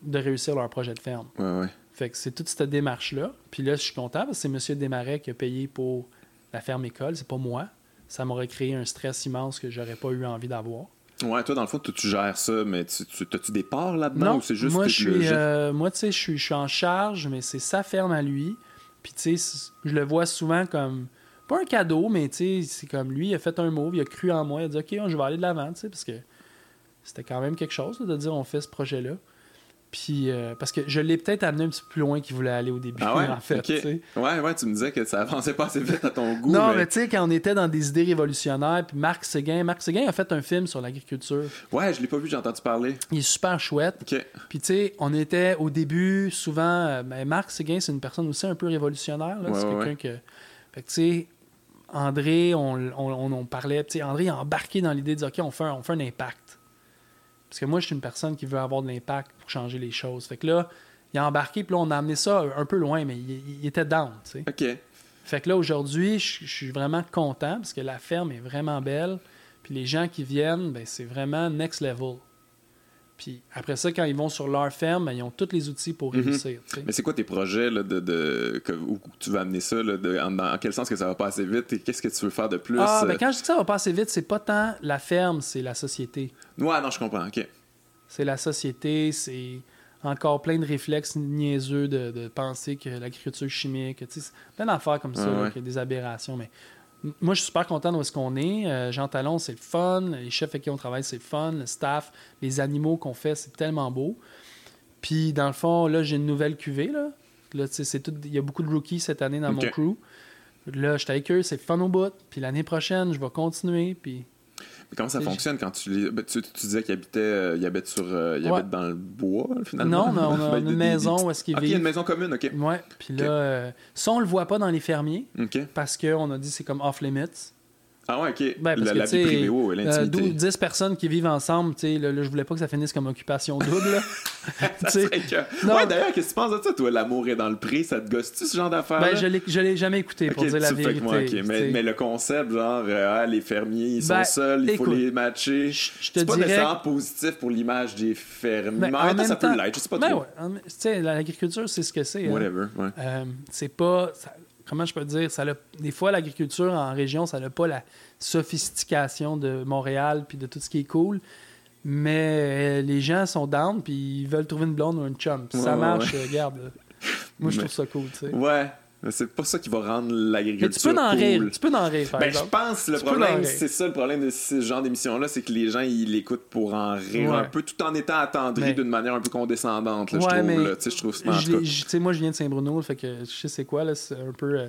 de réussir leur projet de ferme.
Ouais, ouais.
Fait que c'est toute cette démarche-là. Puis là, je suis content parce que c'est M. Desmarais qui a payé pour la ferme école, c'est pas moi. Ça m'aurait créé un stress immense que j'aurais pas eu envie d'avoir.
Ouais, toi, dans le fond, toi, tu gères ça, mais tu, tu, as-tu des parts là-dedans
Non,
ou c'est juste
moi,
que
je
tu le
suis,
jettes?
euh, moi, tu sais, je suis, je suis en charge, mais c'est sa ferme à lui. Puis, tu sais, c- je le vois souvent comme, pas un cadeau, mais tu sais, c'est comme lui, il a fait un move, il a cru en moi, il a dit, OK, je vais aller de l'avant, tu sais, parce que c'était quand même quelque chose là, de dire, on fait ce projet-là. Puis, euh, parce que je l'ai peut-être amené un petit peu plus loin qu'il voulait aller au début,
Ah ouais?
*laughs* en fait,
Ok.
tu sais.
Ouais, ouais, tu me disais que ça avançait pas assez vite à ton goût.
Non, mais,
mais...
tu sais, quand on était dans des idées révolutionnaires, puis Marc Séguin, Marc Séguin a fait un film sur l'agriculture.
Ouais, je l'ai pas vu, j'ai entendu parler.
Il est super chouette.
Ok.
Puis, tu sais, on était au début, souvent, euh, ben, Marc Séguin, c'est une personne aussi un peu révolutionnaire. là.
Ouais,
c'est
ouais,
quelqu'un que. Fait que, tu sais, André, on, on, on, on parlait, tu sais, André a embarqué dans l'idée de dire, OK, on fait, un, on fait un impact. Parce que moi, je suis une personne qui veut avoir de l'impact pour changer les choses. Fait que là, il a embarqué, puis là, on a amené ça un peu loin, mais il, il était down, tu sais.
Ok.
Fait que là, aujourd'hui, je je suis vraiment content parce que la ferme est vraiment belle. Puis les gens qui viennent, ben, c'est vraiment next level. Puis après ça, quand ils vont sur leur ferme, ben, ils ont tous les outils pour
Mhm.
réussir. tu sais.
Mais c'est quoi tes projets là, de, de- que- où tu vas amener ça là, de- en- Dans quel sens que ça va pas assez vite et qu'est-ce que tu veux faire de plus
Ah,
euh?
ben, quand je dis que ça va passer vite, c'est pas tant la ferme, c'est la société.
Ouais, non, je comprends. Ok.
C'est la société, c'est encore plein de réflexes niaiseux de, de penser que l'agriculture chimique, tu sais, c'est plein d'affaires comme ça,
Ah
là,
ouais.
qu'il y a des aberrations. Mais m- moi, je suis super content d'où est-ce qu'on est. Euh, Jean Talon, c'est le fun. Les chefs avec qui on travaille, c'est le fun. Le staff, les animaux qu'on fait, c'est tellement beau. Puis, dans le fond, là, j'ai une nouvelle cuvée. Là, Là, tu sais, c'est tout- il y a beaucoup de rookies cette année dans
Ok.
mon crew. Là, je suis avec eux, c'est le fun au bout. Puis l'année prochaine, je vais continuer. Puis
Mais comment ça
Et
fonctionne quand tu les. ben, tu, tu disais qu'ils habitaient, euh, ils habitent sur, euh, ils
Ouais.
habitent dans le bois finalement. *laughs*
non, on a, on a
Ben, des-
une
des-
maison
des
où est-ce qu'ils
petits- Ok,
vivent.
une maison commune. Ok.
Ouais, puis
Ok.
là, euh, ça, on le voit pas dans les fermiers
Ok.
parce qu'on a dit c'est comme off limits.
Ah ouais, ok.
Ben, parce
la,
que,
la
tu sais,
vie privée, ouais, ouais,
euh,
l'intimité.
12, 10 personnes qui vivent ensemble, tu sais, là, là, je voulais pas que ça finisse comme occupation
*laughs*
double. là. Tu
Ça
sais, ben,
serait que-
Non.
Ouais, d'ailleurs, qu'est-ce que tu penses de ça, toi? L'amour est dans le prix, ça te gosse-tu ce genre d'affaire?
ben, je l'ai- je l'ai jamais écouté, pour dire la vérité. tu
mais,
sais.
mais le concept, genre, euh, ah, les fermiers, ils
Ben,
sont seuls, il faut
écoute,
les matcher.
je te
C'est pas
dirais-
nécessairement positif pour l'image des fermiers.
Ben,
Mais
en
en même temps,
même
ça
temps-
peut l'être, je sais pas
Ben
trop.
ouais, en- tu sais, l'agriculture, c'est ce que c'est. hein.
Whatever, ouais.
Euh, c'est pas. ça- comment je peux dire ça l'a- Des fois, l'agriculture en région, ça n'a pas la sophistication de Montréal puis de tout ce qui est cool. Mais euh, les gens sont down puis ils veulent trouver une blonde ou une chum. Puis ça
Ouais,
marche, euh, regarde. là. Moi, je
Mais-
trouve ça cool, tu sais.
Ouais, mais c'est pas ça qui va rendre
Mais
l'agriculture
tu peux en
cool.
rire. Tu peux en rire, par
Ben, je
exemple.
pense le
Tu peux en
problème,
rire.
c'est ça le problème de ce genre d'émission-là, c'est que les gens, ils l'écoutent pour en rire
Ouais.
un peu, tout en étant attendris
Mais-
d'une manière un peu condescendante, là,
Ouais,
je trouve.
mais-
là. Tu sais, je trouve ça, en
Je
tout
l'ai-
cas.
je- tu sais, moi, je viens de Saint-Bruno, fait que je sais c'est quoi, là, c'est un peu... euh,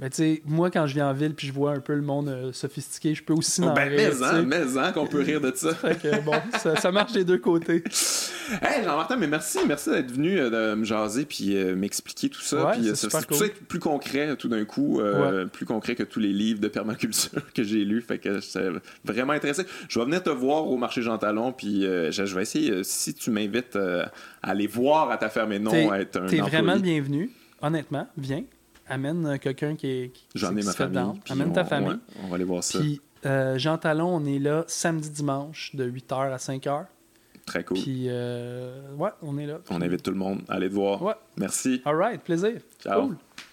mais tu sais, moi, quand je viens en ville puis je vois un peu le monde euh, sophistiqué, je peux aussi en
Ben,
rire, tu
mais en,
sais.
mais en qu'on peut rire de ça.
Fait que, bon, ça, ça marche des deux côtés.
*laughs* Hey Jean-Martin, mais merci, merci d'être venu euh, de me jaser puis euh, m'expliquer tout ça.
Ouais,
puis, euh,
c'est
ça-
super
c'est
cool.
tout ça est plus concret euh, tout d'un coup, euh, plus concret que tous les livres de permaculture *laughs* que j'ai lus. Fait que c'est vraiment intéressé. Je vais venir te voir au marché Jean Talon, puis euh, je, je vais essayer, euh, si tu m'invites euh, à aller voir à ta ferme et non
T'es-
à être un employé.
T'es vraiment le bienvenu. Honnêtement, viens. Amène euh, quelqu'un qui est. qui-
J'en
qui
ai ma
se fait
famille.
down.
puis
Amène
on-
ta famille.
ouais, on va aller voir ça.
Puis euh, Jean Talon, on est là samedi, dimanche, de 8h à 5h.
Très cool.
Puis, euh, ouais, on est là.
On invite tout le monde à aller te voir.
Ouais.
Merci.
All right, plaisir.
Ciao.
Cool.